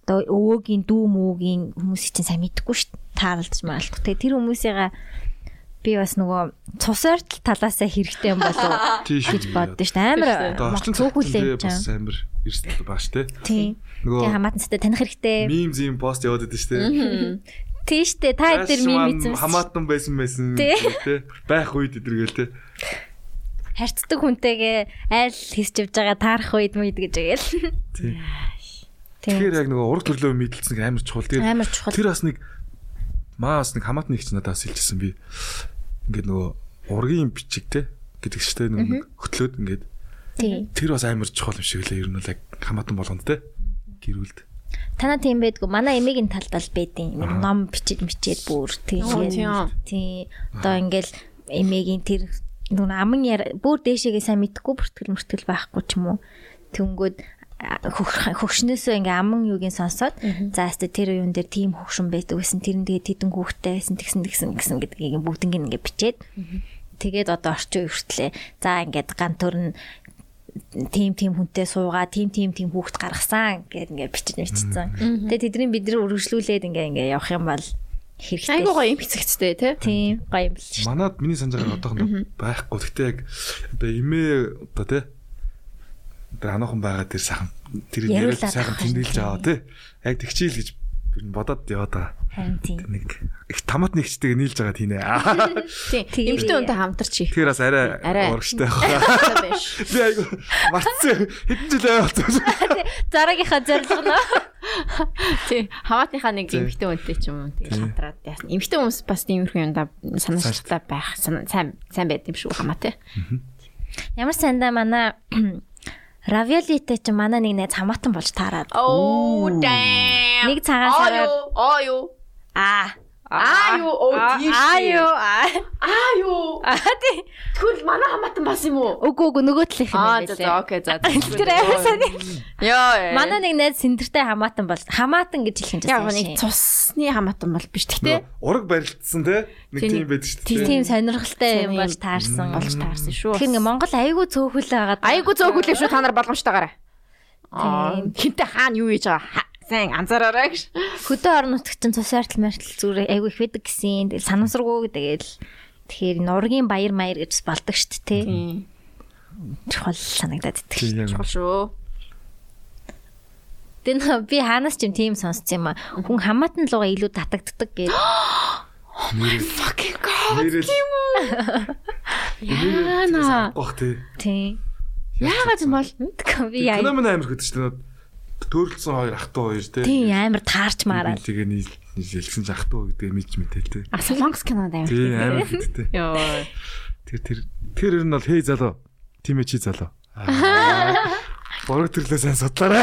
S2: Одоо өвөөгийн дүү мүүгийн хүмүүсийг чинь сайн мэдэхгүй шүү. Тааралдж маалдах. Тэгээ тэр хүмүүсийгээ би бас нөгөө цус ортол талаасаа хэрэгтэй юм болов
S3: Тийм
S2: гэж
S3: шүү.
S2: боддоо шүү. Амар
S3: Одоо орчин
S2: цөөхүүлээ
S3: цагт
S2: юм чам.
S3: бас амар эрсдэл бааш те.
S2: Тийм.
S3: Нөгөө-
S2: Тэгээ хамаатан садтай таних хэрэгтэй.
S3: Мим зим пост яваад байдаг шүү дээ.
S2: Тийм шүү дээ. Та
S3: Цааш
S2: эдгээр мим
S3: маань
S2: эзэмс.
S3: хамаатан байсан байсан
S2: Тий.
S3: те. Байх үед эдэргээл те.
S2: Харьцдаг хүнтэйгээ айл хэсэж явж байгаа таарах үед мэд гэж гээл.
S3: Тийм.
S2: Тийм.
S3: Тэгэхээр яг нөгөө ураг төрлөө мэдлсэн амар чухал. Тэгээд
S2: Амар чухал.
S3: тэр бас нэг маас нэг хамаатны их ч надаас хэлчихсэн би. Ингээд нөгөө ургийн бичиг те гэдэг штэ нөгөө нэг хөтлөөд ингээд
S2: Тийм.
S3: тэр бас амар чухал юм шиг лээ. Ер нь бол яг хамаатан болгонд те гэрүүлд.
S2: Тана тийм байдгүй. Манай эмигийн талд л байдیں۔ Нэг ном бичиж мичээд бүр
S1: Оо, тийм.
S2: тэгээд тий. Одоо ингээл эмигийн тэр нүн аман яра бүр дээшээгээ сайн мэдхгүй бүртгэл мөртгэл байхгүй ч юм уу. Тэнгүүд а, хөх- хөгшнөөсөө ингээм аман юугийн сонсоод за хэвээ тэр юун дээр тийм хөгшин байдаг гэсэн тэр нь тэгээд тэдэн хүүхдтэй байсан тэгсэн тэгсэн гэсэн гэдгийг бүгднийг ингээ бичээд тэгээд одоо орчин үе хүртлээ за ингээд гантөр нь тим тим хүнтэй суугаа тим тим тим хүүхд гаргасан гэд ингээд бичиж мичсэн. Тэгээ тэдний бид нар өргөжлүүлээд ингээ ингээ явах юм бол хэрэгтэй.
S1: Айгуу гоё юм хэцэгчтэй те.
S2: Тийм гоё юм л шүү.
S3: Манад миний санджаар одоохондоо байхгүй. Гэхдээ яг одоо эмээ одоо те одоо анахан байгаа тэр сайхан тэр яриад
S2: Яриулаад
S3: сайхан
S2: авах юм.
S3: тэмдэглэж аваа те. Яг тэгчийл гэж ер нь бодоод яваад байгаа.
S2: Харин тийм.
S3: Нэг их томат нэгчтэйг нийлж байгаа тийнэ.
S1: Тийм.
S2: Тийм.
S1: Эмхтэй хүнтэй хамтарч их.
S3: Тэгэхээр бас арай
S1: Арай.
S3: урагштай байх.
S1: хэрэгтэй биш.
S3: Би айгу марцсан хэдэн жил аяа болсон.
S2: Дараагийнхаа зорилго нь
S1: Тийм. Хамаатныхаа нэг
S3: Тийм.
S1: эмхтэй хүнтэй ч юм уу тийм
S3: Тийм.
S1: хамтраад яасан. Эмхтэй хүмүүс бас тиймэрхүү юмда санаачлалтай байх сана- сайн сайн байд юм шүү хамаатай.
S2: ямар сандаа манай равиолитэй ч манай нэг найз хамаатан болж таараад.
S1: Оо damn.
S2: Нэг цагаан сараар-
S1: Аа юу?
S2: Аа.
S1: Аа юу? Оо тийш.
S2: Аа юу? Аа.
S1: Аа юу?
S2: Аа тий.
S1: Тэгвэл манай хамаатан бас юм уу?
S2: Үгүй үгүй нөгөө талынх юм
S1: Аа
S2: байлээ.
S1: за за окей за.
S2: Тэр амар сайн.
S1: Йоо.
S2: Манай нэг найз синдэртэй хамаатан бол хамаатан гэж хэлэх юм
S1: яг нэг цусны хамаатан бол биш гэхдээ
S3: Ураг барилдсан те. Нэг
S1: Тийм.
S3: тийм байдаг шүү дээ.
S2: тийм сонирхолтой юм
S1: Сонир-
S2: бол таарсан.
S1: болж таарсан шүү.
S2: Тэгэхээр ингээ Монгол айгүй цөөхөл байгаад
S1: Айгу зөөгүүлээ шүү та нар боломжтойгаараа. Аа
S2: Тийм.
S1: хинтээ хаана юу хийж байгаа Ха, сайн анзаараарай гэж.
S2: хөдөө орон нутгт чинь цус артал мартал зүгээр айгүй их байдаг гэсэн. Тэгэл санамсаргүй тэгэл тэгэхээр нургийн баяр маяр гэж бас болдог штт те.
S1: Тийм.
S2: Чухал санагдаад итгэв.
S3: Тийм яг.
S1: Чухал шүү.
S2: Тэ нөө би хаанаас ч юм тийм сонссон юм аа. Хүн хамаатан луга илүү татагддаг гэж.
S1: Fucking god.
S3: Нэрэл.
S1: Яана.
S3: Ох тий.
S2: Тийм.
S1: Яагаад юм бол?
S2: Би яа.
S3: Феномен амар хөтөж шүү дээ. Төрөлсөн хоёр ах トゥ хоёр те.
S2: Тийм амар таарч мараа.
S3: Тэгээ нийл- нийлсэн ч ах トゥ гэдэг мэдж мэтэл те.
S1: А солонгос кинод амар.
S3: Тийм амар хөтөтэй.
S1: Йоо.
S3: Тэр тэр тэр ер нь бол хей залуу. Тийм ээ чи залуу. Ураг төрлөө сайн судлаарай.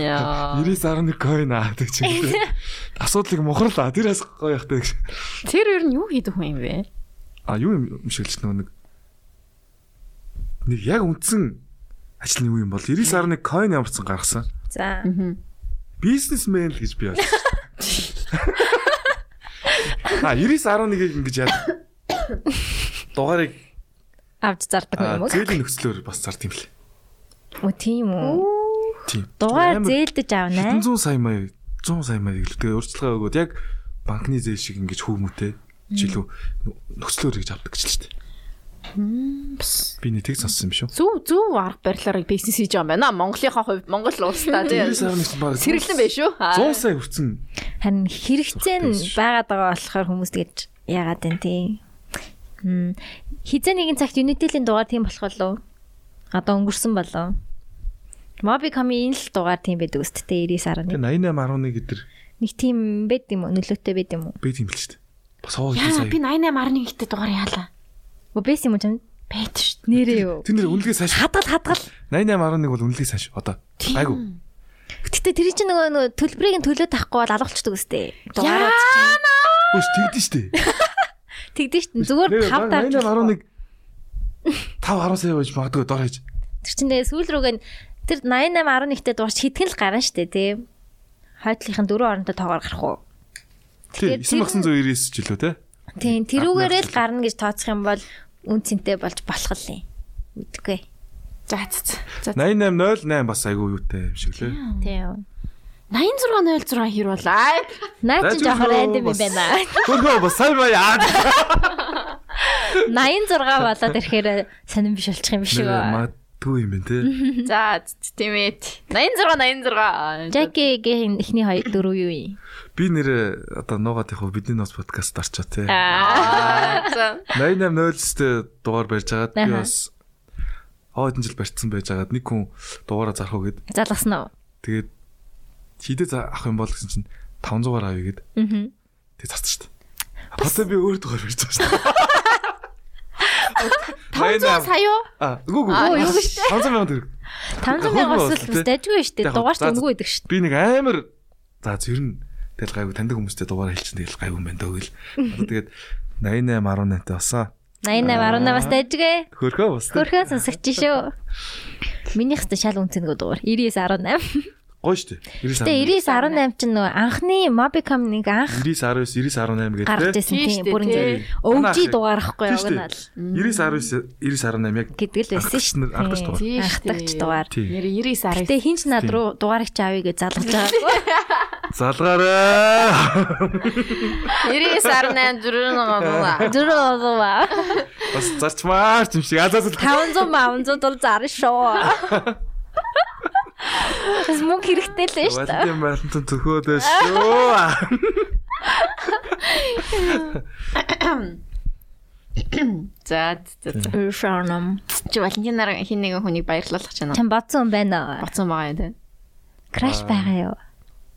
S1: Яа.
S3: 99.1 coin аа гэж чинь. Асуудлыг мухарлаа. Тэр бас гоё явах гэж.
S1: Тэр ер нь юу хийдэг хүн юм бэ?
S3: А юу юм шиг л ч нөгөө нэг нэг яг үндсэн ажлын үе юм бол 99.1 coin ямарсан гаргасан.
S2: За.
S3: Бизнесмен л гэж би болсон. А 99.1-ийг ингэж яа. Дугаарыг
S2: Авч зардаг
S3: а,
S2: юм уу?
S3: зээлийн нөхцлөөр бас зард юм лээ.
S2: Өө тийм үү.
S3: Тийм.
S2: Дугаар
S3: Амар
S2: зээлдэж авна.
S3: 100 сая маяг 100 сая маяг л тэгээ урьдчилгаа өгөөд яг банкны зээл шиг ингэж хүмүүтэй жилүү нөхцлөөр гэж авдаг ч л шүү дээ.
S1: Бас
S3: Би нэтийг сонссон юм шүү.
S1: Зүв зүв арга барилаар бизнес хийж байгаа юм байна. Монголынхаа хувьд Монгол улстай тийм.
S3: Тэрээс авах нэг баг
S1: Сэргэлэн байх шүү. Аа.
S3: 100 сая хүрсэн.
S2: Харин хэрэгцээ нь
S3: Сурталчилж.
S2: байгаад байгаа болохоор хүмүүс тэгж яагаад вэ тий. Хм. Хизээ нэгэн цагт Unity-лийн дугаар тийм болох болов. Одоо өнгөрсөн болов. Mobicom-ийн л дугаар тийм байдаг үст тий 90.1.
S3: Тэгээ 88.1 гэдэр
S2: Нэг тийм байд юм уу? Нөлөөтэй байд юм уу?
S3: бэ тийм л шүү дээ. Бас хоо их
S1: Яа,
S3: сая.
S1: би 88.1 гэдэг дугаар яалаа.
S2: Өө бэс юм уу чам?
S1: Байд шүү.
S2: Нэрээ юу?
S3: Тэр нэр үнэлгээ сайш.
S2: Хадгал хадгал.
S3: 88.1 бол үнэлгээ сайш одоо. Айгу.
S2: Гэтэ тэр чинь нөгөө нөгөө төлбөрийг нь төлөө тахгүй бол алгуулчдаг үстэй. Дугаараа
S3: Өс тэгдэж шүү дээ.
S2: тэгдэж штт. Зүгээр
S3: Нэр
S2: 5 тав.
S3: 88.1 5 10 сая байж магадгүй дор хийж.
S2: Тэр чинь тэгээ сүүл рүүгээ нь- тэр 8811-тэй дуурч хитгэн л гарна штэ тий. Хойдлынхын дөрөв оронтой тоогоор гарах уу?
S3: Тий,
S2: Тэгэхээр
S3: 9999 жилүү те.
S2: Тийм тэрүүгээрээ л
S3: Ахмад.
S2: гарна гэж тооцох юм бол үн цэнтэй болж болох л юм. Мэдгүй.
S1: За за. За.
S3: 8808 бас айгу юутай юм шиг лээ.
S2: Тийм.
S1: 8606 хэр бол аа.
S2: Наач
S3: Найз
S2: жоохон
S3: өөрөө
S2: рандом юм
S3: бас-
S2: байна.
S3: Хөргөө бас сайн баяа.
S2: 86 болоод ирэхээр сонирн биш болчих юм биш үү?
S3: Магадгүй юм байна те.
S1: За тийм ээ. 86 86.
S2: Жакигийн эхний хоёр дөрөв юу юм?
S3: Би нэр одоо нуугаад яг хөө бидний нос подкаст дарчаа те.
S1: Аа. За.
S3: 8809-т дугаар барьж агаад би
S2: Аха.
S3: бас хойдон жил барьцсан байж агаад нэг хүн дугаараа зарах уу гэд.
S2: Залгасан уу?
S3: Тэгээд хідэ за- авах юм бол гэсэн чинь 500-аар авъя гэд.
S2: Аа.
S3: Тэгээд зарчих та. Хатаа би өөр дугаар барьж байгаа шүү.
S1: 500
S3: 8800
S1: сая юу?
S3: А, гүү гүү.
S2: Оо, юу гэж
S3: 500 мянга төгрөг.
S2: 500 мянга бас л дэжгүй штэ.
S3: Яг
S2: Дугаарч
S3: за-
S2: өнгөө идэг штэ.
S3: Би нэг амар за зэрн тэгэл гайгүй таньдаг хүмүүстэй дугаар хэлчихсэн тэгэл гайгүй юм байна дөө гэл. Одоо тэгээд 8818 та басаа.
S2: 88 18 бас дэжгүй.
S3: Хөрхөө бас. тэ.
S2: Хөрхөн сонсогч шүү. Миний хэвчээ шал үнцэнэ гэдэг дугаар 9918.
S3: Гоё шүү дээ. 99
S2: Гэтэ 9918 чинь нөгөө анхны Mobicom нэг анх
S3: 99 19 19 18
S2: гарч
S3: гэдэг.
S2: ирсэн
S1: Тийш
S2: тийм
S1: дээ,
S2: бүр
S1: тий.
S2: ингэ өвжи дугаар ахгүй
S3: Тийш
S2: яг
S3: дээ.
S2: нь л
S3: 90 19 18 яг
S2: гэдэг л байсан шүү.
S3: Анхдагч нар- анхдагч дугаар.
S2: Тий, Анхдагч
S1: Тий.
S2: дугаар.
S3: тий.
S1: Нэр 99 сая.
S2: Гэтэ хинч над
S3: Тий.
S2: руу дугаарыг чи авъя гэж залгаж байгаагүй.
S3: Залгаарай.
S1: 99 86
S2: Зөрөө болов аа.
S3: Бас зарчмаар ч юм шиг. Азаас
S2: 500 500 дол зарна шүү. Бас мөнгө хэрэгтэй л шүү дээ.
S3: Батны мартан төхөөд шүү.
S1: За за за.
S2: Шарнам.
S1: Чи Валентинаар хин нэгэн хүнийг баярлуулах гэж байна.
S2: Чам бодсон юм байна.
S1: Боцсон байгаа юм тий.
S2: Краш байгаа юу?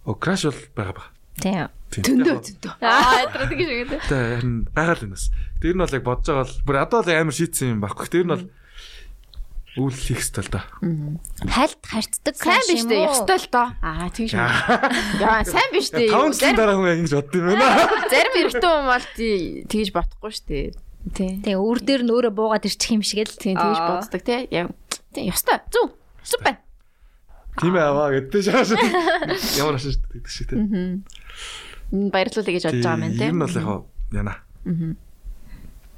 S3: Оо, краш бол байгаа баг.
S2: Тийм.
S1: Төндөө төндөө. Аа тэр тэгж үгээд.
S3: Тэ харин байгаал энэ бас. Тэр нь бол яг бодож байгаа бол бүр одоо л амар шийтсэн юм баггүй. Тэр нь бол үйл хийх стал да.
S2: Хальт харцдаг
S1: Сайн
S2: краш
S1: биш
S2: юм
S1: үү?
S2: уу?
S1: Ёстой л доо. Аа тэгж юм. Яа сайн биш үү?
S3: Таван жилийн дараа хүн ингэж бодд юм байна.
S1: Зарим эрэгтэй хүмүүс бол тий- тэгж бодохгүй шүү дээ. Тий.
S2: Тэгээ өр дээр нь өөрөө буугаад ирчих юм шиг л
S1: Тий тэгж боддог тий. Яг тий ёстой. Зүг. Зүг байна.
S3: Тийм ээ аваа гэдэг шааш. Ямар ашиг шүү дээ гэдэг шиг тийм.
S1: Энэ Баярлуулъя гэж бодож байгаа юм байна тий.
S3: Ер нь бол яг хаа, яна.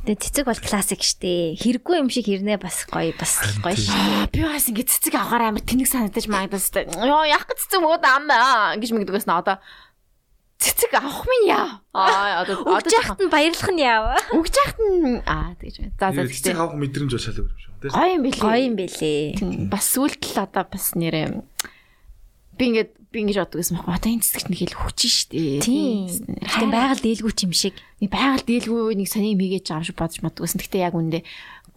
S2: Тэгээ цэцэг бол классик штэ. Хэрэггүй юм шиг ирнэ бас гоё бас л гоё ш.
S1: Аа, би бас ингэ цэцэг авахаар амар тэнэг санагдаж магадгүй шүү дээ. Йоо яах гэж цэцэг өгөөд ам аа гэж мэддэгээс нэ одоо цэцэг авах минь яа. Аа одоо
S2: Өгч яхад нь баярлах нь яав.
S1: Өгч яхад нь аа тэгж байна. За за
S3: Ер нь
S1: тэгтээ.
S3: хэцэг авах мэдрэмж бол шал өөр юм шүү. Тэ.
S1: Гоё юм билээ.
S2: Гоё юм бэлээ.
S1: бас сүулт л одоо бас нэрээ би ингээд би ингэж боддог гэсэн байхгүй одоо энэ цэцэгт нэг л хүчин шүү дээ.
S2: Тийм. Гэтэ
S1: Гэтэ
S2: байгаль дээлгүй ч юм шиг.
S1: нэг байгаль дийлгүй нэг сони юм хийгээч байгаа юм шиг бодож мадгүйсэн. Гэтэ яг үндэ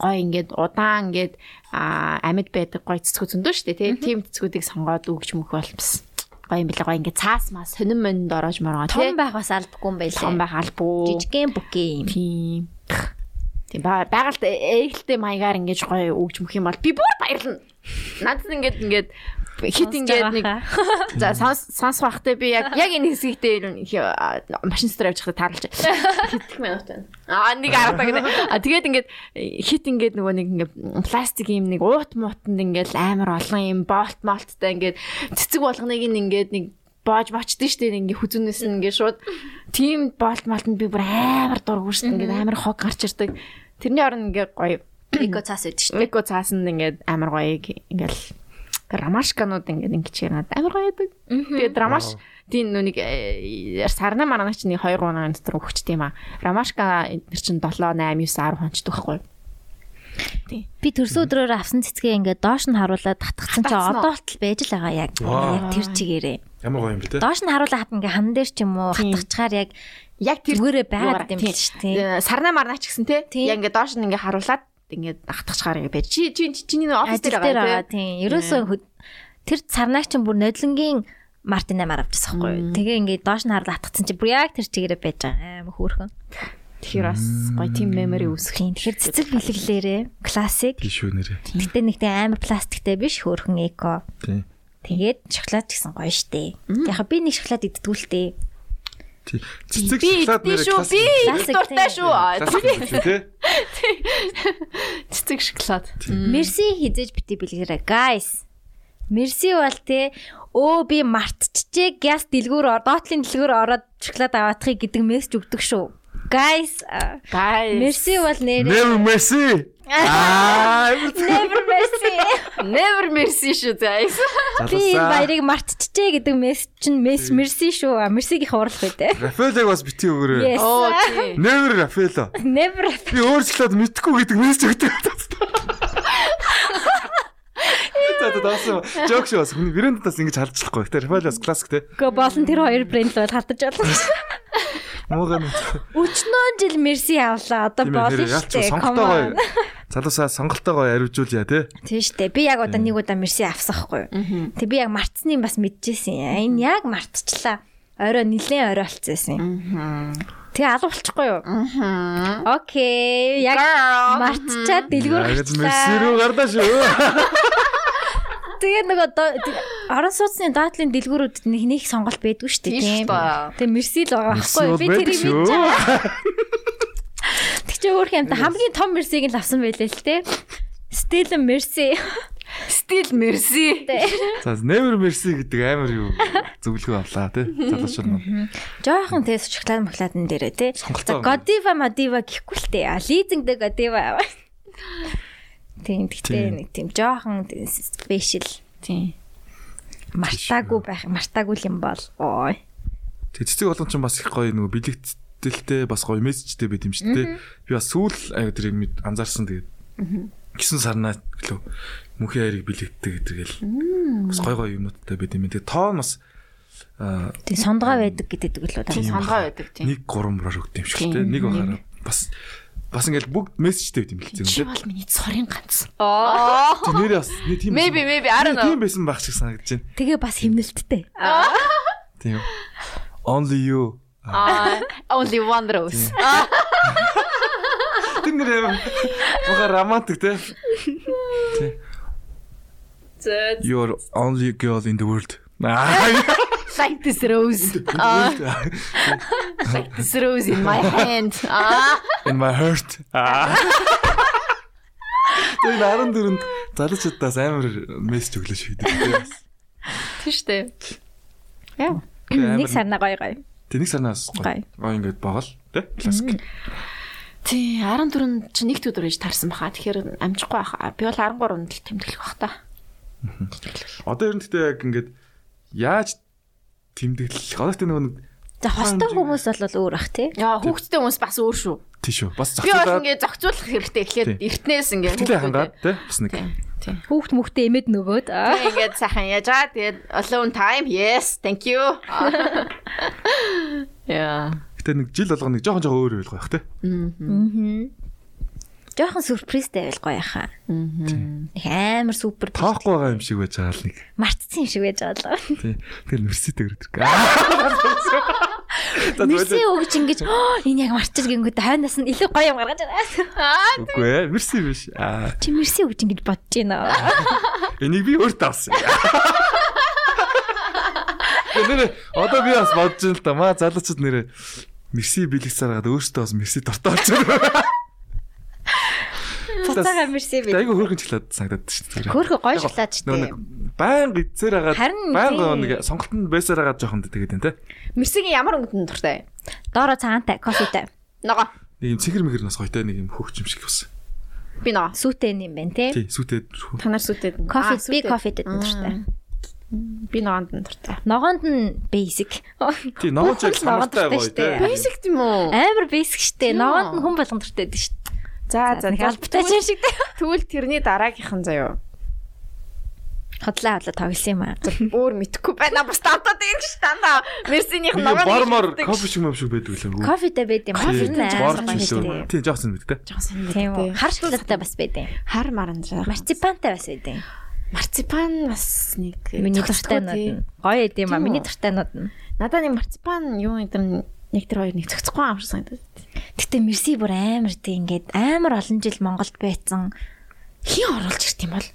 S1: гой ингээд удаан ингээд аа, амьд байдаг гой цэцгүүд зөндөө шүү дээ тийм. Тим цэцгүүдийг сонгоод өгч мөх бол бас гой юм билээ гой ингээд цаас маа сонин монд ороож моргоо
S2: Том
S1: тийм.
S2: байх бас алдгүй юм бэлээ.
S1: Том байх албуу.
S2: Жижигэн бүкэн юм.
S1: Тийм. Тийм ба- байгальд ээлтэй маягаар ингэж гоё өгч мөх юм бол би бүр баярлна. Надад ингэж ингэж хит ингээд нэг за санс санс бахтай би яг яг энэ хэсэгтээ л их, а, машин дотор явж байхдаа таарлаж хитэх минут байна. Аа нэг 10 цаг нэ. А тэгээд ингээд хит ингээд нөгөө нэг ингээд пластик юм нэг уут муутанд ингээд амар олон юм болт молттай ингээд цэцэг болгоныг нь ингээд нэг боож мочдсон шүү дээ ингээ хүзүүнээс нь ингээ шууд тийм болт малтанд би бүр амар дургур шүү дээ ингээ амар хог гарч ирдэг тэрний орн ингээ гоё
S4: Эко цаас өгдөө шүү дээ.
S1: эко цаасан ингээ амар гоёг ингээл рамашканууд ингээ ингээ чигнад амар гоё байдаг тэгээд рамаш тийм нүг сарна маранаач нэг 2 удаа дотор өгчт юм а рамашка эдгээр чинь 7 8 9 10 хончд байхгүй
S2: Би төрсөн өдрөөр авсан цэцгээ ингээд доош нь харуулаад татгцсан чи
S1: Татсан уу?
S2: одоо болтол байж л байгаа яг.
S3: Вау.
S2: Яг тэр чигээрээ.
S3: Ямар гоё юм бэ те.
S2: Доош нь харуулаад хат ингээд хан дээр ч юм уу
S1: Тийм.
S2: хатгачаар яг
S1: яг тэр
S2: Зүгээрээ
S1: юугаараа,
S2: байгаад юм биш тий.
S1: Э, сарна марнаач гэсэн те
S2: Тийм.
S1: яг ингээ доош нь ингээ харуулаад ингээ давтахчгаар ингээ байж чи чи чи- чиний нөө офис дээр
S2: Ажил дээр
S1: байгаа те
S2: байгаа тий. Ерөөсөө хөд- тэр царнаач чинь бүр нодлонгийн Мартин амар авчихсан байхгүй. юу? Тэгээ ингээд доош нь харуулаад татгцсан чи бүр яг тэр чигээрээ байж байгаа. Амар хөөрхөн.
S1: тэгэхээр бас гоё тийм мемори үүсэх
S2: Тийм. Тэгэхээр цэцэг бэлгэлээрээ классик.
S3: Гişүү нэрээ.
S2: Гэтэ нэгтэй амар пластиктэй биш хөөрхөн эко.
S3: Тий.
S2: Тэгээд шоколад ч гэсэн гоё штэ. Яг би нэг шоколад идтгүү л тээ.
S3: Тий. Цэцэг
S1: би
S3: шоколад
S1: иддээ
S3: нэрээ
S1: шүү би
S3: классик.
S1: идэх дуртай шүү Аа,
S3: Классик юм шүү, те.
S1: цэцэг шоколад
S2: Мерси хизээж бити бэлгэрэ guys. Мерси бол те өө би мартчихжээ газ дэлгүүр ор- доотлын дэлгүүр ороод шоколад аваадахыг гэдэг мессеж өгдөг шүү. Guys а,
S1: гай
S2: Мерси бол нэрээ
S3: Never mercy. Аа. ямар ч-
S2: Never mercy.
S1: never mercy шүү guys
S2: Би энэ
S3: Залуусаа.
S2: баярыг мартчихжээ гэдэг мессеж чинь мес- мерси шүү. А, Мерсигийнх урлах үү те.
S3: Рафаэлаг бас бити өгөрөө.
S2: Yes.
S1: оо тий
S3: Never Рафаэло.
S2: Never
S3: Би өөрчлөөд мэдхгүй гэдэг мессеж өгдөг. За за даасан. Жок шоос. Хүний брэндээс ингэж халдчихгүй. Тэр Рафаэлас классик те.
S2: гэ болон тэр хоёр брэнд л бол хатаж болно.
S3: Муугаа мэд.
S2: Өчнөө жил мерси авлаа. Одоо
S3: Тийм ээ.
S2: болно
S3: Яалч
S2: шүү.
S3: сонголтой гоё. Залуусаа сонголтой гоё ариужуулъя те.
S2: Тийм шүү дээ. Би яг одоо нэг удаа мерси авсан хгүй. Тэг би яг мартсны бас мэдчихсэн. А, Энэ яг мартчихлаа. Орой нилээн орой болчихсон юм. Тэг алуу болчихгүй юу? Окей. Яг мартчаад дэлгүүр
S3: Яг л Месси
S2: гарчлаа.
S3: рүү гарлаа шүү.
S2: Тэгээ нөгөө доо- тэг- орон сууцны доотлын дэлгүүрүүдэд нэг нэг сонголт байдгүй шүү дээ.
S1: Тийм шүү дээ.
S2: Тэг мерси л байгаа
S3: Мерси
S2: байхгүй юу?
S3: бол
S2: Би тэрийг
S3: байдаг шүү.
S2: мэдчихэе. Тэг чи өөр хэмтэ хамгийн том мерсиг л авсан байлээ л те. Стелэн мерси.
S1: still mercy
S3: За never mercy гэдэг амар юу зөвлөгөө авлаа те. Залуучууд маань.
S2: Жохон тест шоколад мокладан дээрээ те.
S3: Сонголтоо
S2: За, Godiva Madiva гэхгүй л те. А, Лизингдэг Godiva. Тийм
S3: Тийм.
S2: гэхдээ нэг тийм жохон тийм спешиал
S1: тий
S2: мартаагүй байх мартаагүй юм бол. Ой.
S3: Тэг цэцэг болгон ч бас их гоё нөгөө бэлэгдэлтэй бас гоё мессежтэй байт юм шүү дээ. Би бас сүүл аа тэр юм анзаарсан тэгээд. Гисэн сарнаа гэлөө мөнхийн хайрыг бэлэгддэг гэдэгэл. Бас гоё гоё юмнуудтай байт юм. Тэгээд тоо нь бас аа
S2: Тийм сондгоо байдаг гэдэг л үү.
S1: тий
S2: та.
S1: сонгоо байдаг тий
S3: нэг гурамраар өгд юм шүү
S1: Тийм.
S3: дээ. Нэг бахаараа бас бас ингээл бүгд мессежтэй байт юм л
S1: чи
S3: зэн.
S1: бол миний цорын ганц
S4: Оо.
S3: Тэг нэрээ бас нэг тийм
S1: maybe
S3: байсан-
S1: maybe i don't
S3: Тийм
S1: know
S3: байсан байх шиг санагдаж байна.
S2: Тэгээ бас химнэлттэй.
S3: Тийм. Only you.
S1: Аа, only one rose
S3: Тэр нэр амар уга романтик те. Тэ.
S4: Зөө.
S3: You're only girl in the world. Аа.
S1: like this rose like this rose in my hand Ah. аа
S3: In my heart. Аа. Тэр 14-нд залуучуудаас амар мессеж өглөө шийдэг.
S1: тий штэ
S2: Нэг сарна гоё гоё.
S3: Тэнийг санаас
S2: Гоё.
S3: гоё. Гоё ингээд боогол те. Классик.
S1: тий 14 чи нэг төдөр ээж тарсан баха тэгэхээр амжихгүй баха би бол 13-нд л тэмдэглэх бах та
S3: Одоо ер нь гэдэг яг ингээд яаж тэмдэглэх. Одоо тэ нөгөө нэг
S2: За хостой хүмүүс бол өөр бах те.
S1: яа хүүхдтэй хүмүүс бас өөр шүү
S3: тийш үү. Бас
S1: би бол
S3: зохицуулаад.
S1: ингээ зохицуулах хэрэгтэй эхлээд
S3: Тий.
S1: эртнээс ингээ
S3: Тэлээ хангаад те. Бас нэг.
S1: тий тий
S2: Хүүхд мөхтө эмэд нөгөөд. Аа.
S1: Тэгээ ингээд сайхан яаж аа тэгээд alone time yes thank you яа
S3: Гэтэ нэг жил болгоно нэг жоохон жоохон өөр байх байх те.
S2: Жохон сүрпризтэй байл гоё хаа. Их амар супер
S3: Тоохгүй байгаа юм шиг байж байгаа л нэг.
S2: мартсан юм шиг байж байгаа л.
S3: Тий. Тэгэл мерситэй өрөдөг. Аа. За,
S2: Мерси
S3: тэгвэл-
S2: өгч ингэж "Оо, энэ яг марчил гингүүд хойноос нь илүү гоё юм гаргаж байна.
S3: Үгүй ээ, мерси биш. Аа.
S2: Чи мерси өгч ингэж бодож байна.
S3: Э, Энийг би өөртөө авсан. Нэрээ одоо би бас бодож ин л да. Маа залуучууд нэрээ Мерси билег заргаад өөртөө бас Мерси дортой болчихлоо.
S2: Цуцаага мерси би.
S3: Айгу хөрхөн члээд санагдаад шүү дээ.
S2: Хөрх гоё шоколад ч
S3: Нөгөө
S2: тээ.
S3: нэг баян идсээр хагаад
S2: Харин
S3: баян
S2: тийм.
S3: нэг сонголтонд байсаар хагаад жоохон тэгээд энэ те.
S1: Мерсигийн ямар өнгөнд дуртай?
S2: Доороо цагаантай, кофетэй.
S1: Ногоо.
S3: Нэг юм цэгэр мэгэр нас гойтой нэг юм хөгч юм шиг бас.
S1: Би ногоо.
S2: Сүүтэй юм байна те.
S3: Тий сүтээд хүү.
S1: Танаар сүтэд.
S2: Кофе би кофетэй дуртай.
S1: Би ногоонд нь дуртай.
S2: Ногоонд нь basic.
S3: Тий ногоон чаг
S2: Бүх ногоон
S3: самартай гоё
S2: дуртай
S3: те.
S1: Basic юм уу?
S2: Амар basic штэ.
S1: Тийм
S2: Ногоонд нь
S1: үү?
S2: хүн болгон дуртай дээ штэ.
S1: За за.
S2: нэг албатай юм шиг дээ.
S1: Тэгвэл тэрний дараагийнхан заяо.
S2: Хотлаа хотлаа тоглосон юм аа.
S1: Өөр мэдхгүй байна. Бус дантаад ингэж дантаа. Мерсинийх
S3: Нэг юм
S1: ногоо.
S3: бормор кофе шиг юм шиг байдаг л юм.
S2: Кофетэй байд юм.
S1: Кофе нь
S2: Кофетэй
S3: борч
S2: амар
S3: шүү.
S2: гоё дээ.
S3: Тий жоохсон мэдтэй.
S2: Тийм үү. Хар шоколадтай бас байд юм.
S1: Хар маран жаа.
S2: Марципантай бас байд юм.
S1: Марципан бас нэг
S2: Миний
S1: цогцтой
S2: дуртайнууд
S1: тий.
S2: нь. Гоё байд юм аа.
S1: Тийм үү?
S2: Миний дуртайнууд нь.
S1: Надад нэг марципан юу гэдэг нь нэг тэр хоёр нэг цогцохгүй амар санагдав.
S2: Гэтэ мерси бүр амар дээ ингээд амар олон жил Монголд байсан.
S1: Хин оруулж ирт юм бол?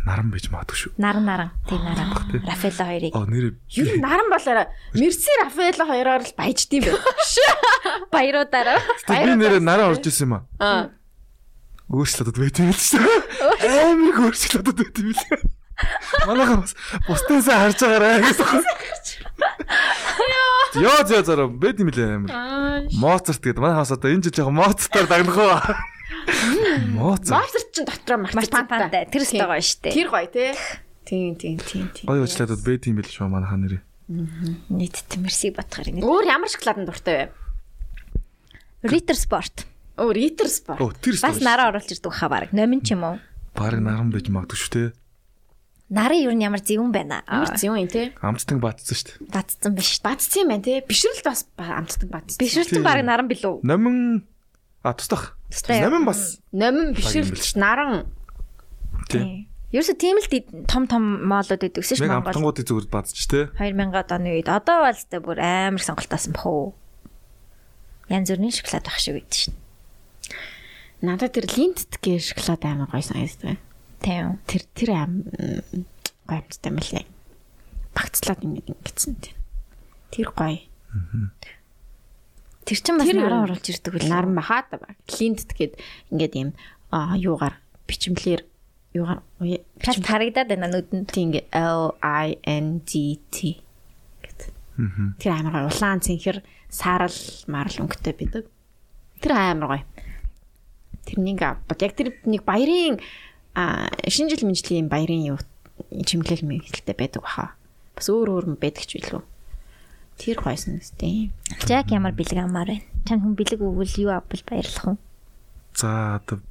S3: Наран байж магадгүй шүү.
S2: Наран наран тийм наран. Рафаэло хоёрыг
S3: Оо нэрээ
S1: Юу н наран болоорой. Мерси Рафаэло хоёроор л баяжд юм байна.
S2: баяруудаараа.
S3: би нэрээ наран орж исэн юм аа.
S1: Аа.
S3: өөрчлөлтөд байдаг л шүү. Амар их өөрчлөлтөд байдаг юм лээ. Манайхан бас бусдаасаа харж байгаарай гэсэн. Яа зөө зөө бэд юм лээ амар. Моцарт гэдэг манай хаас одоо энэ жил жоохон моцартаар дагнах уу? Моцарт
S1: Марцарт ч дотроо марципантай.
S2: Марципантай тэр өстой гоё штэ.
S1: Тэр гоё тий. Тийм тийм тийм тийм.
S3: гоё өөрчлөлтөд байд юм бэл шүү манайхан нэрээ.
S2: нийт мерси бодохоор ингээд.
S1: Өөр ямар шоколад нь дуртай вэ?
S2: Ritter Sport
S1: Өөр Итер спорт.
S3: Оо тэр
S2: бас нараа оруулж ирдэг хаа баг. Номин ч юм уу?
S3: баг наран байж магадгүй шүү те.
S2: Нарын юу нь ямар зэвэн байна. аа.
S1: Ямар зэн юм тий.
S3: Амцтан баатсан шүү дээ.
S2: Бадцсан биш.
S1: Бадцсан байна тий. Бишрэлт бас ба- амтдаг бадц.
S2: Бишрэлтэн
S3: Тийм.
S2: баг наран билүү?
S3: Номин а тусдах.
S2: Тусдах.
S3: Номин бас
S1: Номин
S3: Баг юм бэл
S1: бишрэлт наран
S3: тий.
S2: Ерөөсө тийм л ди- том том моолууд байдаг шээ
S3: Нэг
S2: Монгол.
S3: амтангуудын зүгээр бадчих те.
S2: 2000-аад оны үед одоо бол зөте бүр амар сонголтоосон баху. Янз бүрийн шоколад байх шиг байд шин.
S1: надад тэр линдт гэ шоколад амар гоё санагддаг.
S2: Тийм.
S1: Тэр тэр аим гоё амттай юм лээ. Багцлаад ингэ ингэсэн тий. Тэр гоё.
S2: Тэр чин бас
S1: Тэр юу?
S2: нараа оруулж ирдэг үлээ.
S1: Наран махаад баг. Линдт гэд ингээд юм аа юугаар бичмлэр юугаар уя-
S2: Чад харагдаад байна нүдэнд.
S1: тийм ингээ L I N D T гэдэг. Тэр амар гоё. Улаан цэнхэр саарал марл өнгөтэй бидэг. Тэр амар гоё. Тэр нэг аа, бод яг тэр нэг баярын аа шинэ жил мэнжлийн баярын юу чимглэл мэдлэлтэй байдаг баха. Бас өөр өөр юм байдаг ч билүү. Тэр гойсон гэстэй.
S2: Жак ямар бэлэг амаар байна. Чан хүн бэлэг өгвөл юу авбал баярлах вэ?
S3: За одоо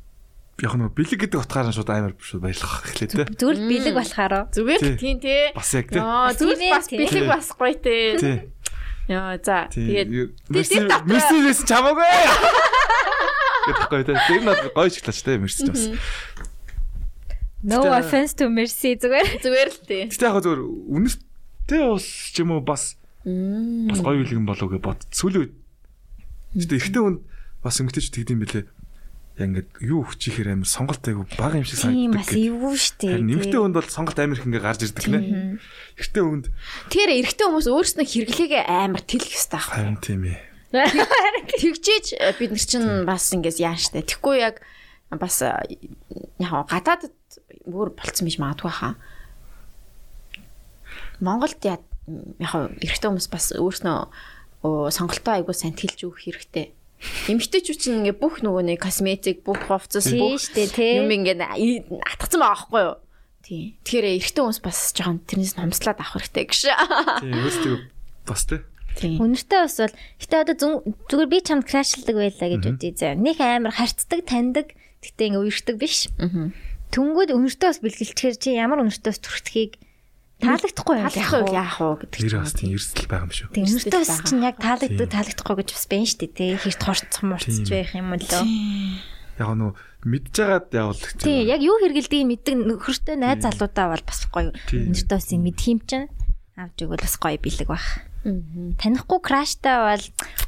S3: яг нэг бэлэг гэдэг утгаар нь шууд амар шууд баярлах эхлэв те.
S2: Зүгээр л бэлэг болохоро.
S1: Зүгээр л
S3: Тий.
S1: тийм тий.
S3: Бас яг те.
S1: Яа,
S2: Тийм
S1: зүгээр л
S2: ээ,
S1: бас
S2: тийм.
S1: бэлэг
S3: Тий.
S1: бас гоё тий.
S3: Тий.
S1: Яа, за. Тэгээд
S3: Тэгээд Мерседес чамаагүй. Гэдэггүй те. Тэр надад гоё шоколад те Мерседес бас.
S2: No
S3: Гэтэ-
S2: offense to Mercy зүгээр.
S1: зүгээр л тий.
S3: Гэтэ яг хөө зөвөр үнэртэй ус ч юм уу бас бас гоё үлгэн болов гэж бод. Сүүлийн үед гэтэ эхтэй хүнд бас эмгтэйч тэгдэм бэлээ. Яг ингээд юу хүчихээр амар сонголт айгу баг юм шиг
S2: Тийм
S3: санагддаг.
S2: бас
S3: гэдэг.
S2: эвгүй штэ.
S3: Харин эмгтэй хүнд бол сонголт амар их ингээд гарч ирдэг нэ. Эхтэй хүнд
S1: Тэр эрэгтэй хүмүүс өөрснөө хэрэглээгээ амар тэлэх ёстой байх.
S3: харин тийм ээ.
S1: Тэгжиж э, бид нар чинь бас ингээс яан штэ. Тэгхгүй яг бас э, яг гадаадд бүр болцсон биш магадгүй хаа. Монголд яг яг эрэгтэй хүмүүс бас өөрснөө оо, сонголтоо айгуу сайн тэлж өгөх хэрэгтэй. Эмэгтэйчүүд чинь ингээ бүх нөгөө нэг косметик, бүх хувцас,
S2: Тийм
S1: бүх
S2: штэ, тий.
S1: юм ингээ атгцсан байгаа байхгүй юу? Тийм. Тэгэхээр эрэгтэй хүмүүс бас жоохон тэрнээс номслаад авах хэрэгтэй гэж.
S3: Тийм өөртөө бас те.
S1: Тийм.
S2: Үнэртэй бас бол гэтээ одоо зүн- зүгээр би чамд крашлдаг байлаа гэж үгүй зэ. Них амар харцдаг, таньдаг, гэтээ ингээ үердэг биш.
S1: Мгм.
S2: Түнгүүд үнэртэй бас бэлгэлчээр чи ямар үнэртэй бас түрхтгийг таалагдахгүй юм
S1: Алах уу яах вэ гэдэг
S3: Нэр
S1: чинь.
S3: бас тийм эрсдэл байгаа юм шүү.
S2: Тэг
S1: Үнэртэй
S2: үнэртэй бас
S1: байгаа.
S2: чинь яг таалагддаг,
S3: Тийм.
S2: таалагдахгүй гэж бас байна штэ тий. Хэрт хорцох, мурцж
S3: Тийм.
S2: байх юм лөө.
S3: Яг нөө мэдчихээд явал гэх
S2: Тий,
S3: юм.
S2: яг юу хэрэгэлдэг мэддэг нөхөртэй найз залуудаа бол бас гоё.
S3: Тийм.
S2: Өндөртөө бас юм мэдх юм чинь авч өгвөл бас гоё бэлэг бах.
S1: Мгм.
S2: Танихгүй краштай бол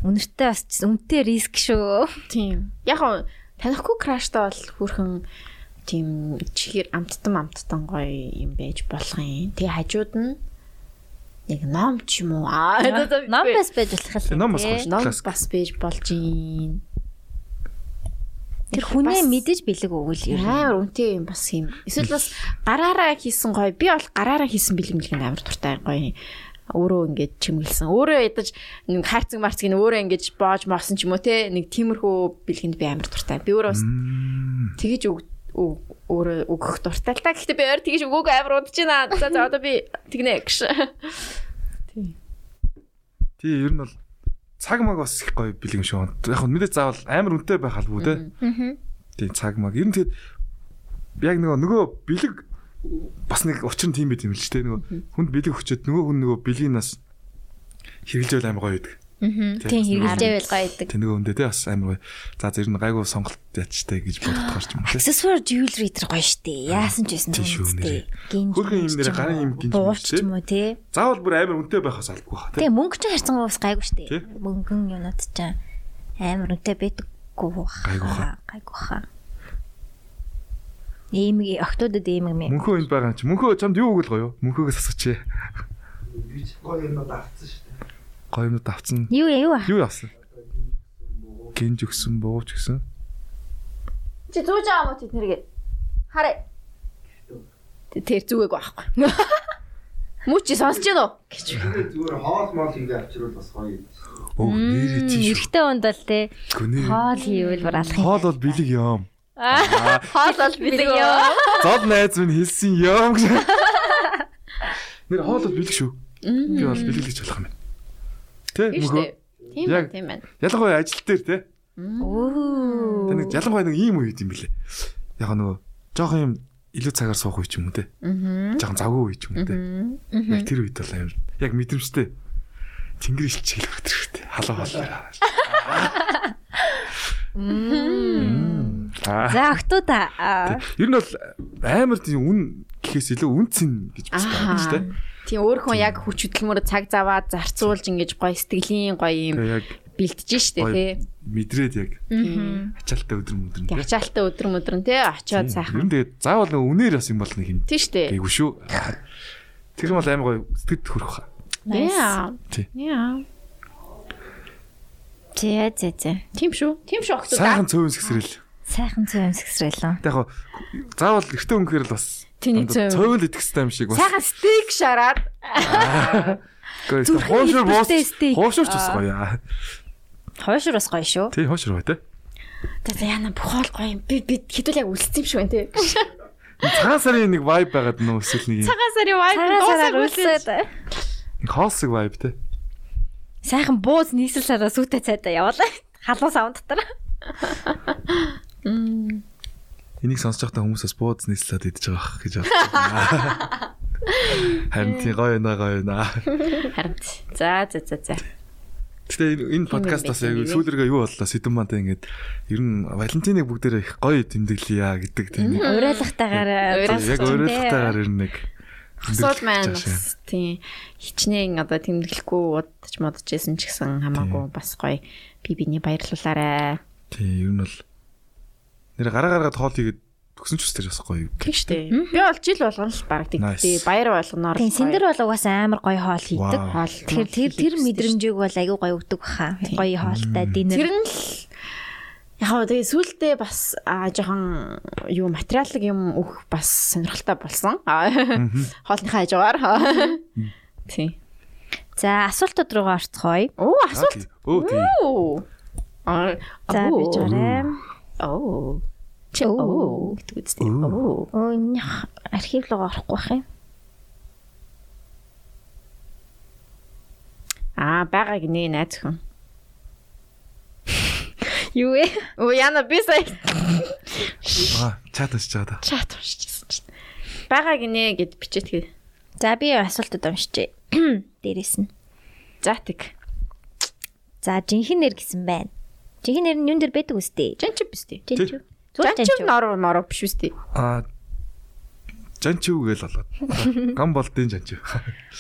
S2: өнөртөө бас үнэтэй риск шүү.
S1: Тийм. Яг хав танихгүй краштай бол хүрхэн тийм чихэр амттан амттан гоё юм байж болох юм. Тэгээ хажууд нь нэг ном ч юм уу. Аа за, за,
S2: Ном
S1: би-
S2: бас байж болох юм.
S3: Ном Э, бас
S2: тий.
S3: байж.
S1: ном
S3: Классик.
S1: бас бэж болж юм.
S2: Тэр хүнээ
S1: Бас-
S2: мэдэж бэлэг өгвөл ер нь.
S1: Амар үнтэй юм бас юм. Эсвэл бас гараараа хийсэн гоё. Би бол гараараа хийсэн бэлэмжлэнд амар дуртай гоё. Өөрөө ингээд чимгэлсэн. Өөрөө ядаж нэг хайрцаг марцгийг өөрөө ингээд боож моосон ч юм уу те. Нэг тиймэрхүү бэлгэнд би амар дуртай. Би өөрөө бас тэгэж өг өг- өөрөө өгөх дуртай л та. Гэхдээ би ойр тэгэж өгөөг амар удаж байна. За за одоо би тэгнэ гэж.
S3: Тий, ер нь бол цаг маг бас их гоё бэлгэм шүү. Яг нь мэдээ заавал амар үнэтэй байх албагүй те. Тий, цаг маг. Ер нь тэгэд яг нөгөө нөгөө бэлэг бас нэг учир нь тийм байт юм л ч те. Нөгөө хүнд бэлэг өчөөд нөгөө хүн нөгөө бэлгийн нас хэрэгжилж байл амар гоё байдаг.
S2: Тийм хэрэгжилж байл гоё идэг.
S3: Тэ нөгөө хүндээ те бас амар гоё. За зэр нь гайгүй сонголт ячтай гэж боддохоор ч юм уу те.
S2: Accessory jewelry тэр гоё штэ. Яасан ч байсан
S3: Тийм шүү, нэрээ.
S2: түүнтэй. Гинж.
S3: Хөрхөн юм нэрээ, гарын юм гинж
S2: Бууч
S3: мэлчтэй.
S2: ч юм уу тий.
S3: Заавал бүр амар үнэтэй байх бас албагүй хаа те.
S2: Тэгээ мөнгө ч харцангуй бас гайгүй штэ.
S3: Тий.
S2: Мөнгөн юунад ч амар үнэтэй байдаггүй баха.
S3: Гайгүй баха.
S2: Гайгүй баха. Эмэг охтуудад эмэг мэ.
S3: Мөнхөө энд байгаа юм чи. Мөнхөө чамд юу өгөл гоё юу? Мөнхөөгөөс асууч. ээ.
S5: гоё юмнууд авцсан шүү дээ.
S3: Гоё юмнууд авцсан.
S2: Юу яа юу аа.
S3: Юу авсан? Гинж өгсөн, бууч өгсөн.
S1: Чи зүүж байгаа мó тэд нэргээ. Хараа. Тэр зүгээг байхгүй. Мөч чи сонсож байна уу? гэж.
S5: Тэгээд зүгээр хоол моол ингэ авчирвал бас гоё юм.
S3: Оо, нэрээ тийш.
S2: Эрэгтэй хүнд бол тий.
S3: Гүнээ.
S2: Хоол хийвэл бүр алах юм.
S3: Хоол бол бэлэг юм.
S1: Хоол бол бэлэг ёо.
S3: Зод найз минь хэлсэн юм гэж. Нэр хоол бол бэлэг шүү. Би бол бэлэг л гэж болох юм байна. Тэ мөхөө.
S1: Тийм байна,
S3: Яг.
S1: тийм байна.
S3: Ялангуяа ажил дээр те.
S2: Оо.
S3: Тэ нэг ялангуяа нэг ийм үед юм бэлээ. Яг нөгөө жоох юм илүү цагаар суух үе ч юм уу те.
S1: Аа.
S3: Жохон завгүй үе ч юм уу те. Яг тэр үед бол амар. Яг мэдрэмжтэй. Тэнгэр илчээл өгдөрхтэй. Халаа хоолоо. Аа.
S2: За охтуудаа. аа.
S3: Ер нь бол амар тийм үн гэхээс илүү үнцэн гэж бас байгаа ч тийм.
S1: Тийм өөр хүн яг хүч хөдөлмөр цаг заваад зарцуулж ингэж гоё сэтгэлийн гоё юм
S3: Тэгээ яг
S1: бэлтэж штэ
S3: Гоё.
S1: тий.
S3: мэдрээд яг
S1: Тийм.
S3: ачаалтаа өдөр мөдөр нь.
S1: Тэг ачаалтаа өдөр мөдрөн тий очоод
S3: Ер
S1: сайхан.
S3: нь тэгээд заавал нэг үнээр бас юм бол нэг юм.
S1: Тий штэ.
S3: Гэйгүй шүү. Тэр юм бол амар гоё сэтгэд хөрөх хаа.
S1: Яа.
S3: Тий.
S1: Яа.
S2: Зэ зэ зэ.
S1: Тийм шүү. Тийм шүү охтууд.
S3: Сайхан цөөнс гисрэл.
S2: Сайхан зүй юмс гисрэлэн.
S3: Тэг яг заавал эртөө өнгөхөр л бас
S1: Тэний цөөн.
S3: цөөвөл идэх хэвээр юм шиг бас.
S1: Сайхан стейк шараад
S3: Гоё.
S2: зүрхэн
S3: Хоошур
S2: идэх
S3: буус.
S2: үстэй стейк.
S3: Хоошур ч бас гоё аа.
S2: Хойшур бас гоё шүү.
S3: Тий, хоошур гоё те.
S1: за за, яана бүх хоол гоё юм. Би би хэдүүл яг үлдсэн юм шүү байна тий.
S3: Цагаан сарын нэг vibe байгаад нөө эсвэл нэг юм.
S1: Цагаан сарын vibe
S2: Цагаан сараар
S1: үлдээд.
S2: үлсээд.
S3: Нэг хоолсыг vibe те.
S2: Сайхан бууз нийслэл сараа сүйтэй цайдаа явуулаа. Халуун савн дотор.
S3: Энийг сонсож байхдаа хүмүүс бас бууз нийслээд идэж байгаа гэж бодсон. Харин тий гоё наа гоё наа.
S1: Харин. За за за за.
S3: Гэтэ энэ- энэ подкаст бас яг
S1: байсан юм бэ?
S3: сүүлэргээ юу боллоо сэдэн мантай ингээд ер нь Валентиныг бүгдээрээ их гоё тэмдэглэе гэдэг тийм нэг.
S2: Урайлахтайгаар
S1: Урайлах.
S3: Яг өөрөлдөлтөөр ер нь нэг
S1: Асуул
S3: тэмдэглэж
S1: маань
S3: байгаа шээ.
S1: бас тийм хичнээн одоо тэмдэглэхгүй удаж модажсэн ч гэсэн хамаагүй бас гоё би биний баярлуулаарэ.
S3: Тийм ер нь бол нэр гараа гаргаад хоол игээд төгсөн ч үстэй бас гоё.
S1: Тэг штэ. Би бол жил болгоно л баг тэгтээ
S3: Nice.
S1: баяр болгоноор
S2: Тийм сэндэр бол угаасаа амар гоё хоол хийдэг.
S3: Вау.
S1: хоол.
S2: Тэр тэр тэр мэдрэмжийг бол аягүй гоё өгдөг хаа. Гоё хоолтой
S1: Тэр
S2: динер.
S1: нь л яг гоо тэгээ сүултдээ бас аа жоохон юу материалог юм өөх бас сонирхолтой болсон. Аа, Хоолныхаа хажуугаар. Тийм.
S2: За асуултууд руугаа орцгоё.
S1: Оо асуулт.
S3: Оо тийм.
S1: Оо. Аа.
S2: За
S1: оо.
S2: бич орой.
S1: Оо. Чи оо гэдэг үстэй. Оо.
S2: Өө нях архив руугаа орохгүй бах юм.
S1: Аа, байгаа гинэ найз хүн.
S2: Юу вэ?
S1: Оо, яна би сая
S3: Аа чат очиж байгаа да.
S1: чат уншижсэн чинь. Байгаа гинэ гэд бичээд хээ.
S2: За би асуултууд уншчээ. Дээрээс нь.
S1: За тэг.
S2: За жинхэнэ нэр гэсэн байна. Жинхэнэ нэр нь юун дээр байдаг үстэй?
S1: Жанчив биз дээ.
S2: Жинчүү.
S1: Жанчив нор мор биш биз дээ.
S3: Аа Жанчив гээл болоод. Гам болдын жанчив.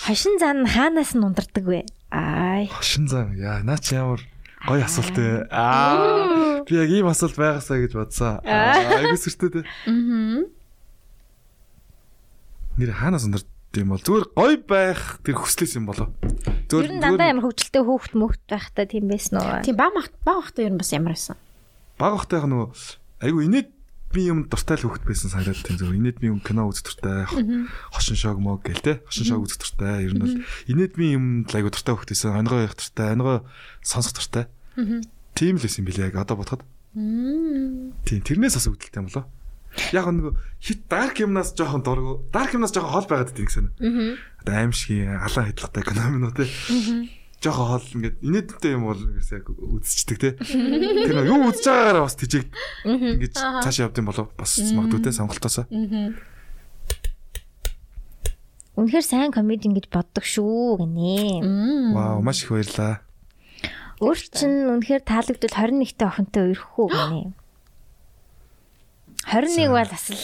S2: Хошин зан хаанаас нь ундардаг вэ? Аа.
S3: Хошин зан яа наа чи ямар гоё асуулт ээ. Аа би яг ийм асуулт байгаасаа гэж бодсон. Аа айгу сүртэй те.
S1: Аа.
S3: Нэр хаанаас өндөр Тийм бол зүгээр гоё байх тэр хүслээс юм болоо.
S2: Ер нь дандаа ямар хөвгөлтэй хөөхт мөхт байхдаа тийм байсан уу?
S1: Тийм баг мах- баг багтаа ер нь бас ямар байсан.
S3: баг ахтай яг нөгөө айгу инээд би юм дуртай л хөвгт байсан санагдал тийм зөв инээд би юм кино үз дуртай хошин шог мог гэл те хошин шог үз дуртай ер нь бол инээд би юм л айгу дуртай хөвгт байсан оногоо явах дуртай оногоо сонсох дуртай тийм л байсан юм билээ яг одоо бодоход тийм тэрнээс бас үүдэлтэй юм болоо яг нөгөө хит дарк юмнаас жоохон дургу дарк юмнаас жоохон хол байгаад байдаг гэсэн одоо аим шиг алан хэдлэгтэй кино минь үү те жоохон хол ингээд инээдтэй юм бол гэсэн яг үзчихдэг те тэр нөгөө юу үзэж байгаагаараа бас тижээг ингэж цааш явдсан болов бас магадгүй те сонголтоосоо
S2: Үнэхээр сайн комеди ингэж боддог шүү гинэ.
S3: вау маш их баярлаа
S2: Өөр чинь үнэхээр таалагдвал 21-т охинтой өрхөх үү гинэ. 21 бол бас л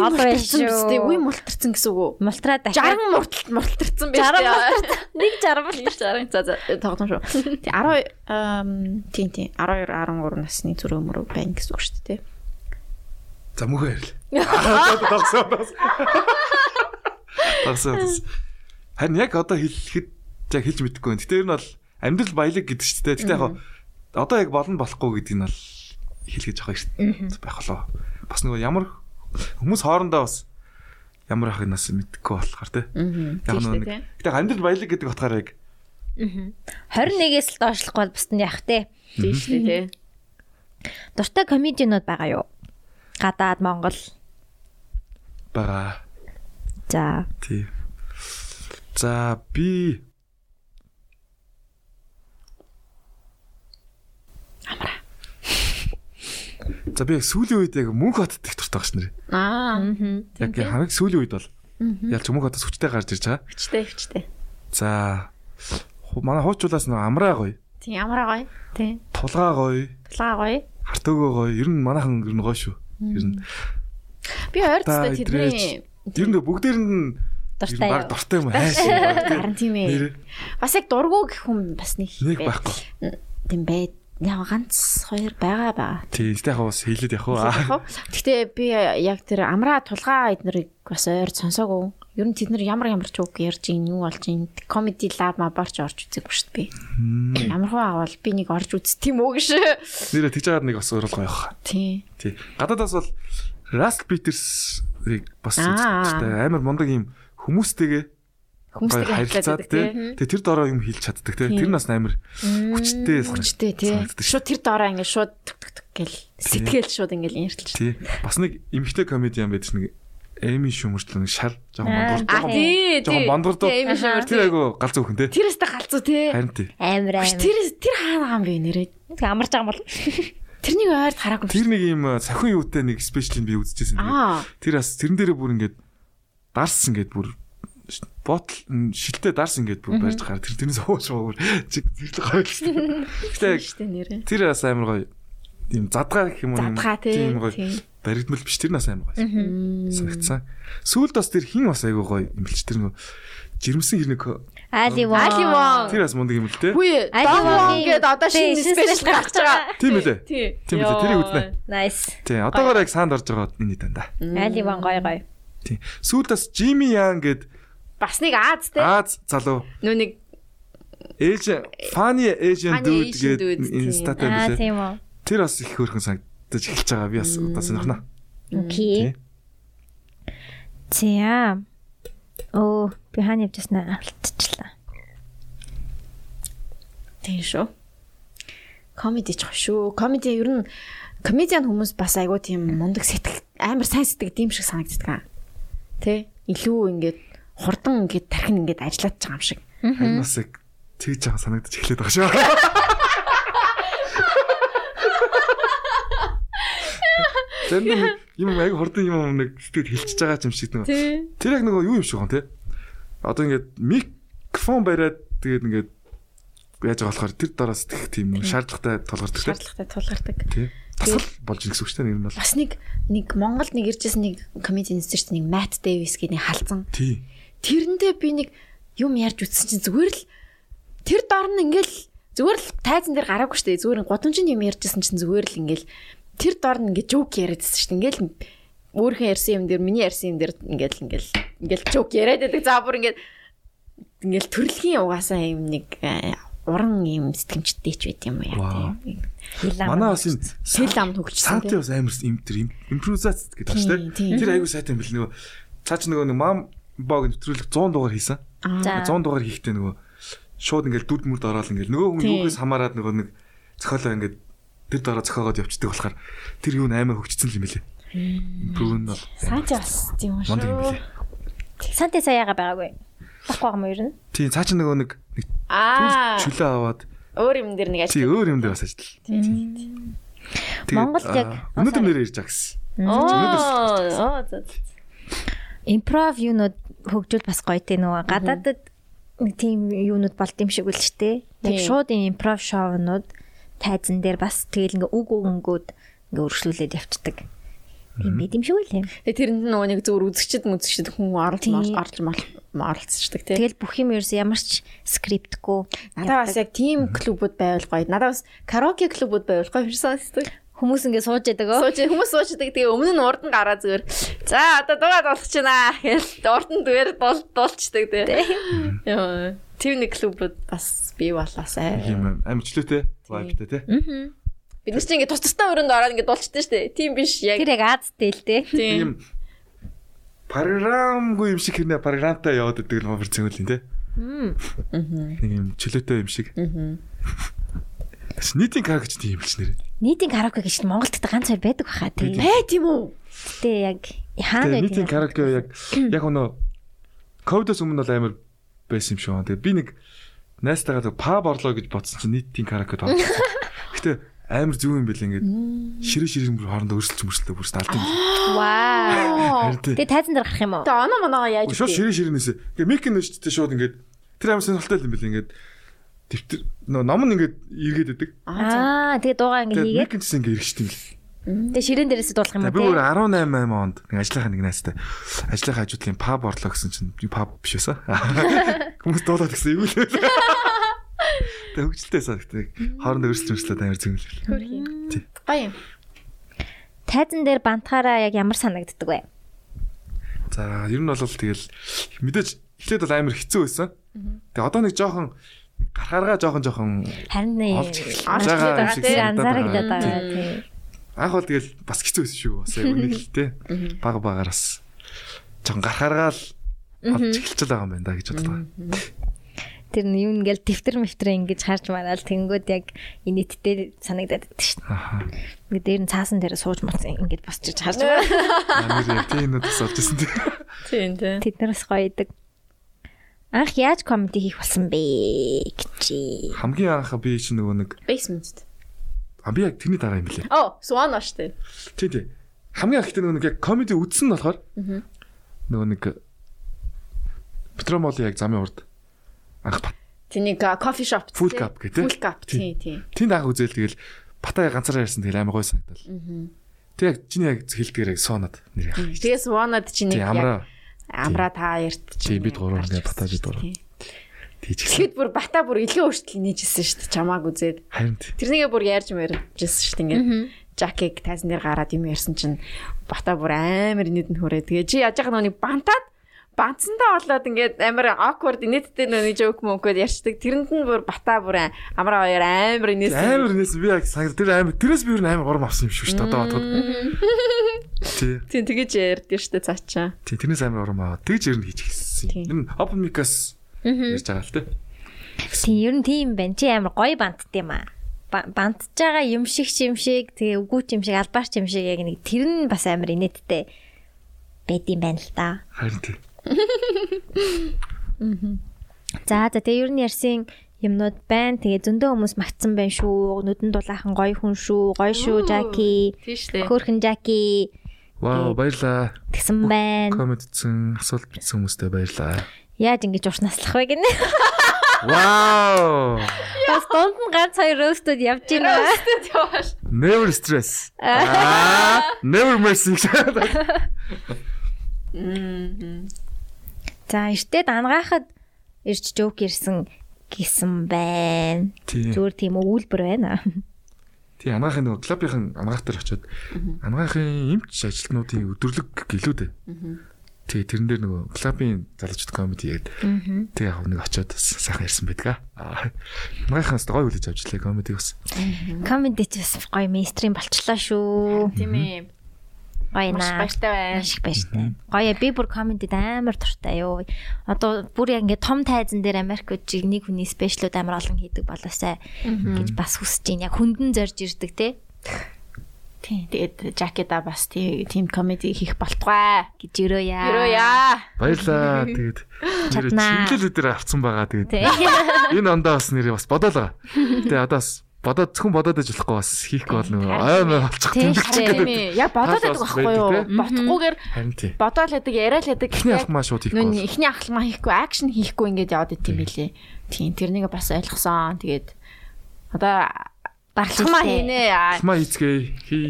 S2: хол байж шүү.
S1: Үгүй мултарцсан гэсэн үг үү?
S2: мултраа дахиад
S1: 60 мулт мултарцсан байж
S2: 60
S1: тээ.
S2: нэг 60 мултраа.
S1: 60 за за тоглоом шүү. Тий 10 ам, тий тий 12 13 насны зүрх өмөрөв байна гэсэн үг шүү дээ. тий.
S3: за мөхөө баярлаа дагсаа бас дагсаа бас харин яг одоо хэлэхэд яг хэлж мэдэхгүй байна гэтээ ер нь бол амьдрал баялаг гэдэг шүү дээ гэтээ яг хоо- одоо яг болно болохгүй гэдэг нь бол хэлгэж байгаа эрт байх болоо бас нөгөө ямар хүмүүс хоорондоо бас ямар ахыг нас мэдэхгүй болохоор те яг
S1: Тийм шүү
S3: нөгөө
S1: дээ. тий.
S3: гэтээ амьдрал баялаг гэдэг утгаараа яг
S2: 21-ээс л доошлох бол бусд нь явах те.
S1: Тийм шүү дээ. тий.
S2: Дуртай комединууд байгаа юу? Гадаад Монгол.
S3: байгаа
S2: За,
S3: Тий. За би Амра. За би яг сүүлийн үед яг мөнх хотод их дуртай багш нарыг.
S1: Аа.
S3: Яг хамгийн сүүлийн үед бол ялч мөнх хотоос хүчтэй гарч ирж байгаа.
S1: Хүчтэй хүчтэй.
S3: За ху- манай хуучуулаас нэг амраа гоё,
S1: Тийм ямар гоё. Тий.
S3: тулгаа гоё,
S1: Тулгаа гоё.
S3: харт өгөө гоё. Ер нь манайхан ер нь гоё шүү. Ер нь
S1: Би ойр
S3: Та
S1: төстэй тэдний
S3: ер нь бүгдээр нь ер нь
S2: дуртай
S3: баг
S2: юу?
S3: дуртай юм хайш. баг тий.
S1: Харин тийм ээ.
S3: Нэр
S1: Бас яг дургуу гэх хүн бас нэг
S3: нэг
S1: бай-
S3: байхгүй.
S1: Тийм бай. Яг ганц хоёр байгаа баа.
S3: Тий, ихтэй хавас хэлээд явах уу. Аа.
S1: Гэхдээ би яг тэр амраа тулгаа эднэрийг бас ойр сонсоогүй. Ер нь тэд нар ямар ямар ч үг ярьж ийн юу болж ийн комеди лаб ма барч орж үзээгүй шүү дээ би. Ямар хөө аавал би нэг орж үз тийм үү гэж.
S3: Нэрэ тэгж аваад нэг бас уралгаа явах.
S1: Тий.
S3: Тий. Гадаадаас бол Russell Peters-ыг бас
S1: Аа.
S3: үзчихтэй амар мундаг юм хүмүүстэйгээ
S1: Хүмүүстэй
S3: гоё
S1: харилцаад
S3: харилцаад
S1: байдаг,
S3: тий. Тэгээ тэр дороо юм хэлж чаддаг тий. Тэр нас амар хүчтэй
S1: Хүчтэй тий.
S3: санагддаг.
S1: Шууд тэр доороо ингээд шууд төг төг төг гэл сэтгэл шууд ингээд ярьталч.
S3: Тий. Бас нэг эмхтэй комедиан байдаг нэг Эми шүмэрчлэн шар жоохон
S2: Аа.
S3: бондорд.
S1: А тий тий.
S3: Жоохон бондорд.
S1: Тий, Amy Schumer, тий.
S3: Тэр айгу галзуу хүн тий.
S1: Тэрэс та галзуу тий.
S3: Харин тий.
S2: Амар
S1: Биш,
S2: амар.
S1: Тэр тэр хаана гам бэ нэрээ.
S2: Амарч байгаа юм бол.
S1: Тэрнийг ойрд хараагүй.
S3: Тэр
S1: шүү.
S3: нэг юм э, сахин юутай нэг спешиал би үзчихсэн. Тэгээд
S1: Аа.
S3: Тэр бас тэрэн дээрээ бүр ингээд дарс ингээд бүр ш- ботл м, шилтэй дарс ингээд бүр барьж гараа тэр тэрнээс хоош бүр чиг зэрлэг хойлсон. Гэтэ яг
S1: Штэ нэрээ.
S3: тэр бас амар гоё юм задгаа гэх юм уу юм,
S1: Задгаа, тий,
S3: тийм гоё
S1: тий.
S3: баригдмал биш тэр нас амар гоё санагдсан. Сүүлд бас тэр хин бас айгүй гоё юм билч тэр нөгөө жирэмсэн хэрнэг
S2: Али Вон.
S1: Али Вон.
S3: тэр бас мундаг юм л те.
S1: Хүй,
S2: Али
S1: Дон
S2: Вонгийн-
S1: гээд одоо
S2: тий,
S1: шинэ спешиал гарч байгаа.
S3: Тийм үлээ.
S1: Тий.
S3: Тийм үлээ тэрийг үзнэ.
S2: Nice.
S3: Тий одоогоор яг саанд орж байгаа энэ дандаа.
S2: Али Вон гой гой.
S3: Тий сүүлд бас Jimmy Yang гээд
S1: Бас нэг Аз те.
S3: Аз залуу
S1: Нүү нэг
S3: Asian funny Asian
S1: Funny
S3: dude
S1: Asian
S3: гэдэг
S1: dude, тийм.
S3: инстатай
S2: Аа
S3: билээ.
S2: тийм үү.
S3: Тэр бас их хөөрхөн санагдаж эхэлж байгаа. Би бас удаа сонирхнаа.
S2: Окей. Тийм. Оо, би хаана явжсэн аа алдчихлаа.
S1: тийм шүү. Комеди ч гоё шүү. Комеди ер нь комедиан хүмүүс бас айгүй тийм мундаг сэтгэл амар сайн сэтгэл дим шиг санагддаг. аа. Тэ? Илүү ингээд хурдан ингээд тархин ингээд ажиллаад байгаа юм шиг.
S3: Харин бас яг тэгж байгаа санагдаж эхлэдэг байгаа шүү. Тэнд юм яг хурдан юм нэг сэтгэл хилчиж байгаа юм шиг нэг.
S1: Тэ.
S3: Тэр яг нөгөө юу юм шиг гон те. Одоо ингээд микрофон бариад тэгээд ингээд яаж байгаа болохоор тэр дараа сэтгэх тийм шаардлагатай толгордог те.
S1: Шаардлагатай тулгардаг.
S3: Тий. Тасал болж ирэх гэсэн үг шүү дээ нэр нь бол.
S1: Бас нэг нэг Монголд нэг иржсэн нэг комеди институт нэг Matt Davis гэдэг нэг халзан
S3: Тий.
S1: тэрэндээ би нэг юм ярьж үтсэн чинь зүгээр л тэр дор нь ингээл зүгээр л тайзан дээр гараагүй штэ зүгээр нь гудамжинд юм ярьжсэн чинь зүгээр л ингээл тэр дор нь ингээд жоок яриадсэн штэ ингээл өөрийнхөө ярьсан юм дээр миний ярьсан юм дээр ингээл ингээл ингээл жоок яриад байдаг. За бүр ингээд ингээл төрөлхийн угаасаа юм нэг э, уран юм сэтгэмжтэй ч байт юм яа.
S3: Вау.
S1: тийм.
S3: Манай бас юм
S1: Сэл амд хөгжсөн.
S3: Сантай бас амар им тэр импровизац гэдэг тааш
S1: Тийм, тийм.
S3: тий. Тэр айгүй сайтай юм бэл нөгөө цаа чи нөгөө нэг мам баг нэвтрүүлэх 100 дугаар хийсэн.
S2: За.
S3: 100 дугаар хийхдээ нөгөө шууд ингээл дүд мөрд ороод ингээл нөгөө хүн
S1: Тийм.
S3: юугаас хамаарад нөгөө нэг зохиолоо ингээд тэр дараа зохиогоод явчихдаг болохоор тэр юу нээр хөгжсөн л юм бэлээ. Импров нь бол
S2: Санти бас тийм шүү.
S3: мундаг юм бэлээ.
S2: Санти саяга байгаагүй. Баггүй юм ер нь.
S3: Тий цаа чи нөгөө нэг нэг
S1: Аа.
S3: чөлөө аваад
S1: Өөр юм дээр нэг
S3: тий
S1: ажил.
S3: өөр юм дээр бас ажил. Тэгээд,
S2: Монголд яг
S3: аа, өнөөдөр нэр ирж байгаа гэсэн.
S1: Оо. Оо.
S2: Импров юунууд хөгжүүл бас гоё те нөгөө гадаадд нэг тийм юунууд болд юм шиг үл ч те. Яг
S1: Тийм.
S2: шууд энэ импров шоунууд тайзан дээр бас тэгэл ингээ үг өгөнгүүд ингээ өргөжлүүлээд явцдаг. Ийм байд юм шиг үл юм.
S1: Тэгээ тэрэнд нь нөгөө нэг зөвөр үзэгчд мүзэгчд хүн оролж
S2: Тийм.
S1: мал- орж мал- оролцдог тий.
S2: Тэгэл бүх юм ерөөс ямар ч скриптгүй.
S1: Надаа бас яг тийм клубуд байвал гоё. Надаа бас караоке клубуд байвал гоё хэрсэн сонсдог.
S2: хүмүүс ингээ сууж яадаг.
S1: Сууж хүмүүс суучдаг тэгээ өмнө нь урд нь гараа зүгээр. За одоо дугаад болчихнаа гэхэл урд нь зүгээр дуул дуулцдаг тий. Яа. Тийм нэг клубуд бас бий болоосай.
S3: Ийм амичлөөтэй vibe-тэй тий.
S1: Бид нар чинь ингээ тус тустай өрөнд ороод ингээ дуулцдаг шүү дээ. Тийм биш яг.
S2: Тэр яг Азтэй л те.
S1: Тийм.
S3: Ийм програмгүй юм шиг хэрнээ програмтай яваад идэг л мөр зэнгүүлийн тий. Нэг юм чөлөөтэй юм шиг. Бас нийтийн кар гэж тийм юм ч нэр.
S2: Нийтийн караоке гэж Монголд та ганц хоёр байдаг байхаа тий.
S1: Бай тийм үү?
S2: Гэтэ яг хаана
S3: Тэгээ
S2: байдаг
S3: нийтийн
S2: юм?
S3: караоке яг яг өнөө ковидос өмнө бол амар байсан юм шиг байна. Тэгээ би нэг найстайгаа тэг паб орлоо гэж бодсон чинь нийтийн караоке тоглосон. Гэтэ амар зөв юм бэл ингээд ширээ ширээ мөр хоорондоо өрсөлдөж мөрсөлдөж бүр талтын.
S2: Вау.
S3: Харин тий.
S2: Тэгээ тайзан дээр гарах юм уу?
S1: Тэгээ оноо моноогоо яаж
S3: Шууд
S1: вэ?
S3: ширээ ширээнээс. Тэгээ мик нэштэй шууд ингээд тэр амар сонирхолтой юм бэл ингээд дэвтэр нөө ном нь ингээд эргээд идэг.
S2: Аа, тэгээ дуугаа ингээ хийгээд
S3: Тэгээ мик нь ч ингээд эргэжтэй юм бэл.
S2: тэгээ ширээн дээрээс дуулах юм
S3: За
S2: уу
S3: би өөр
S2: тий?
S3: 18 8 онд нэг ажлынхаа нэг найзтай ажлынхаа хажуудлын паб орлоо гэсэн чинь би паб биш байсан. Хүмүүс дуулаад гэсэн юм л. Тэгээ хөвгөлтэй санагддаг. Хоорондоо өрсөлдөж өрсөлдөд амар зэмлэл.
S1: Гоё юм.
S2: Тайзан дээр бантахаараа яг ямар санагддаг вэ?
S3: За ер нь бол тэгэл мэдээж эхлээд бол амар хэцүү байсан. Тэгээ одоо нэг жоохон гархааргаа жоохон жоохон
S2: Харин нэ.
S3: олж эхэлж
S1: Олж эхэлж
S3: байгаа юм
S1: байгаа
S3: шиг
S1: тий,
S2: Тэр
S3: санагдаад
S2: анзаарагдаад
S3: байгаа.
S2: байгаа тий.
S3: Анх бол тэгэл бас хэцүү байсан шүү. Бас яг үнэ хэлтэй. Бага багаараас жоохон гархааргаал олж эхэлчихэл байгаа юм байна да гэж боддог.
S2: Тэр нь юу нэгэл тэмтэр мэвтрэ ингэж харж мараал тэнгүүд яг инэттэй санагдаад байдаг шин.
S3: Ахаа.
S2: Ингээ дээр нь цаасан дээр сууж муцсан ингэж босчих харж байгаа.
S3: Амир яг тийм нүд тусалж ирсэн тийм.
S1: Тийм тий.
S2: Тэд нар бас гоё идэг. Анх яаж комеди хийх болсон бэ гэж.
S3: Хамгийн анх би чинь нөгөө нэг
S1: Basement.
S3: а би яг тэрний дараа юм билээ.
S1: Оо, Swan штэ.
S3: Тий тий. Хамгийн анх тэр нөгөө нэг яг комеди үзсэн нь болохоор нөгөө нэг Петромоли яг замын урд анх бат-
S1: Тэнийг кофе шоп.
S3: Full cup гэдэг.
S1: Full cup. Тий, тий.
S3: Тий. тэнд анх үзэл тэгэл батаа ганцаараа ярьсан тэгэл амар гой санагдал. Тэг яг чиний яг хэлдгээр яг соонод нэр яах.
S1: Тэгээс Swan-д чи нэг
S3: Тий
S1: яг
S3: амраа
S1: амра та ярт
S3: Тий, бид гурав ингээд батаа бид гурав.
S1: Тэгэхэд
S3: тийжсэн.
S1: бүр бата бүр илүү өөрчлөл нээжсэн шүү дээ. Чамааг үзээд.
S3: Харин тий.
S1: Тэрнийгээ бүр ярьж мэржсэн шүү дээ ингээд. Жакиг тайзан дээр гараад юм ярьсан чинь бата бүр амар нийт нь хүрээ. Тэгээ чи яаж яах нүг бантаад банцсандаа болоод ингээд амар awkward нийтдээ нүг жоок мөнгөд ярьцдаг. Тэрэнд нь бүр бата бүр амра хоёр амар нийсэн.
S3: Амар нээсэн би яг санагд тэр амар тэрээс би юу амар горм авсан юм шүү шүү дээ одоо бодоход. Тий.
S1: Тий, тэгэж ярьдээ шүү дээ цаачаа.
S3: Тий, тэрнээс амар урам аваад тэгж ер нь хийж эхэлсэн.
S1: Тий.
S3: Ер нь Open Mic-аас ярьж байгаа л тий.
S2: Тийм ер нь тийм байна. Чи амар гоё бантд юм аа. Ба- Бантж байгаа юм шиг ч юм шиг тэгээ үгүй ч юм шиг албаар ч юм шиг яг нэг тэр нь бас амар инэттэй байд юм байна л да.
S3: Харин тий.
S2: За за тэгээ ер нь ярьсан юмнууд байна. Тэгээ зөндөө хүмүүс магтсан байна шүү. Нүдэн дулаахан гоё хүн шүү. Гоё шүү Жаки.
S1: Тийш дээ.
S2: Хөөхөн Жаки
S3: Вау, баярлаа.
S2: тэгсэн байна.
S3: Коммент хийсэн, асуулт бичсэн хүмүүстээ баярлаа.
S2: Яаж ингэж урснаслах вэ гинэ?
S3: Вау!
S2: Бас донд нь ганц хоёр рөөстүүд явж байна.
S3: Never stress. Аа, Never mercy.
S2: За эртээ дангахад ирж жоок ирсэн гэсэн байна.
S3: Тий.
S2: Зүгээр тийм өвүүлбэр байна.
S3: Тийм амгаахын нөгөө клубын амгаах дээр очиод амгаахын эмч ажилтнуудын өдөрлөг гэлөөд. Тэгээ тэрэн дээр нөгөө клубын залуучууд комеди яг тэгээ яг нэг очиод сайхан ярьсан байдаг аа. Амгаахаас гой хүлээж авч ирлээ комеди бас.
S2: Комеди ч бас гоё мейнстрим болчлоо шүү.
S1: Тийм ээ.
S2: Гоё
S1: Маш
S2: наа.
S1: баяртай байна.
S2: Маш их баяртай. Гоё ээ. би бүр комедид амар дуртай юу. Одоо бүр яг ингээд том тайзан дээр Америкч нэг хүний спешлүүд амар олон хийдэг болоосай гэж бас хүсэж байна. Яг хүндэн зорж ирдэг те
S1: Тийм. Тэгээд жакета бас тий- тийм комеди хийх болтугай.
S2: гэж өрөөя.
S1: Юуя.
S3: Баярлаа. Тэгээд нэр
S2: Чаднаа.
S3: чиглэл өдөр авцсан байгаа. Тэгээд
S2: Тэ.
S3: энэ ондоо бас нэрээ бас бодоолаа. Тэгээд одоо бас бодоод зөвхөн бодоод аж болохгүй бас хийхгүй бол нөгөө ой мой болчих
S2: Тийм
S3: тэмдэгч
S2: шүү.
S3: гэдэг.
S1: Тийм. Яг бодоод байдаг
S3: Таас бас
S1: байхгүй юу?
S3: байдаг, тий?
S1: Бодохгүйгээр
S3: Харин тийм.
S1: бодоод л байдаг, яриад л байдаг.
S3: Эхний
S1: Яг
S3: ахмаа шууд хийхгүй.
S1: Нүн
S3: бол.
S1: эхний ахлмаа хийхгүй, акшн хийхгүй ингээд яваад идэв билээ. Тийм, тэрнийг бас ойлгосон. Тэгээд одоо дарахмаа
S2: Хэрэгтэй.
S1: хийнэ. Аа,
S3: Ахмаа хийцгээе. Хий.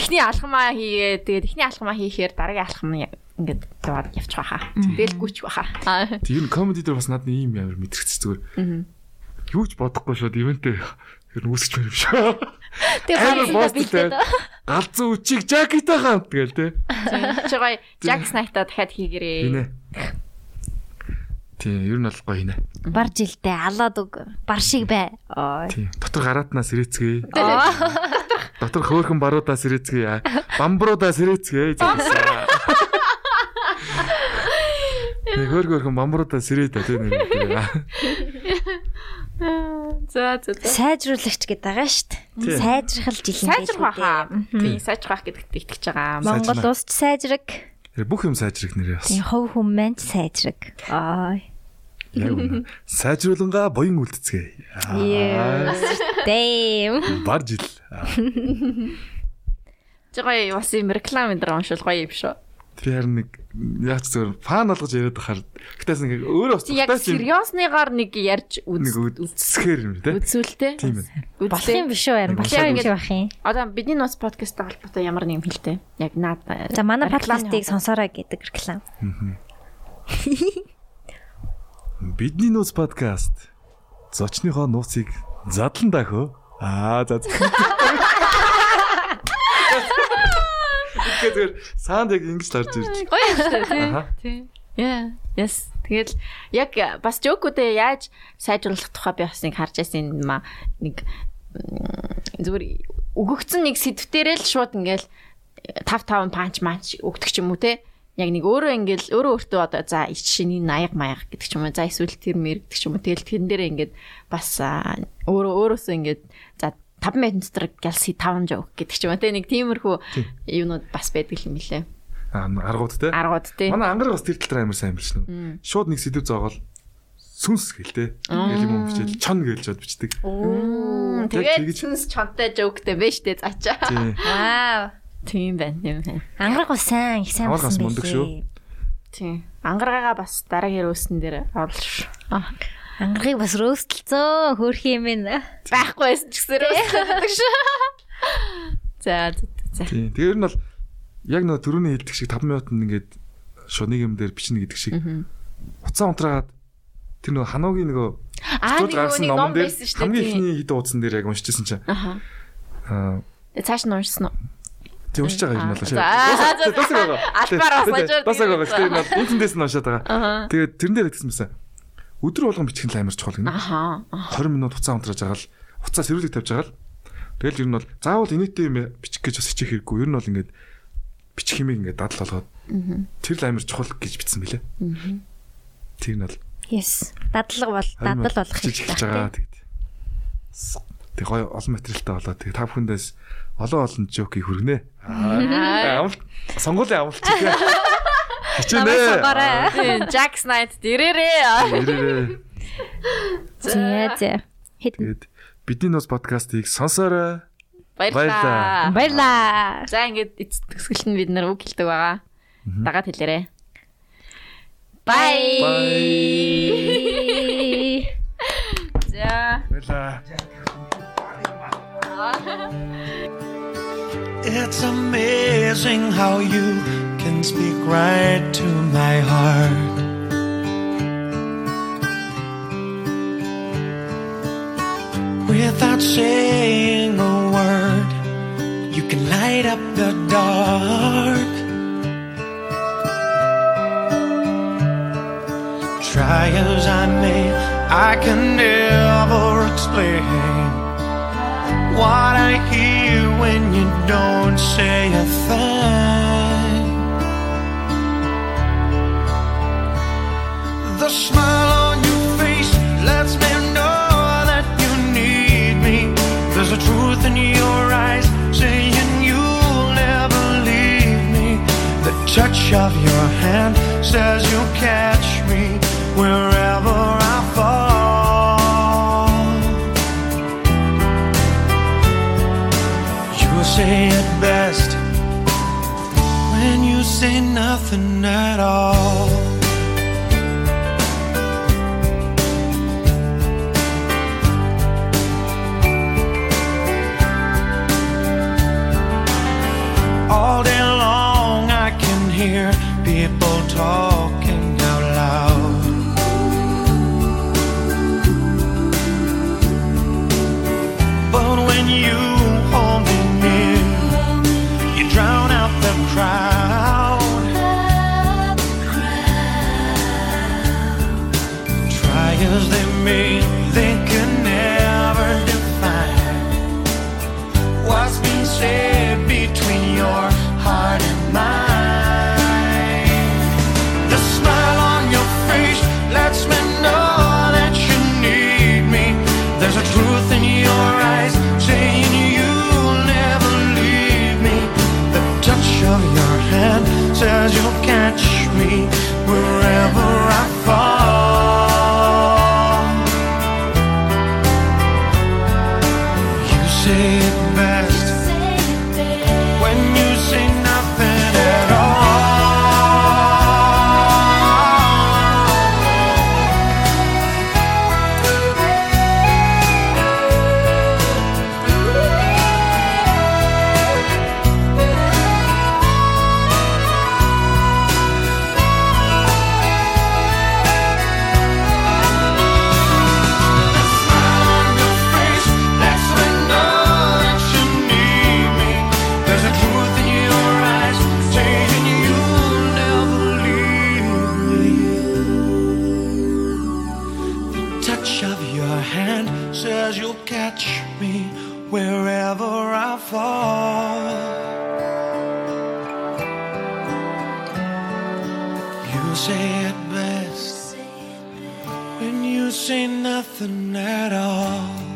S1: Эхний алхмаа хийгээ. Тэгээд эхний алхмаа хийхээр дараагийн алхам нь ингээд яваад явчих واخа. Тэгэл гүч واخа.
S3: Тэг юм комеди дээр бас надад ийм амар мэдрэгч зүгээр. Юу ч бодохгүй шууд ивэнтээ ер нь үүсгэж мэрив шүү. Амар бодлоо. Галзуу үчиг жакетай хамт гээл те.
S1: Чигой Jack Knight-а дахиад хийгэрээ.
S3: Хийнэ. Тийм ер нь бол гоё хийнэ.
S2: Бар жилдээ алаад үг. Бар шиг бай. Ой.
S3: Тийм дотор гараатнаас ирээцгээе.
S1: Оо,
S3: Дотор хөөхөн баруудаас ирээцгээе. Бамбруудаас ирээцгээе. Бамбруу. Хөөр хөөрхөн бамбруудаас ирээд та тийм нэг.
S1: За за за.
S2: Сайжруулагч гэдэг байгаа шүү
S3: Тий.
S2: дээ. Сайжрахал жилийн
S1: Сайжрах
S2: байлгүй
S1: واخа.
S2: дээ.
S1: Тийм, сайжрах гэдэгт итгэж байгаа.
S2: Монгол
S3: Сайжрах.
S2: улс ч сайжраг.
S3: Бүх юм сайжрах нэрээ бас.
S2: Тийм хов хүм маань ч сайжраг. Ой.
S3: Яг үнэ. Сайжруулангаа буян үлдцгээе.
S2: Yes. Дэм.
S3: Бар жил. Аа,
S1: Чигой бас юм реклам энэ уншвал гоё юм шүү.
S3: Тэр харин нэг яг ч зөвөр фан алгаж яриад байхаар гэтээс нэг өөрөө бас
S1: Чи яг
S3: тухтайс юм-
S1: сериосныгаар нэг ярьж
S3: нэг
S1: үз
S3: үсгээр юм тий.
S1: үзүүлтэй.
S3: Тийм ээ.
S2: Болох юм биш үү? харин Болох юм
S1: Ингээд-
S2: биш байх юм.
S1: Одоо бидний нууц подкасттай холбоотой ямар нэг юм хэлтэй. Яг наад.
S2: За манай
S1: рекламын холбоотой.
S2: подкастыг сонсоорой гэдэг реклам.
S3: Бидний нууц подкаст. Зочныхоо нууцыг задлан дахөө. Аа за. за. Тэгэхээр зөвөр саанд яг ингэж л орж ирж.
S1: Гоё юм шүү дээ.
S3: Аха.
S1: тий. Яа. Yes. Тэгэл яг э, бас жокуудээ яаж сайжруулах тухай би бас нэг харж байсан юм аа. Нэг м, зүгээр өгөгдсөн нэг сэдвтэрээ л шууд ингээл 5 5 панч манч өгдөг ч юм уу те. Яг нэг өөрөө ингээл өөрөө өөртөө одоо за шиний аяг маяг гэдэг ч юм уу. За эсвэл тэр мэр гэдэг ч юм уу. Тэгэл тэрэн дээрээ ингээд бас аа, өөрөө өөрөөсөө ингээд за 5 минут дотор гэлси 5 жоог гэдэг ч юм уу те. Нэг тиймэрхүү юмнууд бас байдаг юм билээ.
S3: Аа аргууд тий.
S1: Аргууд те.
S3: Манай ангараг бас тэр тал дээр амар сайн билсэн үү. Шууд нэг сэдв зоогоол сүнс гэлтэй. Гэл юм бичээл чон гэлж бод бичдэг.
S1: Мм,
S3: Яг
S1: Тэгээд
S3: тэгж.
S1: сүнс чонтой жооктэй байна штэ заачаа.
S3: Тий.
S2: Вау.
S1: Тийм байна, тийм байна.
S2: Ангараг бас сайн, их сайн
S3: Ангараг бас
S2: болсон
S3: мундаг шүү.
S2: байлээ.
S1: Тийм. Ангаргаагаа бас дараагийн рүүсэн дээр оруулж. Аа.
S2: Ангарагыг бас рөөсөлцөө. Хөөх юм ээ.
S1: Байхгүй байсан ч гэсэн рүүсэн гэдэг шүү. За, за, за.
S3: Тий. Тэр нь бол яг нөгөө төрөний хэлдэг шиг 5 минутанд ингээд шууд нэг юм дээр бичнэ гэдэг шиг. Уцаа унтраад тэр нөгөө хануугийн нөгөө
S1: Аа,
S3: зөв
S1: нэг нөгөө нэг ном байсан штэ.
S3: хамгийн
S1: тийм.
S3: ихний хід уудсан дээр яг уншижсэн чинь
S1: Аха.
S3: аа
S1: Э, Цааш нь уншсан уу?
S3: тий уншиж байгаа юм
S1: Аа,
S3: байна
S1: за, аа, за, за.
S3: Дасаг байгаа.
S1: Альбаар бас хажууд
S3: Дасаг
S1: тийм
S3: байгаа.
S1: байсан.
S3: Тэр нь бол интэндээс нь уншаад
S1: Аха.
S3: байгаа. Тэгээд тэрэн дээр хэлсэн юмсан. Өдөр болгон бичих нь л амар чухал гэнэ.
S1: Аха.
S3: 20 минут уцаа унтрааж байгаа л уцаа сэрүүлэг тавьж байгаа л тэгэл ер нь бол заавал инээтэй юм бичих гэж бас хичээх хэрэггүй. Ер нь бол ингээд бичих хэмээг ингээд дадал болгоод тэр л амар чухал гэж битсэн билээ. Тэр нь бол
S2: Yes. Дадлаг бол
S3: Харин
S2: дадал болох
S3: хичээж эхэлж байгаа тэгээд. Тэг гоё олон материалтай болоо. Тэг та бүхэндээс олон олон жоки хүргэнэ. Аа. Амлт сонгуулийн амлт чиг. Э! Хичээнэ.
S1: Тийм, Jack Knight дээрээ.
S3: Ирээрээ.
S2: Зээ зээ. Хэд
S3: Тэгээд бидний нууц подкастыг сонсоорой. Баярлалаа.
S1: Баярлалаа.
S2: баярлаа.
S1: За ингээд эцэг төгсгөлт нь бид нар үг хэлдэг байгаа. Дагаад хэлээрэй. Бай.
S2: Bye.
S1: За.
S3: Баярлаа.
S6: It's amazing how you can speak right to my heart. Without saying a word, Try as I may, I can never explain what I hear when you don't say a thing. The smile on your face lets me know that you need me. There's a truth in your eyes saying you'll never leave me. The touch of your hand says you'll catch me wherever I fall. You say it best when you say nothing at all. All day long I can hear people talking out loud. But when you hold me near, you drown out the crowd. Try as they may, they can never define what's being said between your heart and mine. The smile on your face lets me know that you need me. There's a truth in your eyes saying you'll never leave me. The touch of your hand says you'll catch me wherever I fall. You say it best when you say nothing at all. Catch me wherever I fall. You say it best when you say nothing at all.